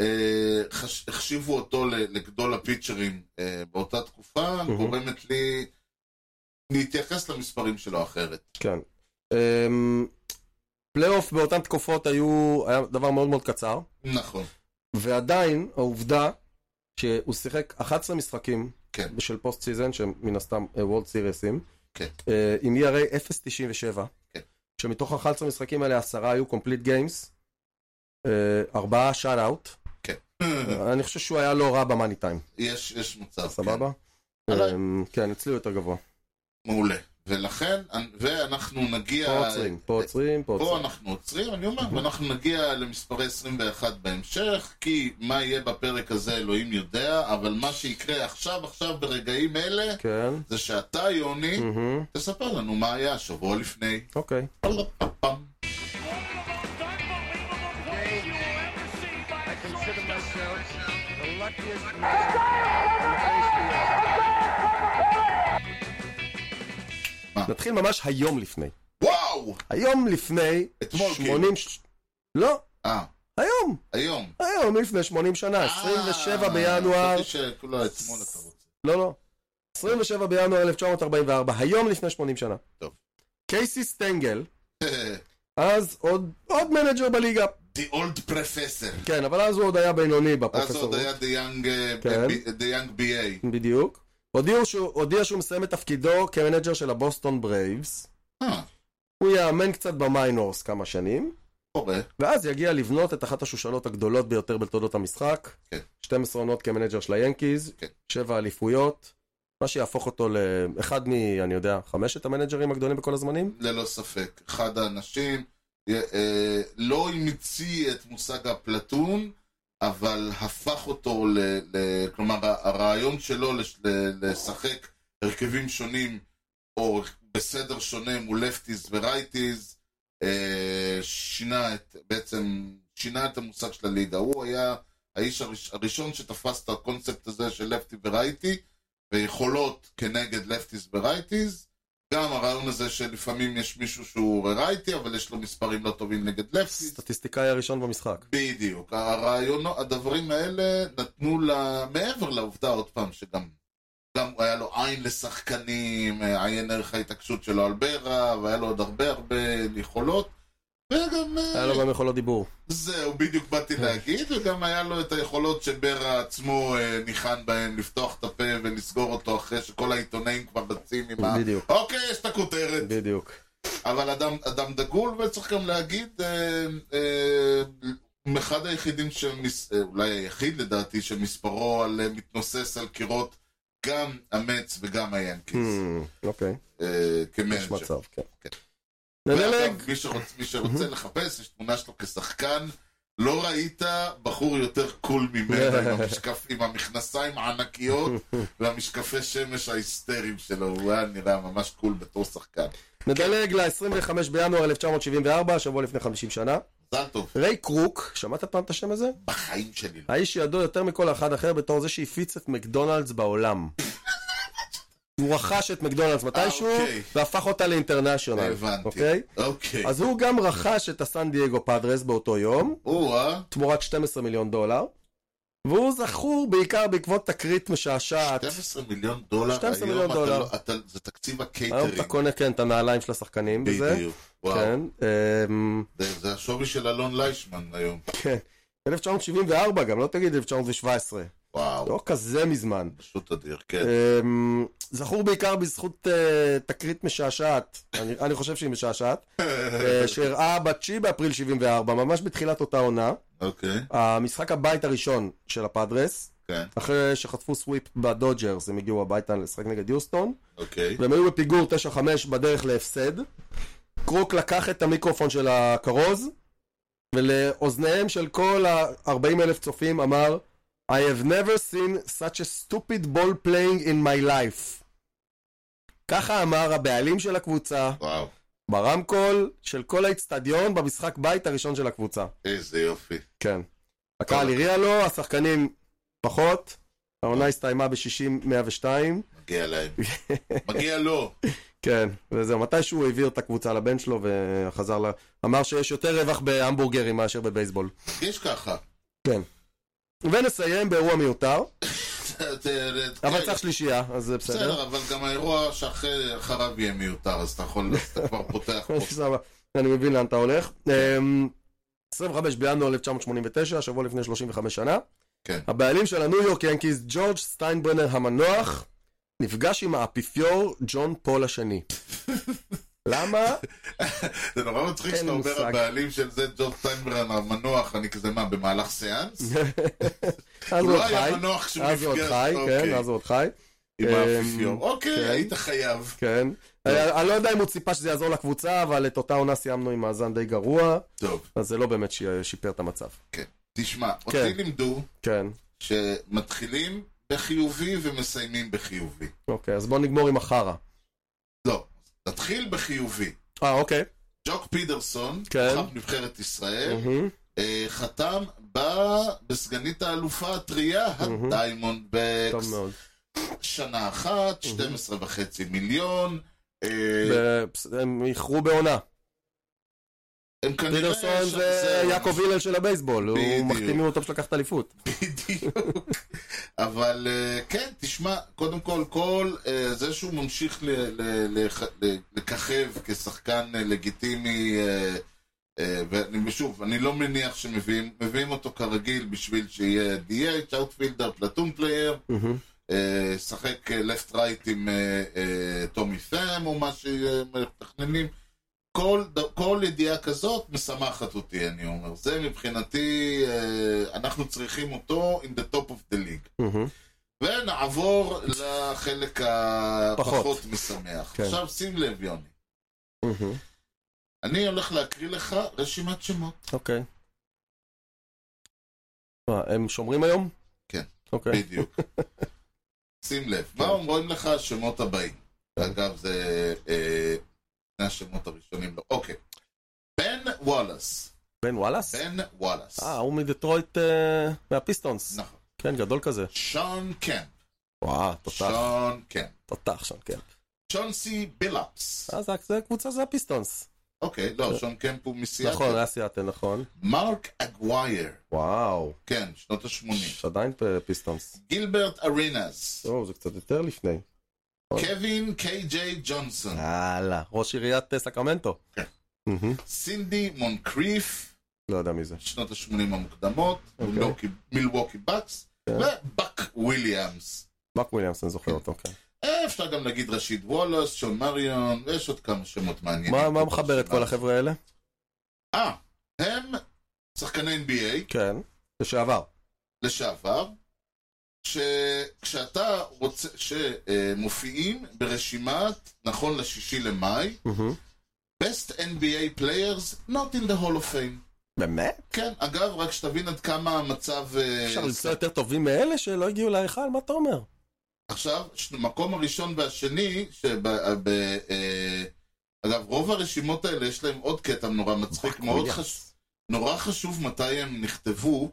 אה, חש- החשיבו אותו ל- לגדול הפיצ'רים אה, באותה תקופה, מהמם. גורמת לי להתייחס למספרים שלו אחרת. כן. אמ, פלייאוף באותן תקופות היו, היה דבר מאוד מאוד קצר, נכון. ועדיין העובדה שהוא שיחק 11 משחקים כן. של פוסט סיזן, שהם מן הסתם אה, וולד סיריסים, כן. אה, עם E ERA 0.97, כן. שמתוך 11 המשחקים האלה עשרה היו קומפליט גיימס, ארבעה שאט אאוט, כן. אני חושב שהוא היה לא רע במאני טיים, יש, יש מצב. סבבה? עליי. אמ, כן, אצלי הוא יותר גבוה. כן. מעולה. ולכן, אנ- ואנחנו נגיע... פה עוצרים, אה, פה עוצרים, פה פה עוצרים. אנחנו עוצרים, אני אומר, ואנחנו נגיע למספרי 21 בהמשך, כי מה יהיה בפרק הזה אלוהים יודע, אבל מה שיקרה עכשיו, עכשיו, ברגעים אלה, כן. זה שאתה, יוני, מהמם. תספר לנו מה היה שבוע לפני. אוקיי. פם. One of the most unbelievable plays you will ever see by a consider shortstop. myself the luckiest man. נתחיל ממש היום לפני. וואו! היום לפני... אתמול, כאילו. 80... ש- לא, אה, היום. היום. היום לפני 80 שנה. 27 אה, בינואר... חשבתי שכולה אתמול אתה רוצה. לא, לא. 27 בינואר 1944. היום לפני 80 שנה. טוב. קייסי סטנגל, אז עוד עוד מנג'ר בליגה. The old professor. כן, אבל אז הוא עוד היה בינוני אז בפרופסור. עוד היה The Young, אה, כן. ב- The Young BA. בדיוק. הודיעו שהוא- הודיע שהוא מסיים את תפקידו כמנג'ר של הבוסטון ברייבס. אה, הוא יאמן קצת במיינורס כמה שנים, קורה. ואז יגיע לבנות את אחת השושלות הגדולות ביותר בתולדות המשחק. כן. 12 עונות כמנג'ר של היאנקיז, כן. 7 אליפויות, מה שיהפוך אותו לאחד מ... אני יודע, חמשת המנג'רים הגדולים בכל הזמנים. ללא ספק. אחד האנשים אה, אה, לא המציא את מושג הפלטון, אבל הפך אותו, ל, ל, כלומר ה- הרעיון שלו לש, ל, לשחק הרכבים שונים, או בסדר שונה מול לפטיז ורייטיז, אה, שינה את, בעצם, שינה את המושג של הליגה. הוא היה האיש הראש, הראשון שתפס את הקונספט הזה של לפטי ורייטי, ויכולות כנגד לפטיז ורייטיז. גם הרעיון הזה שלפעמים יש מישהו שהוא רייטי, אבל יש לו מספרים לא טובים נגד לפטיז. סטטיסטיקאי הראשון במשחק. בדיוק. הרעיון, הדברים האלה נתנו לה, מעבר לעובדה, עוד פעם, שגם גם היה לו עין לשחקנים, אה, עיין ערך ההתעקשות שלו על ברע, והיה לו עוד הרבה הרבה יכולות. וגם... אה, היה לו גם כן. יכולות דיבור. זהו, בדיוק באתי להגיד, וגם היה לו את היכולות שברע עצמו אה, ניחן בהן, לפתוח את הפה ולסגור אותו אחרי שכל העיתונאים כבר רצים עם ה... בדיוק. אוקיי, יש את הכותרת. בדיוק. אבל אדם, אדם דגול, וצריך גם להגיד, אה, אה, אחד היחידים, שמס, אה, אולי היחיד לדעתי, שמספרו על, אה, מתנוסס על קירות גם המץ וגם היאנקיס, Hmm, אוקיי, אה, יש כמנג'ר. מצב, כן. כן. נדלג, Mhm. ואגב, מי שרוצ- מי שרוצה לחפש, יש תמונה שלו כשחקן. לא ראית בחור יותר קול (laughs) ממנו עם, המשקף, עם המכנסיים הענקיות והמשקפי שמש ההיסטריים שלו, הוא היה נראה ממש קול בתור שחקן. נדלג ל-25 בינואר 1974, שבוע לפני 50 שנה. מזל טוב, ריי קרוק, שמעת פעם את השם הזה? בחיים שלי לא. האיש שידוע יותר מכל אחד אחר בתור זה שהפיץ את מקדונלדס בעולם. הוא רכש את מקדונלדס מתישהו, אוקיי. והפך אותה לאינטרנשיונל. הבנתי. אוקיי? אוקיי. אז הוא גם רכש את הסן דייגו פאדרס באותו יום, או-אה, תמורת 12 מיליון דולר, והוא זכור בעיקר בעקבות תקרית משעשעת. 12 מיליון דולר. 12 היום מיליון אתה דולר. לא- אתה- זה תקציב היום אתה הקייטרינג. קונה, כן, את הנעליים של השחקנים וזה. בדיוק. וואו. כן. אמ, זה- זה השווי של אלון ליישמן היום. כן. 1974 גם, לא תגיד 1917. וואו. לא כזה מזמן. פשוט אדיר, (laughs) כן. אמ, זכור בעיקר בזכות אה, תקרית משעשעת, אני אני חושב שהיא משעשעת, כן, אה, שאירעה ב-9 באפריל 74, ממש בתחילת אותה עונה, אוקיי, המשחק הבית הראשון של הפאדרס, כן, אחרי שחטפו סוויפ בדודג'רס, הם הגיעו הביתה לשחק נגד יוסטון, אוקיי. והם היו בפיגור 9-5 בדרך להפסד. קרוק לקח את המיקרופון של הכרוז, ולאוזניהם של כל ה-40 אלף צופים אמר I have never seen such a stupid ball playing in my life. ככה אמר הבעלים של הקבוצה, וואו. ברמקול של כל האיצטדיון במשחק בית הראשון של הקבוצה. איזה יופי. כן. הקהל הריע לו, השחקנים פחות, העונה הסתיימה ב-60-102. (laughs) מגיע להם. מגיע לו. כן, וזהו, מתישהו הוא העביר את הקבוצה לבן שלו וחזר ל... אמר שיש יותר רווח בהמבורגרים מאשר בבייסבול. יש ככה. (laughs) כן. ונסיים באירוע מיותר, אבל אבל צריך שלישייה, אז זה בסדר. כן, בסדר, אבל גם האירוע שאחריו יהיה מיותר, אז אתה יכול, אז אתה כבר פותח (laughs) פה. סבבה, אני מבין לאן אתה הולך. כן. אמ, 25 בינואר 1989, שבוע לפני 35 שנה. כן. הבעלים של הניו יורק ינקיז, ג'ורג' סטיינברנר המנוח, נפגש עם האפיפיור ג'ון פול השני. (laughs) למה? זה נורא מצחיק אין שאתה לי אומר מושג. הבעלים של זה, ג'וב טיינברן המנוח, אני כזה מה, במהלך סיאנס? אז הוא הוא עוד לא היה חי. מנוח כשהוא אז הוא עוד נפגש. חי, כן, אוקיי. אז הוא עוד חי. עם אמ, האפיפיור. אוקיי, כן. היית חייב. כן. טוב. אה, אני לא יודע אם הוא ציפה שזה יעזור לקבוצה, אבל את אותה עונה סיימנו עם מאזן די גרוע, טוב, אז זה לא באמת ש- שיפר את המצב. תשמע, אותי כן. לימדו כן. שמתחילים בחיובי ומסיימים בחיובי. אוקיי, אז בוא נגמור עם החרא. לא, נתחיל בחיובי. אה, אוקיי. ג'וק פידרסון, כן. כוכב נבחרת ישראל, מהמם. אה, חתם ב... בסגנית האלופה הטריה, מהמם. הדיימונד טוב בקס, מאוד. שנה אחת, 12 וחצי מיליון. אה, ב- הם איחרו בעונה. הם כנראה... פידרסון ש- זה יעקב הלל של הבייסבול, הוא בדיוק. מחתימים אותו בשביל לקחת את האליפות. בדיוק. אבל אה, כן, תשמע, קודם כל, כל אה, זה שהוא ממשיך ל- ל- לח- ל- לככב כשחקן אה, לגיטימי, אה, אה, ואני- ושוב, אני לא מניח שמביאים מביאים אותו כרגיל בשביל שיהיה DH, אאוטפילדר, פלטום פלייר, מהמם. אה, שחק לפט רייט עם אה, אה, טומי פאם או מה שמתכננים. כל, ד- כל ידיעה כזאת משמחת אותי, אני אומר. זה מבחינתי, אה, אנחנו צריכים אותו in the top of the league. מהמם. ונעבור לחלק הפחות פחות. משמח. כן. עכשיו שים לב, יוני. מהמם. אני הולך להקריא לך רשימת שמות. אוקיי. מה, הם שומרים היום? כן. אוקיי. בדיוק. שים לב, מה אומרים לך השמות הבאים? אגב, זה אה, שני השמות הראשונים. לא. אוקיי. בן וואלאס. בן וואלאס? בן וואלאס. אה, הוא מדטרויט אה, מהפיסטונס. נכון. כן, גדול כזה. שון קמפ. וואו, תותח. שון קמפ. תותח שם, כן. צ'ונסי בילאפס. אז זה הקבוצה, זה הפיסטונס. אוקיי, לא, שון קמפ הוא מסיאטל. אה. נכון, היה סיאטל, נכון. מרק אגווייר. וואו, כן, שנות ה-80. ש- עדיין פ- פיסטונס. גילברט ארינס. טוב, זה קצת יותר לפני. קווין קיי ג'יי ג'ונסון. יאללה, ראש עיריית אה, סקרמנטו. כן. מהמם. סינדי מונקריף. לא יודע מי זה. שנות ה-80 המוקדמות, אוקיי. כן. מילווקי- מילווקי בקס, ובאק וויליאמס. בק וויליאמס, אני זוכר אותו, כן. אה, אפשר גם להגיד רשיד וולס, שון מריון, ויש עוד כמה שמות מעניינים. מה- מה מחבר את כל החבר'ה האלה? אה, הם שחקני NBA כן. לשעבר. לשעבר, שכשאתה רוצה, שמופיעים ברשימת, נכון לשישי למאי, מהמם. Best NBA Players Not in the Hall of Fame. באמת? כן, אגב, רק שתבין עד כמה המצב... אה, אפשר למצוא יותר טובים מאלה שלא הגיעו להיכל? מה אתה אומר? עכשיו, המקום הראשון והשני, שב... ב, אה, אגב, רוב הרשימות האלה יש להם עוד קטע נורא מצחיק, מאוד וויליאמס. חשוב. נורא חשוב מתי הם נכתבו,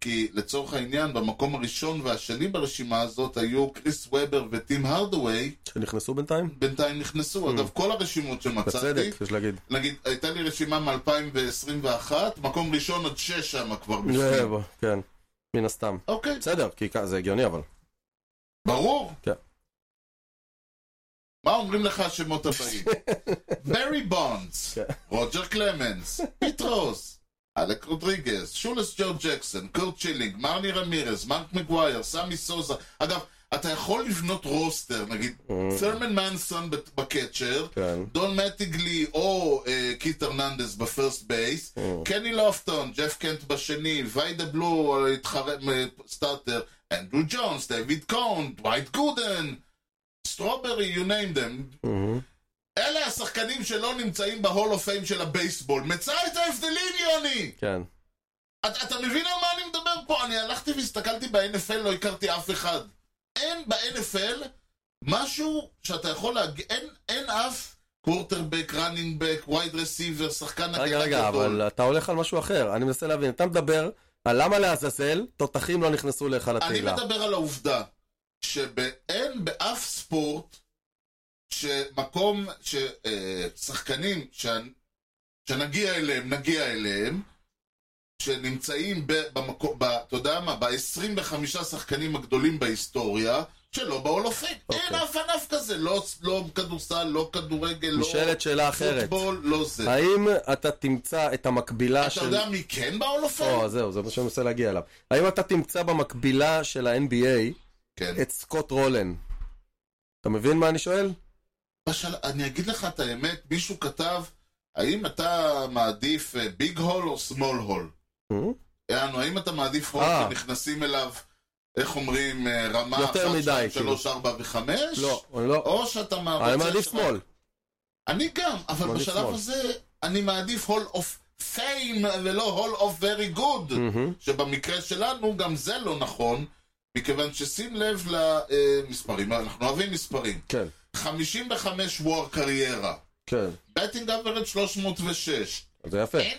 כי לצורך העניין, במקום הראשון והשני ברשימה הזאת היו קריס וובר וטים הרדווי, שנכנסו בינתיים? בינתיים נכנסו. אגב, כל הרשימות שמצאתי, בצדק, יש להגיד. נגיד, הייתה לי רשימה מ-2021, מקום ראשון עד שש שם כבר זה, בפנים. בוא, כן, מן הסתם. אוקיי, בסדר, כי כ- זה הגיוני אבל. ברור. כן. מה אומרים לך (laughs) השמות הבאים? ברי בונדס, כן. רוג'ר קלמנס, פיט רוס, אלק רודריגז, שולס ג'ו ג'קסון, קורט צ'ילינג, מרני רמירז, מרק מגווייר, סמי סוזה. אגב, אתה יכול לבנות רוסטר, נגיד, תרמן מנסון בק- בקצ'ר, כן. דון מטיגלי או אה, קיט ארננדס בפרסט בייס, קני לופטון, ג'ף קנט בשני, ויידה בלו, התחרה- מ- סטארטר, אנדרו ג'ונס, דיוויד קון, דווייט גודן, סטרוברי, you name them. אלה השחקנים שלא נמצאים בהול אוף פיים של הבייסבול. מצא את ההבדלים, יוני! כן. אתה, אתה מבין על מה אני מדבר פה? אני הלכתי והסתכלתי ב-NFL, לא הכרתי אף אחד. אין ב-NFL משהו שאתה יכול להגיד, אין, אין אף קורטרבק, ראנינג בק, וייד רסיבר, שחקן רגע, הגנה רגע, גדול. אבל אתה הולך על משהו אחר. אני מנסה להבין. אתה מדבר על למה לעזאזל תותחים לא נכנסו להיכל אני התהילה. מדבר על העובדה שאין באף ספורט שמקום, ששחקנים שנגיע אליהם, נגיע אליהם, שנמצאים ב- במקום, ב- אתה יודע מה, ב-25 שחקנים הגדולים בהיסטוריה, שלא באולופים. Okay. אין אוקיי. אף ענף כזה, לא, לא כדורסל, לא כדורגל, לא נשאלת שאלה אחרת. פוטבול, לא זה. האם אתה תמצא את המקבילה אתה של... לא, יודע מי כן באולופים? או, זהו, זה מה שאני מנסה להגיע אליו. האם אתה תמצא במקבילה של ה-NBA כן. את סקוט רולן? אתה מבין מה אני שואל? בשל... אני אגיד לך את האמת, מישהו כתב, האם אתה מעדיף אה, ביג הול או סמול הול? אה? יענו, האם אתה מעדיף הול אה. שנכנסים אליו, איך אומרים, אה, רמה יותר 1, מדי, 2, כאילו. 3, 4 ו-5? לא, אני לא... או שאתה מעדיף... אני מעדיף שמאל. אני גם, אבל מעדיף בשלב שמאל. הזה, אני מעדיף הול אוף פיים, ולא הול אוף ורי גוד. מהמם. שבמקרה שלנו גם זה לא נכון, מכיוון ששים לב למספרים, אנחנו אוהבים מספרים. כן, 55 וור קריירה. כן. בטינג אברד 306. אז זה יפה. אה?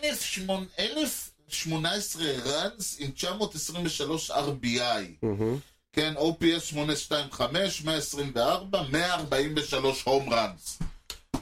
1,018 ראנס עם 923 RBI. מהמם. כן, OPS 825, 124, 143 הום ראנס.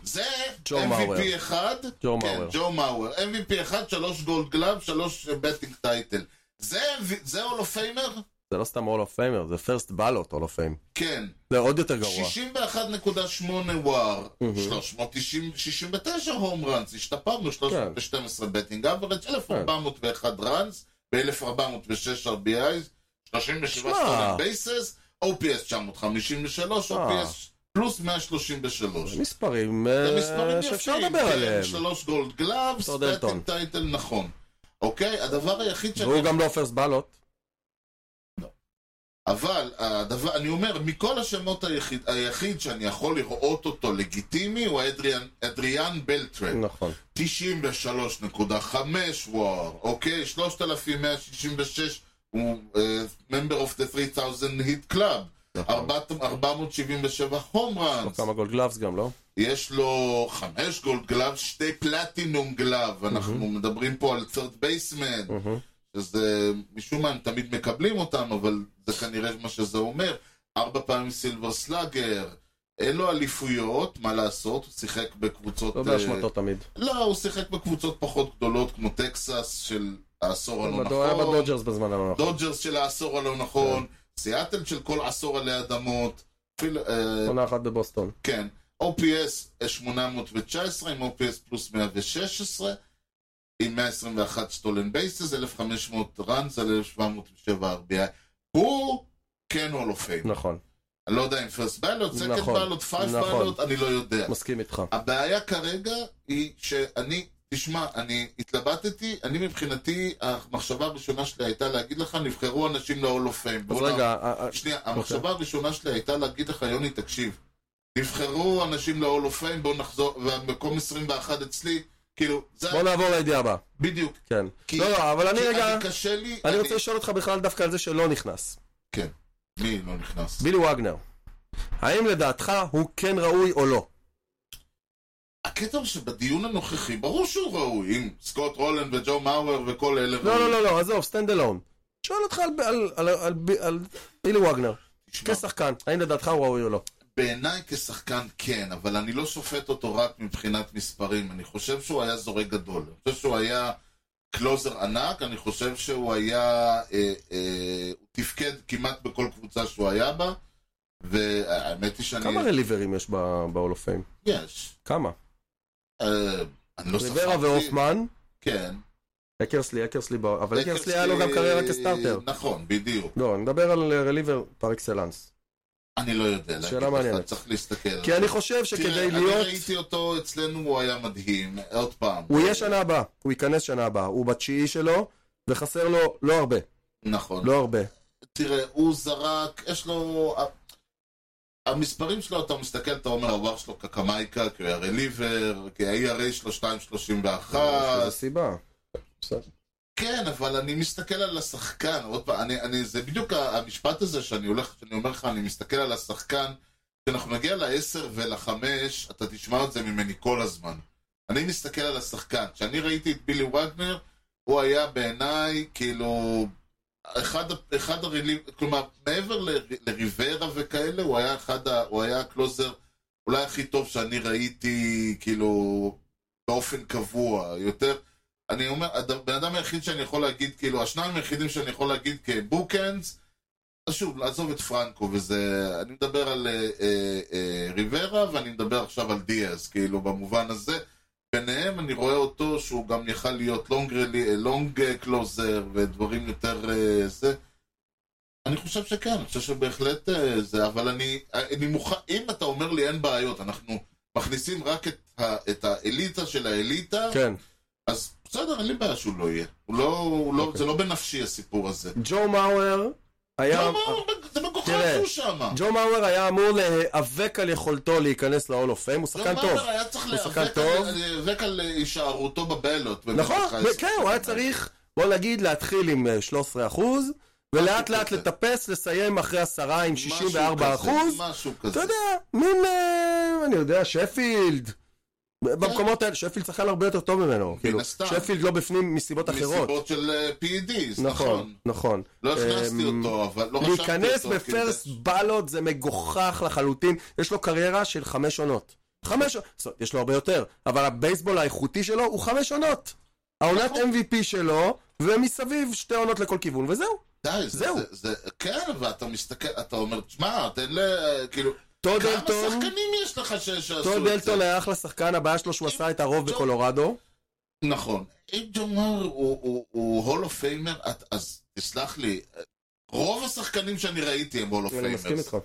זה ג'ו מאואר. MVP אחד, ג'ו כן, מאואר. ג'ו מאואר. MVP אחד, שלוש גולד גלאב, שלוש בטינג טייטל. זה הולו פיימר? זה לא סתם הול אוף פיימר, זה פרסט בלוט הול אוף פיימר. כן. זה עוד יותר גרוע. 61.8 וואר, 369 הום ראנס, השתפרנו, 312 כן. בטינג אברג', 1401 ראנס, ב-1406 RBIs, 37 שמע. סטולן בייסס, OPS 953, אה. OPS פלוס 133. זה מספרים זה אה, לא מספרים שאפשר יפים, לדבר כן, עליהם. שלוש גולד גלאבס, אותו דלטון. בטינג טייטל נכון. אוקיי, הדבר היחיד שאני והוא גם לא פרסט בלוט. אבל הדבר, אני אומר, מכל השמות היחיד, היחיד שאני יכול לראות אותו לגיטימי הוא אדריאן, אדריאן בלטרן. נכון. 93.5 וואר, אוקיי? 3,166 הוא אה, member of the 3,000 hit club. נכון. 477 יש הום לו ראנס, כמה גולד גלאבס גם, לא? יש לו חמש גולד גלאב, שתי פלטינום גלאב, אנחנו מדברים פה על third basement, מהמם. שזה משום מה הם תמיד מקבלים אותם, אבל זה כנראה מה שזה אומר. ארבע פעמים סילבר סלאגר, אין לו אליפויות, מה לעשות, הוא שיחק בקבוצות... לא אה, באשמתו תמיד. לא, הוא שיחק בקבוצות פחות גדולות, כמו טקסס של העשור הלא הוא היה נכון, בדודג'רס בזמן הלא נכון. כן. דודג'רס של העשור הלא נכון, סיאטל של כל עשור עלי אדמות, אפילו, אה, עונה אחת בבוסטון. כן, OPS 819 עם OPS פלוס 116 עם 121 סטולן בייסס, 1500 ראנס על 1707 RBI. הוא כן הול אוף פיימר. נכון. אני לא יודע אם פרסט בלוט, סקנד נכון, בלוט, פייב נכון. בלוט, אני לא יודע. מסכים איתך. הבעיה כרגע היא שאני, תשמע, אני התלבטתי, אני מבחינתי, המחשבה הראשונה שלי הייתה להגיד לך, נבחרו אנשים להול אוף פיימר. אז רגע, אה, אה, שנייה, המחשבה הראשונה שלי הייתה להגיד לך, יוני, תקשיב, נבחרו אנשים להול אוף פיים, בואו נחזור, והמקום 21 אצלי, כאילו, זה בוא נעבור לידיעה הבאה. בדיוק. כן. כי- לא, לא, אבל אני כי רגע... אני קשה לי, אני רוצה לשאול אותך בכלל דווקא על זה שלא נכנס. כן, מי לא נכנס? בילי וגנר, האם לדעתך הוא כן ראוי או לא? הקטע הוא שבדיון הנוכחי, ברור שהוא ראוי, עם סקוט רולנד וג'ו מאואר וכל אלה. לא, ראויים. לא, לא, לא, עזוב, סטנד אלון. שואל אותך על- על- על- על על בילי וגנר, תשמע, כשחקן, האם לדעתך הוא ראוי או לא? בעיניי כשחקן כן, אבל אני לא שופט אותו רק מבחינת מספרים. אני חושב שהוא היה זורק גדול. אני חושב שהוא היה קלוזר ענק, אני חושב שהוא היה... אה, אה, הוא תפקד כמעט בכל קבוצה שהוא היה בה, והאמת היא שאני... כמה רליברים יש בהולופיים? יש. כמה? אה, אני לא ספרתי. ריברה והופמן, כן. אה, אקרסלי, אקרסלי, ב- אבל אקרסלי היה לו גם קריירה כסטארטר. נכון, בדיוק. לא, אני מדבר על אה, רליבר פר אקסלנס. אני לא שאלה יודע. להגיד לך, מעניינת. צריך להסתכל. על כי זה. אני חושב תראה, שכדי אני להיות... ראיתי אותו אצלנו, הוא היה מדהים. עוד פעם. הוא יהיה שנה הבאה, הוא ייכנס שנה הבאה, הוא בתשיעי שלו, וחסר לו לא הרבה, נכון. לא הרבה. תראה, הוא זרק, יש לו... המספרים שלו, אתה מסתכל, אתה אומר, הוואר שלו קקמייקה, כי הוא היה רליבר, כי ה-ERA שלו 2.31. יש לזה סיבה. בסדר. כן, אבל אני מסתכל על השחקן, עוד פעם, אני, אני, זה בדיוק ה- המשפט הזה שאני הולך, שאני אומר לך, אני מסתכל על השחקן, כשאנחנו נגיע לעשר ולחמש, אתה תשמע את זה ממני כל הזמן. אני מסתכל על השחקן, כשאני ראיתי את בילי וגנר, הוא היה בעיניי, כאילו, אחד, ה- אחד הרילים, כלומר, מעבר ל, לריברה וכאלה, הוא היה אחד, ה, הוא היה הקלוזר אולי הכי טוב שאני ראיתי, כאילו, באופן קבוע, יותר... אני אומר, הבן אדם היחיד שאני יכול להגיד, כאילו, השניים היחידים שאני יכול להגיד כבוקאנס, אז שוב, לעזוב את פרנקו וזה, אני מדבר על אה, אה, אה, ריברה ואני מדבר עכשיו על דיאז, כאילו, במובן הזה. ביניהם אני רואה אותו שהוא גם יכל להיות לונג, רלי- אה, לונג אה, קלוזר ודברים יותר אה, זה. אני חושב שכן, אני חושב שבהחלט אה, זה, אבל אני, אני מוכן, אם אתה אומר לי אין בעיות, אנחנו מכניסים רק את, ה, את האליטה של האליטה, כן. אז בסדר, אין לי בעיה שהוא לא יהיה. הוא לא, הוא לא, אוקיי. זה לא בנפשי הסיפור הזה. ג'ו מאואר היה... לא, לא, לא, זה בכוחה תראה, שהוא שמה. ג'ו מאואר היה אמור להיאבק על יכולתו להיכנס להול אוף פיים, הוא שחקן לא, טוב. מאמר היה צריך הוא שחקן להיאבק טוב. על- להיאבק על הישארותו בבלוט. במשך נכון, העשר כן, הוא היה שנים. צריך, בוא נגיד, להתחיל עם אה, 13 אחוז, ולאט לאט כזה. לטפס, לסיים אחרי עשרה עם משהו 64 כזה, אחוז. משהו כזה. אתה יודע, מין, אה, אני יודע, שפילד. במקומות האלה, שפילד שחקן הרבה יותר טוב ממנו. כאילו, כן. הסתם. שפילד לא בפנים מסיבות אחרות. מסיבות של אה, PEDs, נכון, נכון. נכון. לא הכנסתי אמ, אותו, אבל לא רשמתי אותו. להיכנס כי זה- בפרסט בלוט זה מגוחך לחלוטין. יש לו קריירה של חמש עונות. חמש עונות, זאת, יש לו הרבה יותר, אבל הבייסבול האיכותי שלו הוא חמש עונות. העונת נכון. MVP שלו, ומסביב שתי עונות לכל כיוון, וזהו. די, זה- זהו. זה- זה- כן, ואתה מסתכל, אתה אומר, תשמע, תן ל... כאילו, טוד כמה אלטון, שחקנים יש לך ש- שעשו טוד את זה? כן. אלטון היה אחלה שחקן, הבעיה שלו שהוא עשה את הרוב טוב. בקולורדו. נכון. אם ג'ומר הוא- הוא- הוא הולו פיימר, אז תסלח לי, רוב השחקנים שאני ראיתי הם הולו אני מסכים פיימרס. איתך,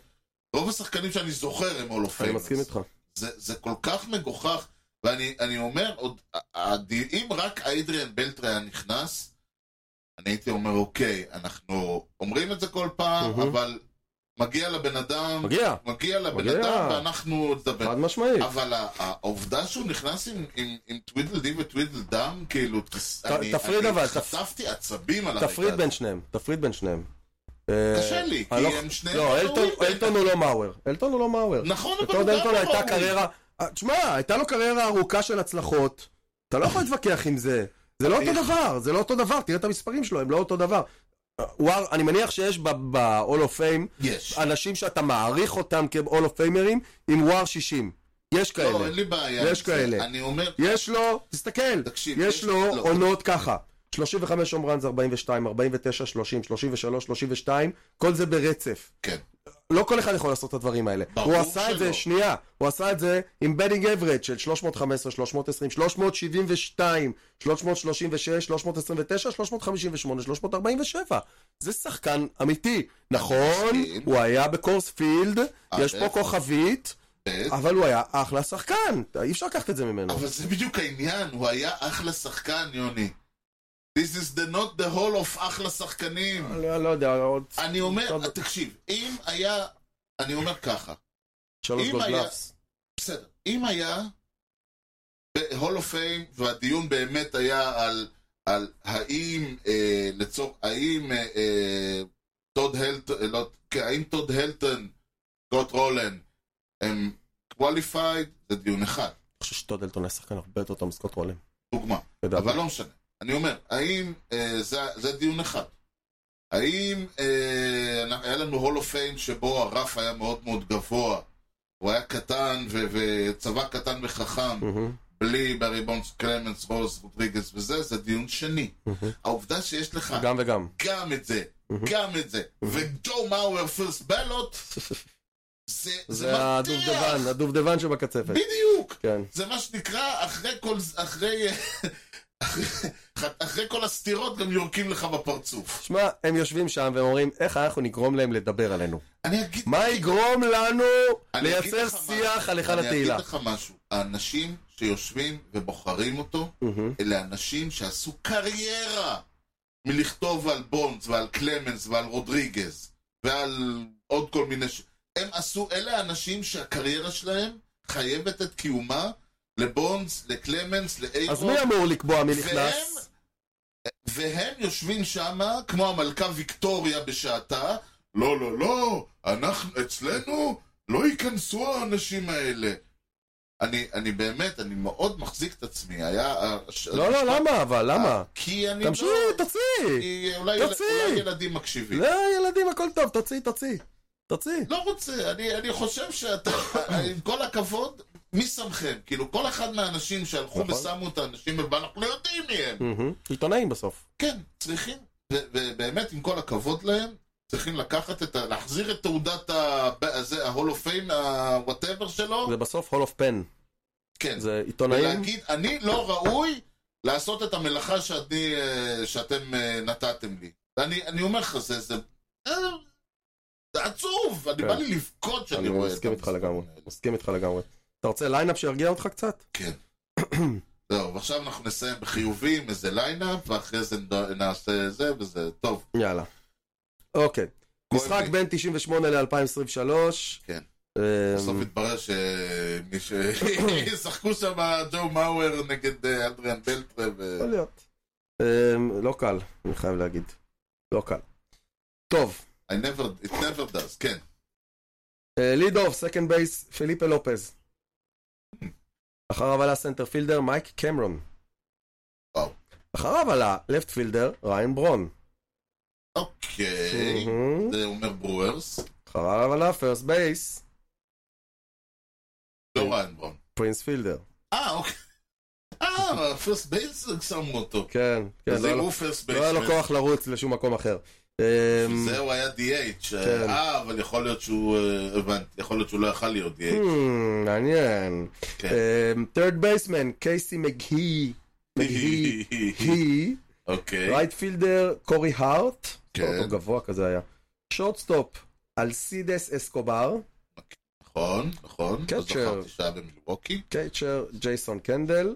רוב השחקנים שאני זוכר הם הולו אני פיימרס. מסכים איתך. זה זה כל כך מגוחך, ואני אני אומר, עוד- ה- ה- אם רק איידריאן בלטרה היה נכנס, אני הייתי אומר, אוקיי, אנחנו אומרים את זה כל פעם, מהמם. אבל מגיע לבן אדם, מגיע, מגיע לבן מגיע. אדם, ואנחנו נדבר. חד משמעית. אבל ה- העובדה שהוא נכנס עם, עם, עם טווידל די וטווידל דם, כאילו, תס- ת- אני, תפריד אני אבל, תפ- חטפתי עצבים על הרגע תפריד הזה. בין שניהם, תפריד בין שניהם. אה, קשה לי, כי אני לא- הם שניהם לא, אלטון- ראויים בעיניי. אלטון הוא לא מאואר. אלטון הוא לא מאואר. נכון, אבל לטוד אלטון לא הייתה ראוי. קריירה... אה, תשמע, הייתה לו קריירה ארוכה של הצלחות. אתה לא יכול להתווכח עם זה. זה לא אותו איך? דבר, זה לא אותו דבר. תראה את המספרים שלו, הם לא אותו דבר. אה, הוא הר- אני מניח שיש ב-all of fame יש. אנשים שאתה מעריך אותם כ-all of famerים עם וואר 60. יש לא, כאלה. אין לי בעיה. יש עם זה. כאלה. אני אומר, יש לו, תסתכל, תקשיב, יש יש- לו לא. עונות ככה. 35 הום ראנס, 42, 49, 30, 33, 32, כל זה ברצף. כן. לא כל אחד יכול לעשות את הדברים האלה. ברור הוא עשה את זה, שלא. שנייה, הוא עשה את זה עם בדינג אברד של 315, 320, 372, 336, 329, 358, 347. זה שחקן אמיתי. נכון, מסכים. הוא היה בקורס פילד, אה, יש פה אה. כוכבית, ב', אבל הוא היה אחלה שחקן. אי אפשר לקחת את זה ממנו. אבל זה בדיוק העניין, הוא היה אחלה שחקן, יוני. This is the not the hall of אחלה שחקנים. לא, לא יודע, עוד אני אומר, טוב. תקשיב, אם היה, אני אומר ככה, שלוש אם גולד היה- לאפס. בסדר. אם היה ב-Hall of Fame, והדיון באמת היה על, על האם, אה, לצור, האם אה, אה, טוד הלטון, אה, לא, כן, האם טוד הלטון, גוט רולן, הם qualified, זה דיון אחד. חושב שטודלטון היה שחקן הרבה יותר טוב מסקוט רולן. דוגמה. אבל לא משנה. אני אומר, האם, אה, זה, זה דיון אחד. האם אה, נ- היה לנו הול אוף פיים שבו הרף היה מאוד מאוד גבוה, הוא היה קטן ו- וצבא קטן וחכם, בלי ברי בונדס, קלמנס, רולס, רודריגז וזה, זה דיון שני. העובדה שיש לך גם וגם. גם את זה, גם את זה, וג'ו מאואר פירסט בלוט, (laughs) זה, זה זה הדובדבן, מרתיח. הדובדבן שבקצפת. בדיוק. כן. זה מה שנקרא, אחרי כל... ז- אחרי... (laughs) אחרי- אחרי כל הסתירות גם יורקים לך בפרצוף. שמע, הם יושבים שם והם אומרים, איך אנחנו נגרום להם לדבר עלינו? אני אגיד... מה יגרום לנו אני אגיד לייצר לך משהו. שיח על היכל אני אגיד התהילה? לך משהו. האנשים שיושבים ובוחרים אותו, מהמם. אלה אנשים שעשו קריירה מלכתוב על בונדס ועל קלמנס ועל רודריגז ועל עוד כל מיני... ש... הם עשו... אלה האנשים שהקריירה שלהם חייבת את קיומה לבונדס, לקלמנס, לאיירון. אז מי אמור לקבוע מי והם, נכנס? והם יושבים שם כמו המלכה ויקטוריה בשעתה, לא, לא, לא, אנחנו, אצלנו לא ייכנסו האנשים האלה. אני, אני באמת, אני מאוד מחזיק את עצמי, היה... הש- לא, לא, המשפט- למה אבל? למה? כי אני תמשיך, לא... תוציא! כי אולי, יל- תוציא. אולי ילדים מקשיבים. לא, ילדים, הכל טוב, תוציא, תוציא. תוציא. לא רוצה, אני, אני חושב שאתה, עם כל הכבוד, מי שמכם? כאילו, כל אחד מהאנשים שהלכו נכון. ושמו את האנשים, ואנחנו לא יודעים מי הם. מהמם. עיתונאים בסוף. כן, צריכים, ו- ובאמת, עם כל הכבוד להם, צריכים לקחת את ה... להחזיר את תעודת ה... הזה, ה-Hall of Fame, ה-whatever שלו, זה בסוף הול אוף פן. כן. זה עיתונאים. ולהגיד, אני לא ראוי לעשות את המלאכה שאני, אה, שאתם אה, נתתם לי. ואני אני אומר לך, זה... זה... אה, זה עצוב, אני כן. בא לי לבכות כשאני אני רואה את מסכים איתך המשחקים לגמרי. האלה. מסכים איתך לגמרי. אתה רוצה ליינאפ שירגיע אותך קצת? כן. זהו, ועכשיו אנחנו נסיים בחיובים, איזה ליינאפ, ואחרי זה נד- נעשה זה וזה, טוב. יאללה. אוקיי. כואב משחק לי. בין 98 ל-2023. כן. בסוף... בסוף התברר שמי ש... (laughs) שחקו שם ג'ו מאואר נגד אה, אדריאן בלטרה ו... יכול להיות. אמ, לא קל, אני חייב להגיד. לא קל. טוב. I never, it never does, כן. ליד אוף, סקנד בייס, פיליפה לופז. אחריו עלה סנטר פילדר מייק קמרון. וואו. אחריו עלה לפט פילדר ריין ברון. אוקיי, מהמם. זה אומר ברוארס, אחריו עלה פרסט בייס כן. לא ריין ברון. פרינס פילדר. אה, אוקיי. אה, פרסט בייס שמו אותו. כן, כן, אז לא היה אם לו- הוא פרסט לא היה לו בייס, כוח לרוץ לשום מקום אחר. אמ, זהו היה DH. כן. אה, אבל יכול להיות שהוא, אה, הבנתי, יכול להיות שהוא לא יכל להיות DH. Hmm, מעניין. אמ, כן. third baseman, קייסי מגהי. מגהי. היא. אוקיי. רייט פילדר, קורי הארט. כן. אותו לא, גבוה כזה היה. שורטסטופ, אלסידס אסקובר. נכון, נכון. לא קצ'ר. זכרתי שהיה במילווקי. קייצ'ר, ג'ייסון קנדל.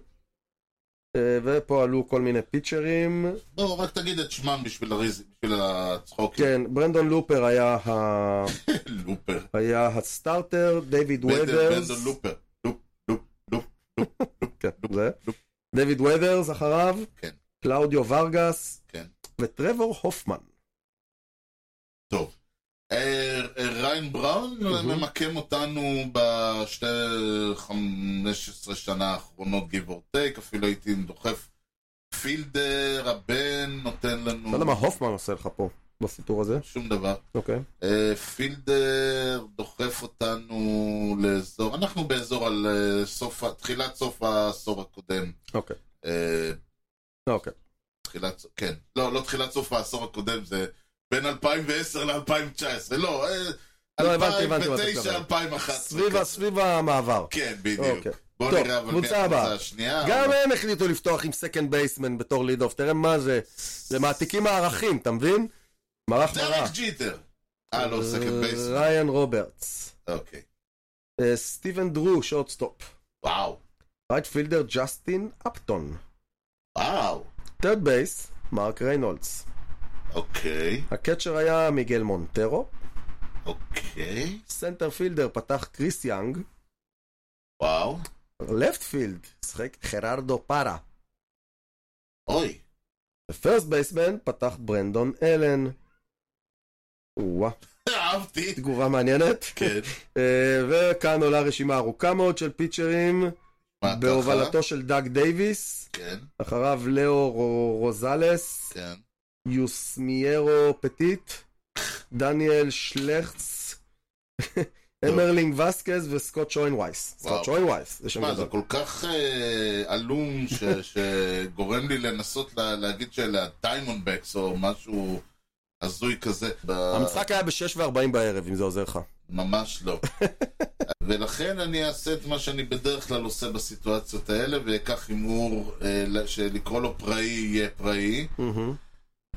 אה, ופה עלו כל מיני פיצ'רים. לא, רק תגיד את שמם בשביל הריז- בשביל הצחוקים. כן, ברנדון לופר היה ה- (laughs) לופר. היה הסטארטר, דיוויד ווידרס. בנדל לופר. לופ, לופ, לופ. כן, זה. דויד ווידרס אחריו, כן. קלאודיו ורגס, כן. וטרוור הופמן. טוב. אה, אה, ריין בראון מהמם. ממקם אותנו בשתי 15 שנה האחרונות, give or take, אפילו הייתי דוחף פילדר, הבן, נותן לנו... אתה יודע מה הופמן עושה לך פה, בסיפור הזה? שום דבר. אוקיי. אה, פילדר דוחף אותנו לאזור, אנחנו באזור על אה, סוף, ה- תחילת סוף העשור הקודם. אוקיי. אה, אוקיי. תחילת, סוף- כן, לא, לא תחילת סוף העשור הקודם, זה בין 2010 ל-2019, לא, אה, לא, הבנתי, הבנתי מה אתה 2009, מתכוון. 2011. סביב ה- כזה. סביב המעבר. כן, בדיוק. אוקיי. בוא טוב, נראה, אבל מי קבוצה הבאה. הקבוצה השנייה? גם הם החליטו לפתוח עם סקנד בייסמן בתור ליד אוף, תראה מה זה, זה מעתיקים מערכים, אתה מבין? מערך מראה. דרק ג'יטר. אה, לא, סקנד בייס. ריין רוברטס. אוקיי. אה, סטיבן דרו, שורטסטופ. וואו. רייט פילדר, ג'סטין אפטון. וואו. טרד בייס, מרק ריינולדס. אוקיי. הקצ'ר היה מיגל מונטרו. אוקיי. סנטר פילדר פתח קריס יאנג, וואו. לפט פילד שחק חררדו פארה, אוי. (laughs) ופרסט בייסמן פתח ברנדון אלן. וואה, אהבתי. תגובה מעניינת. כן. אה, וכאן עולה רשימה ארוכה מאוד של פיצ'רים, מה, ככה? בהובלתו של דאג דייוויס, כן, אחריו לאו רו- רוזלס, כן. יוסמיירו פטיט, דניאל (laughs) שלכץ, אמרלינג וסקז וסקוט שוין וייס. סקוט שוין וייס, זה שם מה, זה גדול. כל כך אה, עלום ש- שגורם לי לנסות לה- להגיד שאלה דיימונדבקס או משהו הזוי כזה. ב- המשחק היה ב-6:40 בערב, אם זה עוזר לך. ממש לא. ולכן אני אעשה את מה שאני בדרך כלל עושה בסיטואציות האלה, ואקח הימור אה, ל- שלקרוא לו פראי יהיה פראי. מהמם.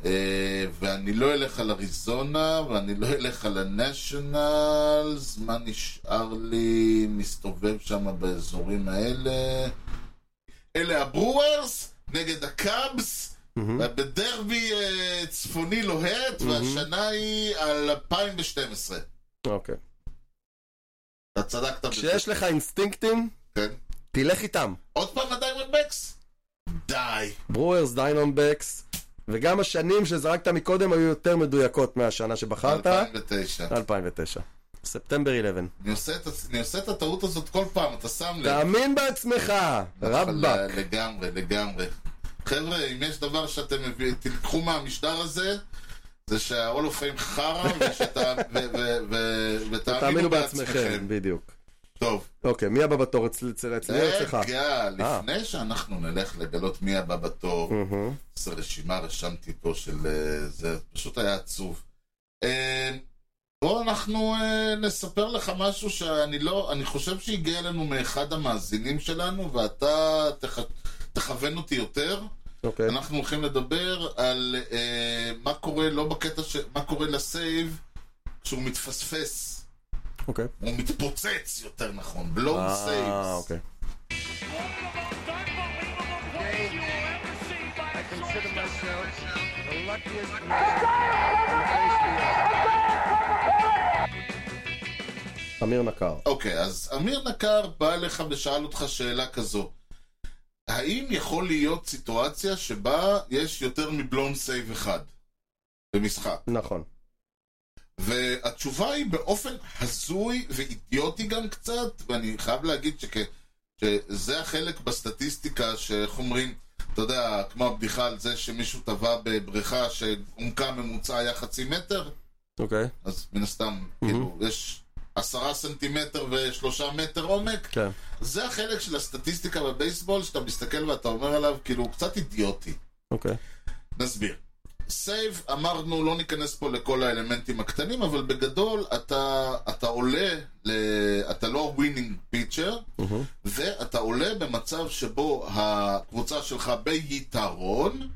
אה, ואני לא אלך על אריזונה, ואני לא אלך על הנשיונלס, מה נשאר לי מסתובב שם באזורים האלה? אלה הברוארס נגד הקאבס, מהמם. בדרבי אה, צפוני Mm-hmm. לוהט, והשנה היא על 2012. אוקיי. אתה צדקת בזה. כשיש לך אינסטינקטים, כן. תלך איתם. עוד פעם הדיימונד בקס? די. ברוארס, דיינומבקס, וגם השנים שזרקת מקודם היו יותר מדויקות מהשנה שבחרת, 2009. 2009. ספטמבר 11. אני עושה את ה- אני עושה את הטעות הזאת כל פעם, אתה שם לב. תאמין בעצמך, נכון, רבאק. אבל, אה, לגמרי, לגמרי. חבר'ה, אם יש דבר שאתם מביא- תיקחו מהמשדר הזה, זה שהאול אוף פיים חרא, ושאתה- ו- ו- ו- תאמינו בעצמכם, אה, בדיוק. טוב, אוקיי, מי הבא בתור אצל- אצל- אצלי או אצלך? רגע, לפני שאנחנו נלך לגלות מי הבא בתור, מהמם. איזה רשימה רשמתי פה של... אה, זה פשוט היה עצוב. אה, בואו אנחנו אה, נספר לך משהו שאני לא... אני חושב שהגיע אלינו מאחד המאזינים שלנו, ואתה תח... תכוון אותי יותר. אוקיי. אנחנו הולכים לדבר על אה, מה קורה, לא בקטע ש... מה קורה לסייב כשהוא מתפספס. אוקיי. הוא מתפוצץ, יותר נכון. בלואו אה, סייבס. אוקיי. I consider myself the luckiest man. אמיר נקר. אוקיי, אז אמיר נקר בא אליך ושאל אותך שאלה כזו. האם יכול להיות סיטואציה שבה יש יותר מבלון סייב אחד במשחק? נכון. והתשובה היא באופן הזוי ואידיוטי גם קצת, ואני חייב להגיד שכ... שזה החלק בסטטיסטיקה שאיך אומרים, אתה יודע, כמו הבדיחה על זה שמישהו טבע בבריכה שעומקה ממוצע היה חצי מטר, אוקיי. אז מן הסתם, כאילו, יש עשרה סנטימטר ושלושה מטר עומק, כן. זה החלק של הסטטיסטיקה בבייסבול, שאתה מסתכל ואתה אומר עליו, כאילו, הוא קצת אידיוטי. אוקיי. נסביר. סייב, אמרנו, לא ניכנס פה לכל האלמנטים הקטנים, אבל בגדול אתה, אתה עולה, ל... אתה לא ווינינג פיצ'ר, מהמם. ואתה עולה במצב שבו הקבוצה שלך ביתרון,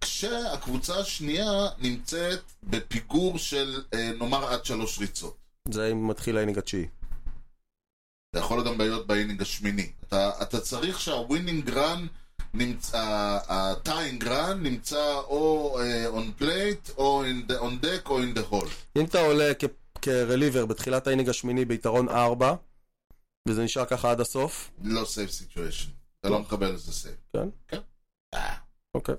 כשהקבוצה השנייה נמצאת בפיגור של אה, נאמר עד שלוש ריצות. זה אם מתחיל האינינג התשיעי. זה יכול להיות גם בעיות באינינג השמיני. אתה, אתה צריך שהווינינג רן נמצא, הטיינג רן נמצא או און פלייט, או און דק, או אין דה הול. אם אתה עולה כ- כרליבר בתחילת האינינג השמיני ביתרון 4, וזה נשאר ככה עד הסוף, לא סייב סיטואשן. אתה לא מקבל איזה סייב. כן? כן. אה, אוקיי.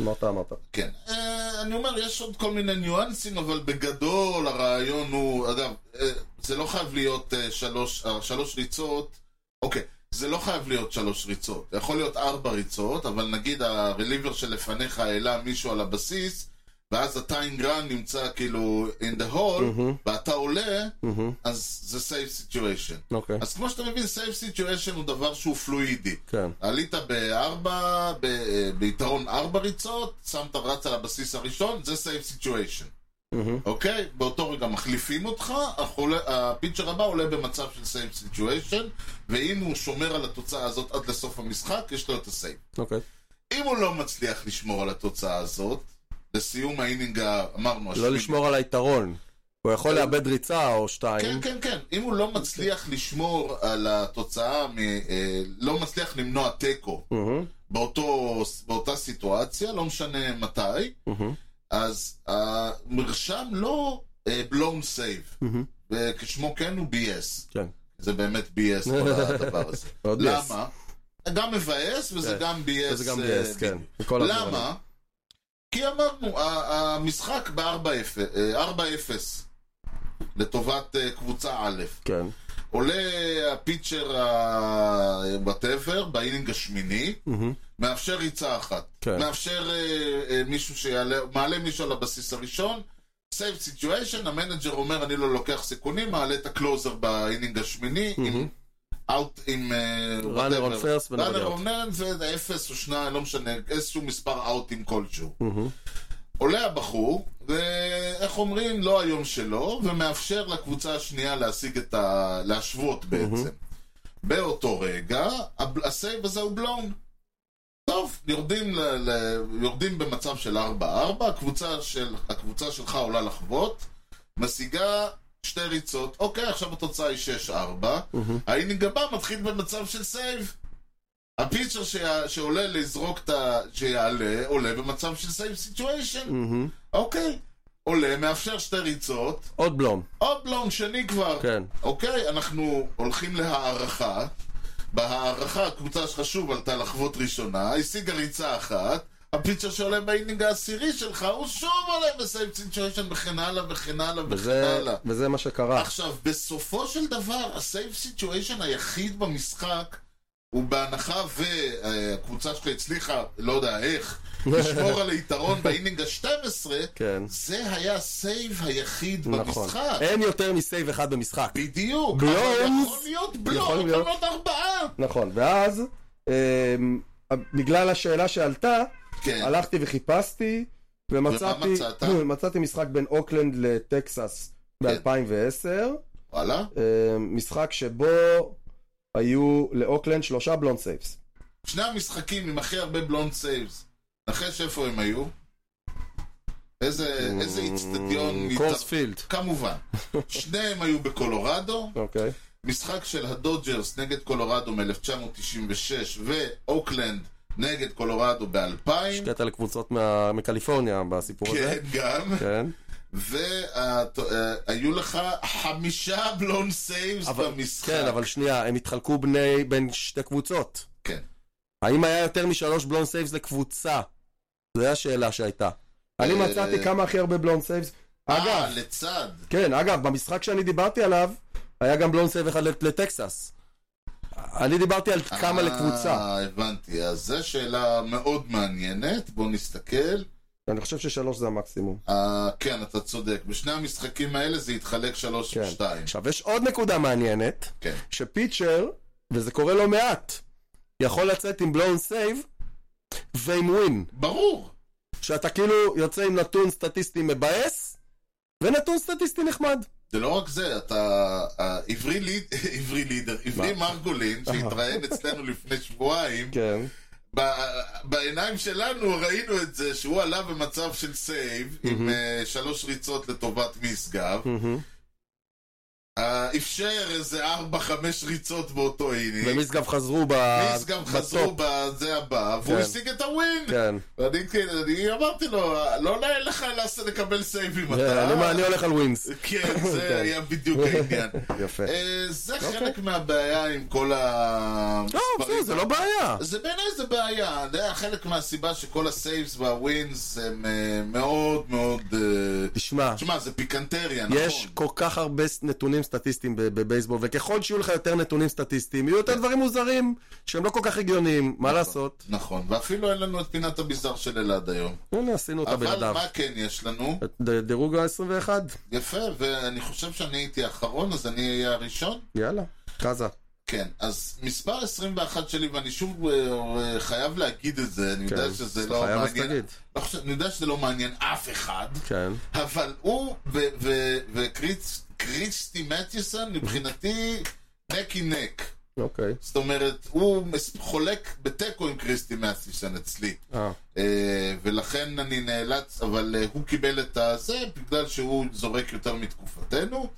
אמרת, אמרת. כן. אה, אני אומר, יש עוד כל מיני ניואנסים, אבל בגדול הרעיון הוא, אגב, אה, זה לא חייב להיות אה, שלוש, אה, שלוש ריצות, אוקיי, זה לא חייב להיות שלוש ריצות, זה יכול להיות ארבע ריצות, אבל נגיד הרליבר שלפניך העלה מישהו על הבסיס, ואז הטיינגרן נמצא כאילו in the hole, מהמם. ואתה עולה, מהמם. אז זה safe situation. אוקיי. אז כמו שאתה מבין, safe situation הוא דבר שהוא פלואידי. כן. עלית בארבע, ב, ביתרון ארבע ריצות, שמת רץ על הבסיס הראשון, זה סייב סיטואשן, מהמם. אוקיי? באותו רגע מחליפים אותך, החולה, הפיצ'ר הבא עולה במצב של סייב סיטואשן, ואם הוא שומר על התוצאה הזאת עד לסוף המשחק, יש לו את הסייב. אוקיי. אם הוא לא מצליח לשמור על התוצאה הזאת, לסיום האינינג, ה- אמרנו, לא השמיני. לשמור על היתרון. הוא יכול לאבד ריצה או כן, שתיים. כן, כן. אם הוא לא מצליח לשמור על התוצאה, מ, אה, לא מצליח למנוע תיקו מהמם. באותו, באותה סיטואציה, לא משנה מתי, מהמם. אז המרשם לא אה, בלום סייב, מהמם. וכשמו כן הוא BS. כן. זה באמת BS (laughs) כל הדבר הזה. מאוד BS. למה? גם מבאס וזה כן. גם BS. זה גם אה, BS, כן. בדיוק. מכל הדברים. למה? כי אמרנו, ה- המשחק ב-4-0 לטובת אה, קבוצה א'. כן. עולה הפיצ'ר ה-whatever באינינג השמיני, מאפשר ריצה אחת. כן. מאפשר אה, אה, מישהו שיעלה, מעלה מישהו על הבסיס הראשון, סייב סיטואשן, המנג'ר אומר אני לא לוקח סיכונים, מעלה את הקלוזר באינינג השמיני, עם כן. אאוט, עם... אה, Runner on first ו-nobody ראנר out. אונן ואפס או שניים, לא משנה, איזשהו מספר אאוטים כלשהו. עולה הבחור, ואיך אומרים, לא היום שלו, ומאפשר לקבוצה השנייה להשיג את ה... להשוות בעצם. באותו רגע, הב- הסייב הזה הוא בלון. טוב, יורדים, ל... ל... יורדים במצב של 4-4, הקבוצה, של... הקבוצה שלך עולה לחוות, משיגה שתי ריצות, אוקיי, עכשיו התוצאה היא 6-4, האינינג הבא מתחיל במצב של סייב. הפיצ'ר שיה- שעולה לזרוק את ה... שיעלה, עולה במצב של סייב סיטואשן. מהמם. אוקיי. עולה, מאפשר שתי ריצות, עוד בלום, עוד בלון שני כבר. כן. אוקיי, אנחנו הולכים להערכה. בהערכה הקבוצה שלך שוב עלתה לחוות ראשונה, השיגה ריצה אחת, הפיצ'ר שעולה באינינג העשירי שלך, הוא שוב עולה בסייב סיטואשן וכן הלאה וכן הלאה וכן וזה- הלאה. וזה מה שקרה. עכשיו, בסופו של דבר, הסייב סיטואשן היחיד במשחק הוא בהנחה והקבוצה שלך הצליחה, לא יודע איך, לשמור על היתרון באינינג ה-12, כן. זה היה הסייב היחיד נכון. במשחק. אין יותר מסייב אחד במשחק. בדיוק. בלונס. אבל יכול להיות יכול בלוק, להיות. אבל עוד ארבעה. נכון, ואז, אמ, בגלל השאלה שעלתה, כן. הלכתי וחיפשתי, ומצאתי, ומה מצאת? (laughs) מצאתי משחק בין אוקלנד לטקסס ב-2010, וואלה. אה, משחק שבו היו לאוקלנד שלושה בלונד סייבס. שני המשחקים עם הכי הרבה בלונד סייבס. נחש איפה הם היו? Mm, איזה איזה איצטדיון... קורס פילד. כמובן. שניהם היו בקולורדו. אוקיי. משחק של הדודג'רס נגד קולורדו מ-1996 ואוקלנד נגד קולורדו ב-2000. קטע לקבוצות מה- מקליפורניה בסיפור כן, הזה. גם. כן. והיו אה, לך חמישה בלון סייבס אבל- במשחק. כן, אבל שנייה, הם התחלקו בני, בין שתי קבוצות. כן. האם היה יותר משלוש בלון סייבס לקבוצה? זו השאלה שהייתה. אני אה, מצאתי כמה הכי הרבה בלון סייבס. אה, אגב, לצד. כן, אגב, במשחק שאני דיברתי עליו, היה גם בלון סייב אחד לט- לטקסס. אני דיברתי על כמה אה, לקבוצה. הבנתי. אז זו שאלה מאוד מעניינת. בואו נסתכל. אני חושב ששלוש זה המקסימום. אה, כן, אתה צודק. בשני המשחקים האלה זה התחלק שלוש כן. ושתיים. עכשיו, יש עוד נקודה מעניינת, כן. שפיצ'ר, וזה קורה לא מעט, יכול לצאת עם בלון סייב ועם ווין. ברור. שאתה כאילו יוצא עם נתון סטטיסטי מבאס, ונתון סטטיסטי נחמד. זה לא רק זה, אתה... אה, עברי ליד... (laughs) עברי לידר, עברי מרגולין, (laughs) שהתראיין אצלנו לפני שבועיים, כן. ב- בעיניים שלנו ראינו את זה שהוא עלה במצב של סייב, עם אה, שלוש ריצות לטובת משגב. אה, אפשר איזה ארבע, חמש ריצות באותו אינינג. ומשגב חזרו ב- משגב חזרו בטופ. בזה הבא, והוא כן. השיג את הווין! כן. ואני כאילו, אני אמרתי לו, לא נעים לך לעשות- לקבל סייבים כן, אתה. אני- אני הולך על ווינס. (laughs) כן, כן. זה היה בדיוק העניין. (laughs) יפה. אה, זה אוקיי. חלק מהבעיה עם כל לא, בסדר, המספרים. זה לא בעיה. זה בעיניי זה בעיה, זה היה חלק מהסיבה שכל הסייבס והווינס הם אה, מאוד מאוד... אה, תשמע, תשמע, זה פיקנטריה, נכון. יש כל כך הרבה ס- נתונים סטטיסטיים ב- בבייסבול, וככל שיהיו לך יותר נתונים סטטיסטיים, יהיו יותר דברים מוזרים, שהם לא כל כך הגיוניים, מה לעשות? כן. נכון, ואפילו אין לנו את פינת הביזאר של אלעד היום. הנה, עשינו אותה אבל בלעדיו. מה כן יש לנו? את ד- דירוג ה-21, יפה, ואני חושב שאני הייתי האחרון, אז אני אהיה הראשון. יאללה, חזה. כן, אז מספר 21 שלי, ואני שוב אה, אה, חייב להגיד את זה, אני כן, יודע שזה אז לא חייב אז מעניין... תגיד. לא חושב- אני יודע שזה לא מעניין אף אחד, כן. אבל הוא וקריסטי מתיוסון מבחינתי נק עם נק. אוקיי. זאת אומרת, הוא מס- חולק בתיקו עם קריסטי מתיוסון אצלי. אה, אה, ולכן אני נאלץ, אבל אה, הוא קיבל את הזה בגלל שהוא זורק יותר מתקופתנו,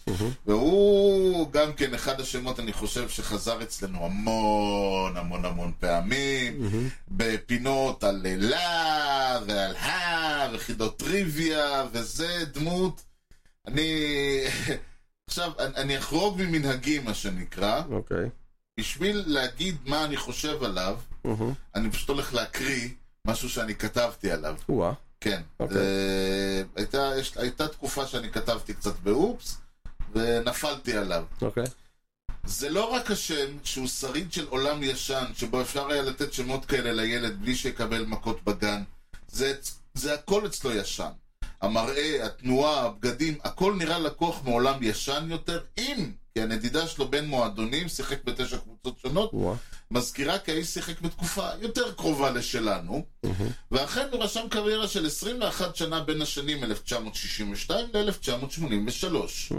והוא גם כן אחד השמות, אני חושב, שחזר אצלנו המון המון המון פעמים, בפינות על אה, לה ועל ה וחידות טריוויה, וזה דמות, אני... (laughs) עכשיו, אני- אני אחרוג ממנהגי, מה שנקרא, אוקיי. בשביל להגיד מה אני חושב עליו, אהה. אני פשוט הולך להקריא משהו שאני כתבתי עליו. וואה. כן. אוקיי. אה, הייתה, יש, הייתה תקופה שאני כתבתי קצת באופס, ונפלתי עליו. אוקיי. זה לא רק השם שהוא שריד של עולם ישן, שבו אפשר היה לתת שמות כאלה לילד בלי שיקבל מכות בגן. זה, זה הכל אצלו ישן. המראה, התנועה, הבגדים, הכל נראה לקוח מעולם ישן יותר, אם, כי הנדידה שלו בין מועדונים, שיחק בתשע קבוצות שונות, וואו. מזכירה כי האיש שיחק בתקופה יותר קרובה לשלנו, ואכן הוא רשם קריירה של 21 שנה בין השנים 1962 ל-1983.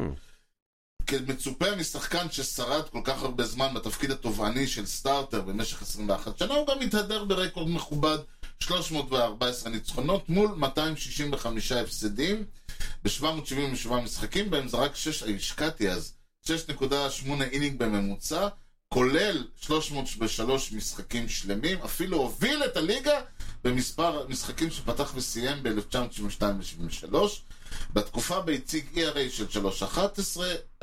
כמצופה משחקן ששרד כל כך הרבה זמן בתפקיד התובעני של סטארטר במשך 21 שנה, הוא גם התהדר ברקורד מכובד 314 ניצחונות מול 265 הפסדים ב-777 משחקים, בהם זרק 6, השקעתי אז, 6.8 אינינג בממוצע, כולל 303 משחקים שלמים, אפילו הוביל את הליגה במספר משחקים שפתח וסיים ב-1992 ו-73. בתקופה בה הציג ERA של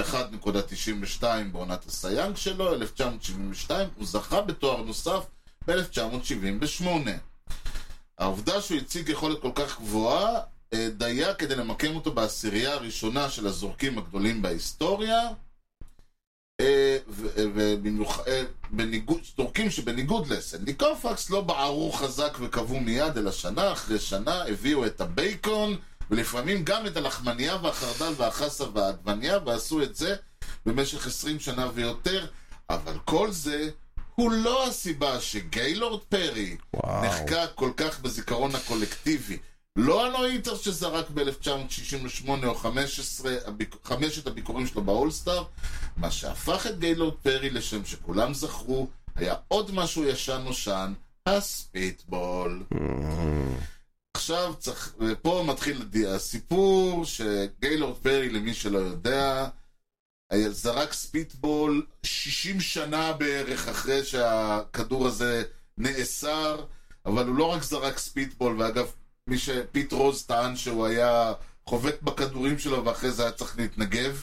3.11, 1.92 בעונת הסייאנג שלו, 1972, הוא זכה בתואר נוסף ב-1978. העובדה שהוא הציג יכולת כל כך גבוהה, אה, דייה כדי למקם אותו בעשירייה הראשונה של הזורקים הגדולים בהיסטוריה. אה, ובניגוד, אה, שבניגוד לסנדי קופקס לא בערו חזק וקבעו מיד, אלא שנה אחרי שנה הביאו את הבייקון, ולפעמים גם את הלחמנייה והחרדל והחסה והעגבנייה, ועשו את זה במשך 20 שנה ויותר, אבל כל זה הוא לא הסיבה שגיילורד פרי וואו. נחקק כל כך בזיכרון הקולקטיבי. לא הנויטר שזרק ב-1968 או 15, הביק- חמשת הביקורים שלו באולסטאר, מה שהפך את גיילורד פרי לשם שכולם זכרו, היה עוד משהו ישן נושן, הספיטבול. עכשיו צריך, ופה מתחיל הד- הסיפור שגיילורד פרי, למי שלא יודע, היה- זרק ספיטבול 60 שנה בערך אחרי שהכדור הזה נאסר, אבל הוא לא רק זרק ספיטבול, ואגב, מי שפיט רוז טען שהוא היה חובט בכדורים שלו ואחרי זה היה צריך להתנגב,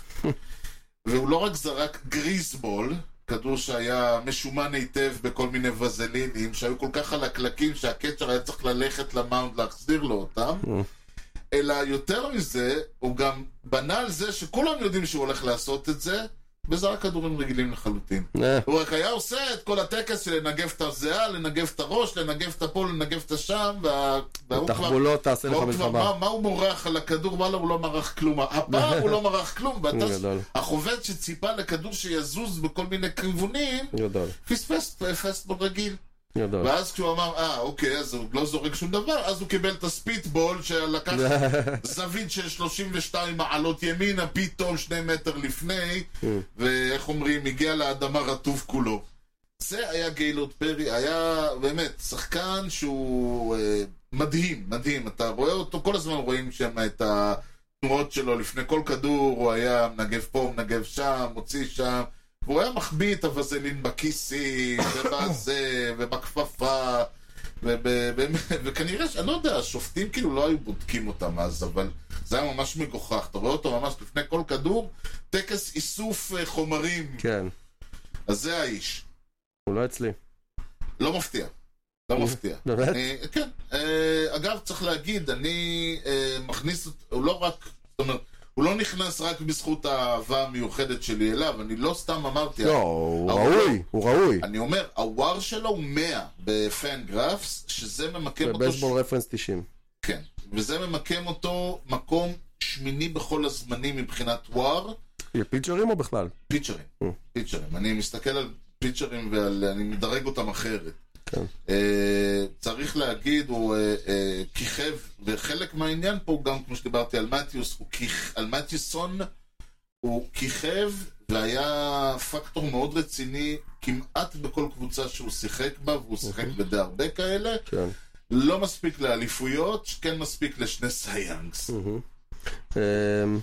והוא לא רק זרק גריסבול, כדור שהיה משומן היטב בכל מיני וזלינים, שהיו כל כך חלקלקים שהקצ'ר היה צריך ללכת למאונד להחזיר לו אותם, אלא יותר מזה, הוא גם בנה על זה שכולם יודעים שהוא הולך לעשות את זה, וזרק כדורים רגילים לחלוטין. אה, הוא רק היה עושה את כל הטקס של לנגב את הזיעה, לנגב את הראש, לנגב את הפה, לנגב את השם, וה- והוא כבר... תחבולות תעשה לך והוא לא, כבר, מלחמה. מה, מה הוא מורח על הכדור? וואלה, הוא לא מרח (laughs) כלום. הפעם הוא לא מרח כלום, ואתה... הוא גדול. החובט שציפה לכדור שיזוז בכל מיני כיוונים, גדול, פספס פסטבול רגיל. גדול. ואז כשהוא אמר, אה, אוקיי, אז הוא לא זורק שום דבר, אז הוא קיבל את הספיטבול (laughs) שלקח זווית של 32 מעלות ימינה, פתאום שני מטר לפני, ואיך אומרים, הגיע לאדמה רטוב כולו. זה היה גיילורד פרי, היה באמת שחקן שהוא אה, מדהים, מדהים. אתה רואה אותו, כל הזמן רואים שם את התנועות שלו לפני כל כדור, הוא היה מנגב פה, מנגב שם, מוציא שם. והוא היה מחביא את הווזלין בכיסים, ובזה, ובכפפה, ובאמת, וכנראה, ש- אני לא יודע, השופטים כאילו לא היו בודקים אותם אז, אבל זה היה ממש מגוחך. אתה רואה אותו ממש לפני כל כדור, טקס איסוף אה, חומרים. (laughs) כן, אז זה האיש. הוא לא אצלי. לא מפתיע. לא מפתיע. באמת? אני- כן. אה, אגב, צריך להגיד, אני אה, מכניס, אות- הוא לא רק, זאת אומרת, הוא לא נכנס רק בזכות האהבה המיוחדת שלי אליו, אני לא סתם אמרתי, לא, הוא אבל- ראוי, הוא ראוי. אני אומר, הוואר שלו הוא 100 בפן גרפס, שזה ממקם אותו... בבייסבול רפרנס 90. כן. וזה ממקם אותו מקום שמיני בכל הזמנים מבחינת וואר. פיצ'רים או בכלל? פיצ'רים. Mm. פיצ'רים. אני מסתכל על פיצ'רים ועל... אני מדרג אותם אחרת. כן. אה, צריך להגיד, הוא אה, אה, כיכב, וחלק מהעניין פה, הוא גם כמו שדיברתי על מתיוס, הוא כיכ... על מתיוסון, הוא כיכב והיה פקטור מאוד רציני כמעט בכל קבוצה שהוא שיחק בה, והוא שיחק אוקיי. בדי הרבה כאלה. כן. לא מספיק לאליפויות, כן מספיק לשני סייאנגס. אה. אמ,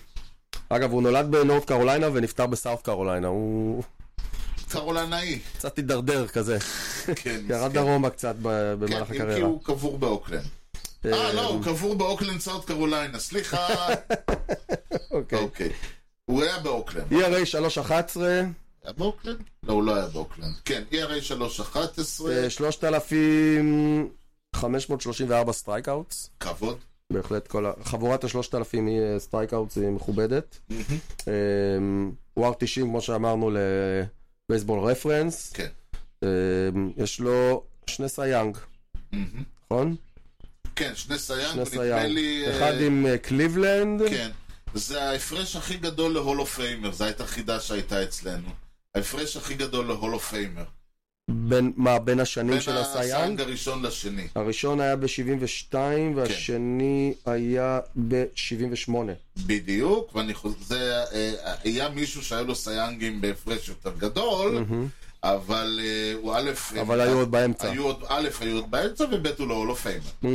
אגב, הוא נולד בנורד קרוליינה ונפטר בסאוף קרוליינה. הוא קרולנאי. קצת הידרדר כזה. כן, ירד מסכן. דרומה קצת ב- כן, במהלך אם כי הקריירה. הוא קבור באוקלנד. אה, אמ, לא, הוא קבור באוקלנד, סאוט קרוליינה, (laughs) סליחה. אוקיי. E אוקיי. הוא היה באוקלנד. ERA 311, היה באוקלנד? לא, הוא לא היה באוקלנד. כן, ERA 3.11, אה, 3,534 סטרייקאוטס. כבוד. בהחלט, כל ה... חבורת ה-3,000 היא אה, סטרייקאוטס, היא מכובדת. אמ, וואר 90, כמו שאמרנו, ל... בייסבול רפרנס. אמ, כן. יש לו שני סייאנג, מהמם. נכון? כן, שני סייאנג, שני ונדמה סייאנג. לי... אה, אחד עם אה, קליבלנד. כן. זה ההפרש הכי גדול להול אוף פיימר, זו הייתה חידה שהייתה אצלנו. ההפרש הכי גדול להול אוף פיימר. בין, מה, בין השנים בין של הסייאנג? הסייאנג כן. הראשון לשני. הראשון היה ב-72 והשני היה ב-78. כן, בדיוק, ואני חוזר, זה, אה, היה מישהו שהיו לו סייאנגים בהפרש יותר גדול, אבל אה, הוא א', אה, אבל היו עוד באמצע. היו עוד, א', היו עוד באמצע, וב', הוא לא הולו פיימר. Mm,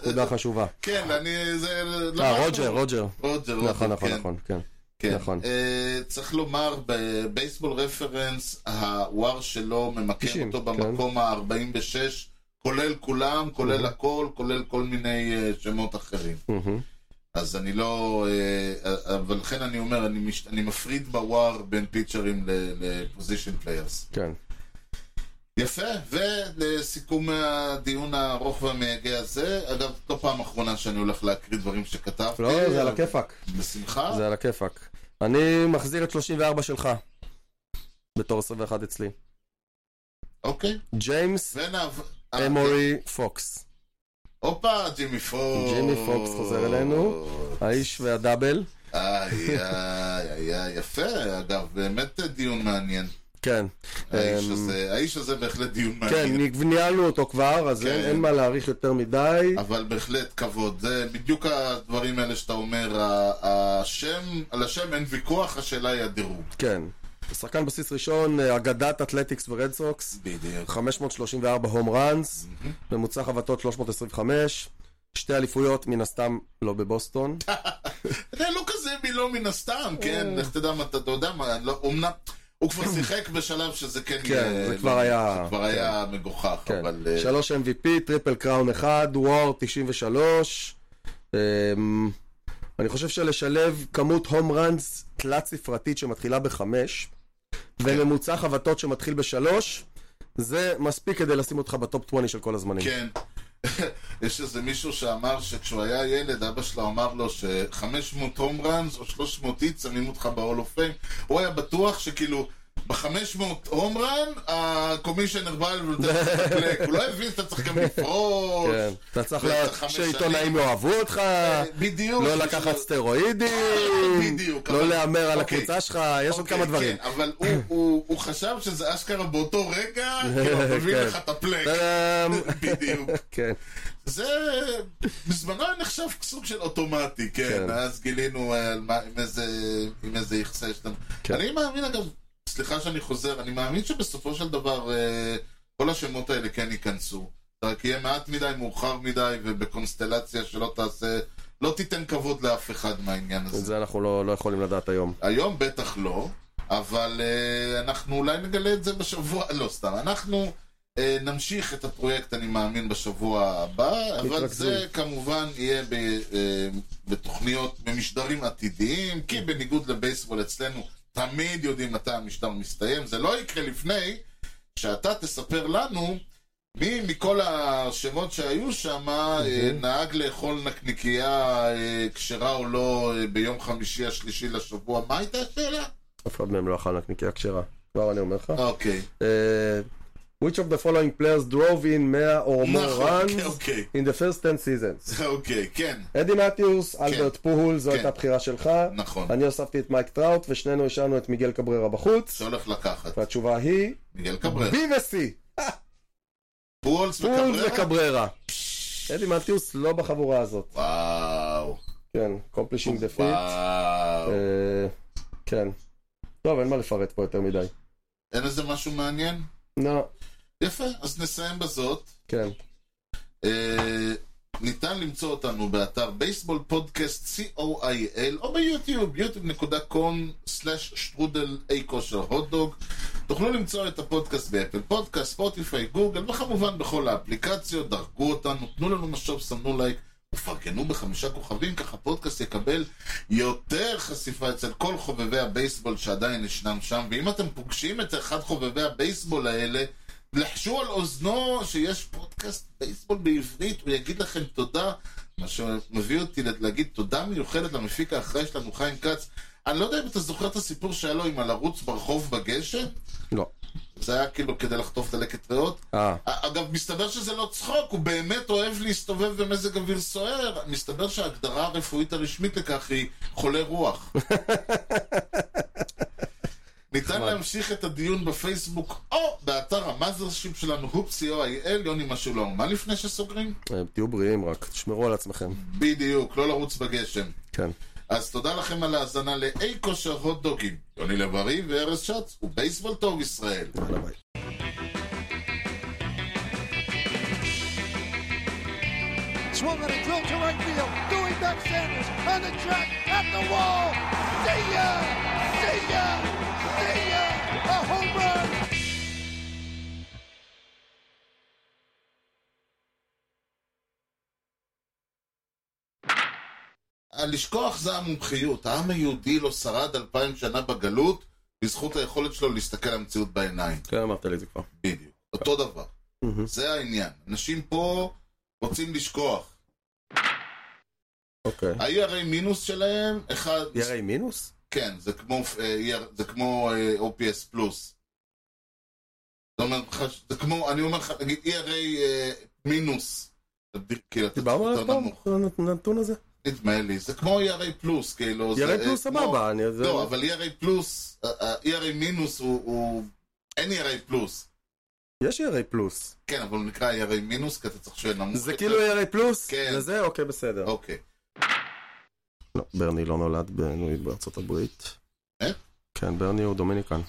נקודה (laughs) חשובה. כן, אני, זה... לא אה, רוג'ר, רוג'ר. רוג'ר, נכון, רוג'ר, נכון, כן. נכון, כן. כן. נכון. אה, צריך לומר, בבייסבול רפרנס, הוואר שלו ממקם 90, אותו במקום ה-46, כולל כולם, כולל הכל, כולל כל מיני אה, שמות אחרים. מהמם. אז אני לא... אה, אה, אבל לכן אני אומר, אני, מש, אני מפריד בוואר בין פיצ'רים ל- לפוזיישן פליירס. כן. יפה, ולסיכום הדיון הארוך והמייגע הזה, אגב, לא פעם אחרונה שאני הולך להקריא דברים שכתבתי. לא, זה על הכיפאק. בשמחה. זה על הכיפאק. אני מחזיר את 34 שלך. בתור 21 אצלי. אוקיי. ג'יימס ונעב... אה, כן. אמורי פוקס. הופה, ג'ימי פוקס. ג'ימי פוקס חוזר אלינו. האיש והדאבל. איי, איי, איי, איי, יפה, אגב, באמת דיון מעניין. כן. האיש אמ, הזה- האיש הזה בהחלט דיון כן, מעניין. ניהלנו אותו כבר, אז כן. אוקיי. אין אין מה להעריך יותר מדי. אבל בהחלט כבוד. זה בדיוק הדברים האלה שאתה אומר, ה- השם, על השם אין ויכוח, השאלה היא הדירוג. כן. שחקן בסיס ראשון, אה, אגדת אתלטיקס ורד סוקס. בדיוק. 534 הום ראנס. ממוצע חבטות 325. שתי אליפויות, מן הסתם לא בבוסטון. זה לא כזה מלא מן הסתם, כן? לך תדע מה, אתה אתה יודע מה, לא- אומנם... הוא כבר שיחק בשלב שזה כן... כן, יהיה- זה כבר היה- זה כבר היה מגוחך, כן. אבל... אה, שלוש MVP, טריפל קראון אחד, וור 93. אמ, אני חושב שלשלב כמות הום ראנס תלת ספרתית שמתחילה בחמש, כן. וממוצע חבטות שמתחיל בשלוש, זה מספיק כדי לשים אותך בטופ 20 של כל הזמנים. כן. (laughs) יש איזה מישהו שאמר שכשהוא היה ילד, אבא שלו אמר לו ש-500 הום ראנס או 300 איט שמים אותך ב-all of fame. הוא היה בטוח שכאילו... ב-500 הום ראן, הקומישיונר בא אליו ונותן לך את הקלק. הוא לא הבין שאתה צריך (laughs) גם לפרוש. כן. אתה צריך ואתה לה- לא, חמש שעיתונאים שנים. אה, יאהבו אותך, בדיוק. לא שיש לקחת לו- סטרואידים, בדיוק, לא אבל- להמר על אוקיי. הקבוצה שלך, יש עוד כמה כן, דברים. כן, אבל (laughs) הוא- הוא הוא חשב שזה אשכרה באותו רגע, כאילו, הוא (laughs) מביא כן. לך את הפלק. (laughs) טאדאם. בדיוק. אמ, כן. זה בזמנו היה נחשב סוג של אוטומטי, כן, כן. אז גילינו אה, על מה- עם איזה, עם איזה יחסה יש לנו. כן. אני מאמין אגב, סליחה שאני חוזר, אני מאמין שבסופו של דבר אה, כל השמות האלה כן ייכנסו. רק יהיה מעט מדי, מאוחר מדי, ובקונסטלציה שלא תעשה, לא תיתן כבוד לאף אחד מהעניין את הזה. זה אנחנו לא לא יכולים לדעת היום. היום בטח לא, אבל אה, אנחנו אולי נגלה את זה בשבוע, לא סתם, אנחנו אה, נמשיך את הפרויקט, אני מאמין, בשבוע הבא, אבל מתרכזים. זה כמובן יהיה ב, אה, בתוכניות, במשדרים עתידיים, כי בניגוד לבייסבול אצלנו, תמיד יודעים מתי המשדר מסתיים, זה לא יקרה לפני שאתה תספר לנו מי מכל השמות שהיו שם אה, נהג לאכול נקניקייה אה, כשרה או לא אה, ביום חמישי השלישי לשבוע? מה הייתה השאלה? אף אחד מהם לא אכל נקניקיה כשרה. כבר אני אומר לך. אוקיי. Uh, which of the following players drove in 100 or more נכון, כן, runs אוקיי. in the first 10 seasons? אוקיי, (laughs) כן. אדי מתיוס, אלברט פוהול, זו כן. הייתה בחירה שלך. (laughs) נכון. אני הוספתי את מייק טראוט, ושנינו השארנו את מיגל קבררה בחוץ. שהולך לקחת. והתשובה היא... מיגל קבררה. B ו-C! פולס פוהול וקבררה? וקבררה. אדי מתיוס לא בחבורה הזאת. וואו. כן, קומפלישינג דה פיט. וואו. אה. כן. טוב, אין מה לפרט פה יותר מדי. אין איזה משהו מעניין? לא, יפה, אז נסיים בזאת. כן. אה, ניתן למצוא אותנו באתר בייסבול פודקאסט co.il או ביוטיוב, yוטיוב.com/שטרודל אי כושר הוטדוג. תוכלו למצוא את הפודקאסט באפל פודקאסט, ספוטיפיי, גוגל, וכמובן בכל האפליקציות, דרגו אותנו, תנו לנו משוב, סמנו לייק. ופרגנו בחמישה כוכבים, כך הפודקאסט יקבל יותר חשיפה אצל כל חובבי הבייסבול שעדיין ישנם שם. ואם אתם פוגשים את אחד חובבי הבייסבול האלה, לחשו על אוזנו שיש פודקאסט. פודקאסט בייסבול בעברית, הוא יגיד לכם תודה, מה שמביא אותי לה- להגיד תודה מיוחדת למפיק האחראי שלנו, חיים כץ. אני לא יודע אם אתה זוכר את הסיפור שהיה לו עם הלרוץ ברחוב בגשם, לא. זה היה כאילו כדי לחטוף דלקת ריאות. אה, אגב, מסתבר שזה לא צחוק, הוא באמת אוהב להסתובב במזג אוויר סוער. מסתבר שההגדרה הרפואית הרשמית לכך היא חולה רוח. ניתן להמשיך את הדיון בפייסבוק או באתר המאזרשיפ שלנו, הופסי או אי-אל, יוני משהו לא מה לפני שסוגרים? אה, תהיו בריאים רק, תשמרו על עצמכם. בדיוק, לא לרוץ בגשם. כן. אז תודה לכם על ההאזנה לאי כושר הוט דוגים, יוני לב-ארי וארז שץ, ובייסבול טוב ישראל. יאללה, ביי. Swung on a drill to right field. Doing back Sanders on the track at the wall. See ya! See ya! See ya! A home run! לשכוח זה המומחיות. העם היהודי לא שרד אלפיים שנה בגלות בזכות היכולת שלו להסתכל למציאות בעיניים. כן, אמרת לי את זה כבר. בדיוק. אותו דבר. מהמם. זה העניין. אנשים פה רוצים לשכוח. אוקיי. ה-ERA מינוס שלהם, אחד... ירי מינוס? כן, זה כמו, אה, ER זה כמו אה, OPS פלוס. זאת אומרת לך, זה כמו, אני אומר לך, נגיד ERA אה, מינוס. זה בדיוק, כאילו, אתה דיברנו יותר עליו פעם? נמוך. על הנתון הזה? נדמה לי, זה כמו ERA פלוס, כאילו. זה, ירי אה, פלוס כמו- סבבה, אני... זה- לא, אבל ERA פלוס, אה, ה- ה- ERA מינוס הוא- הוא... אין ERA פלוס. יש ירי פלוס. כן, אבל הוא נקרא ERA מינוס, כי אתה צריך שיהיה נמוך. זה יותר. כאילו ירי פלוס? כן. זה זה? אוקיי, בסדר. אוקיי. לא, ברני לא נולד בניו בארצות הברית. אה? כן, ברני הוא דומיניקן.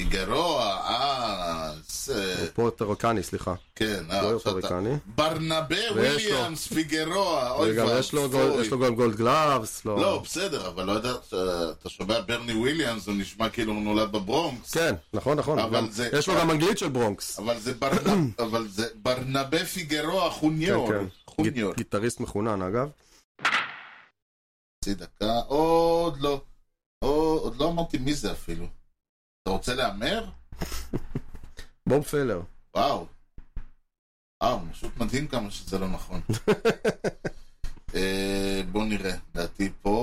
גרוע, אה, זה... פורטרוקני, סליחה. כן, לא אה, עכשיו אתה... פורטרוקני. ברנבה ויש לו- וויליאמס פיגרואה, אוי וגם ואבוי. יש לו גול- יש לו גם גולד גלאבס. לא, בסדר, אבל לא יודע, אה, אתה שומע ברני וויליאמס, הוא נשמע כאילו הוא נולד בברונקס. כן, נכון, נכון. אבל גם- זה- יש לו גם אנגלית של ברונקס. אבל זה (coughs) ברנ- אבל זה ברנבה פיגרואה חוניור. כן, כן. חוניור. גיט- גיטריסט מחונן, אגב. חצי דקה, עוד לא. עוד, עוד לא אמרתי מי זה אפילו. אתה רוצה להמר? בוב פלר. וואו. וואו, פשוט מדהים כמה שזה לא נכון. אה, בוא נראה, דעתי פה.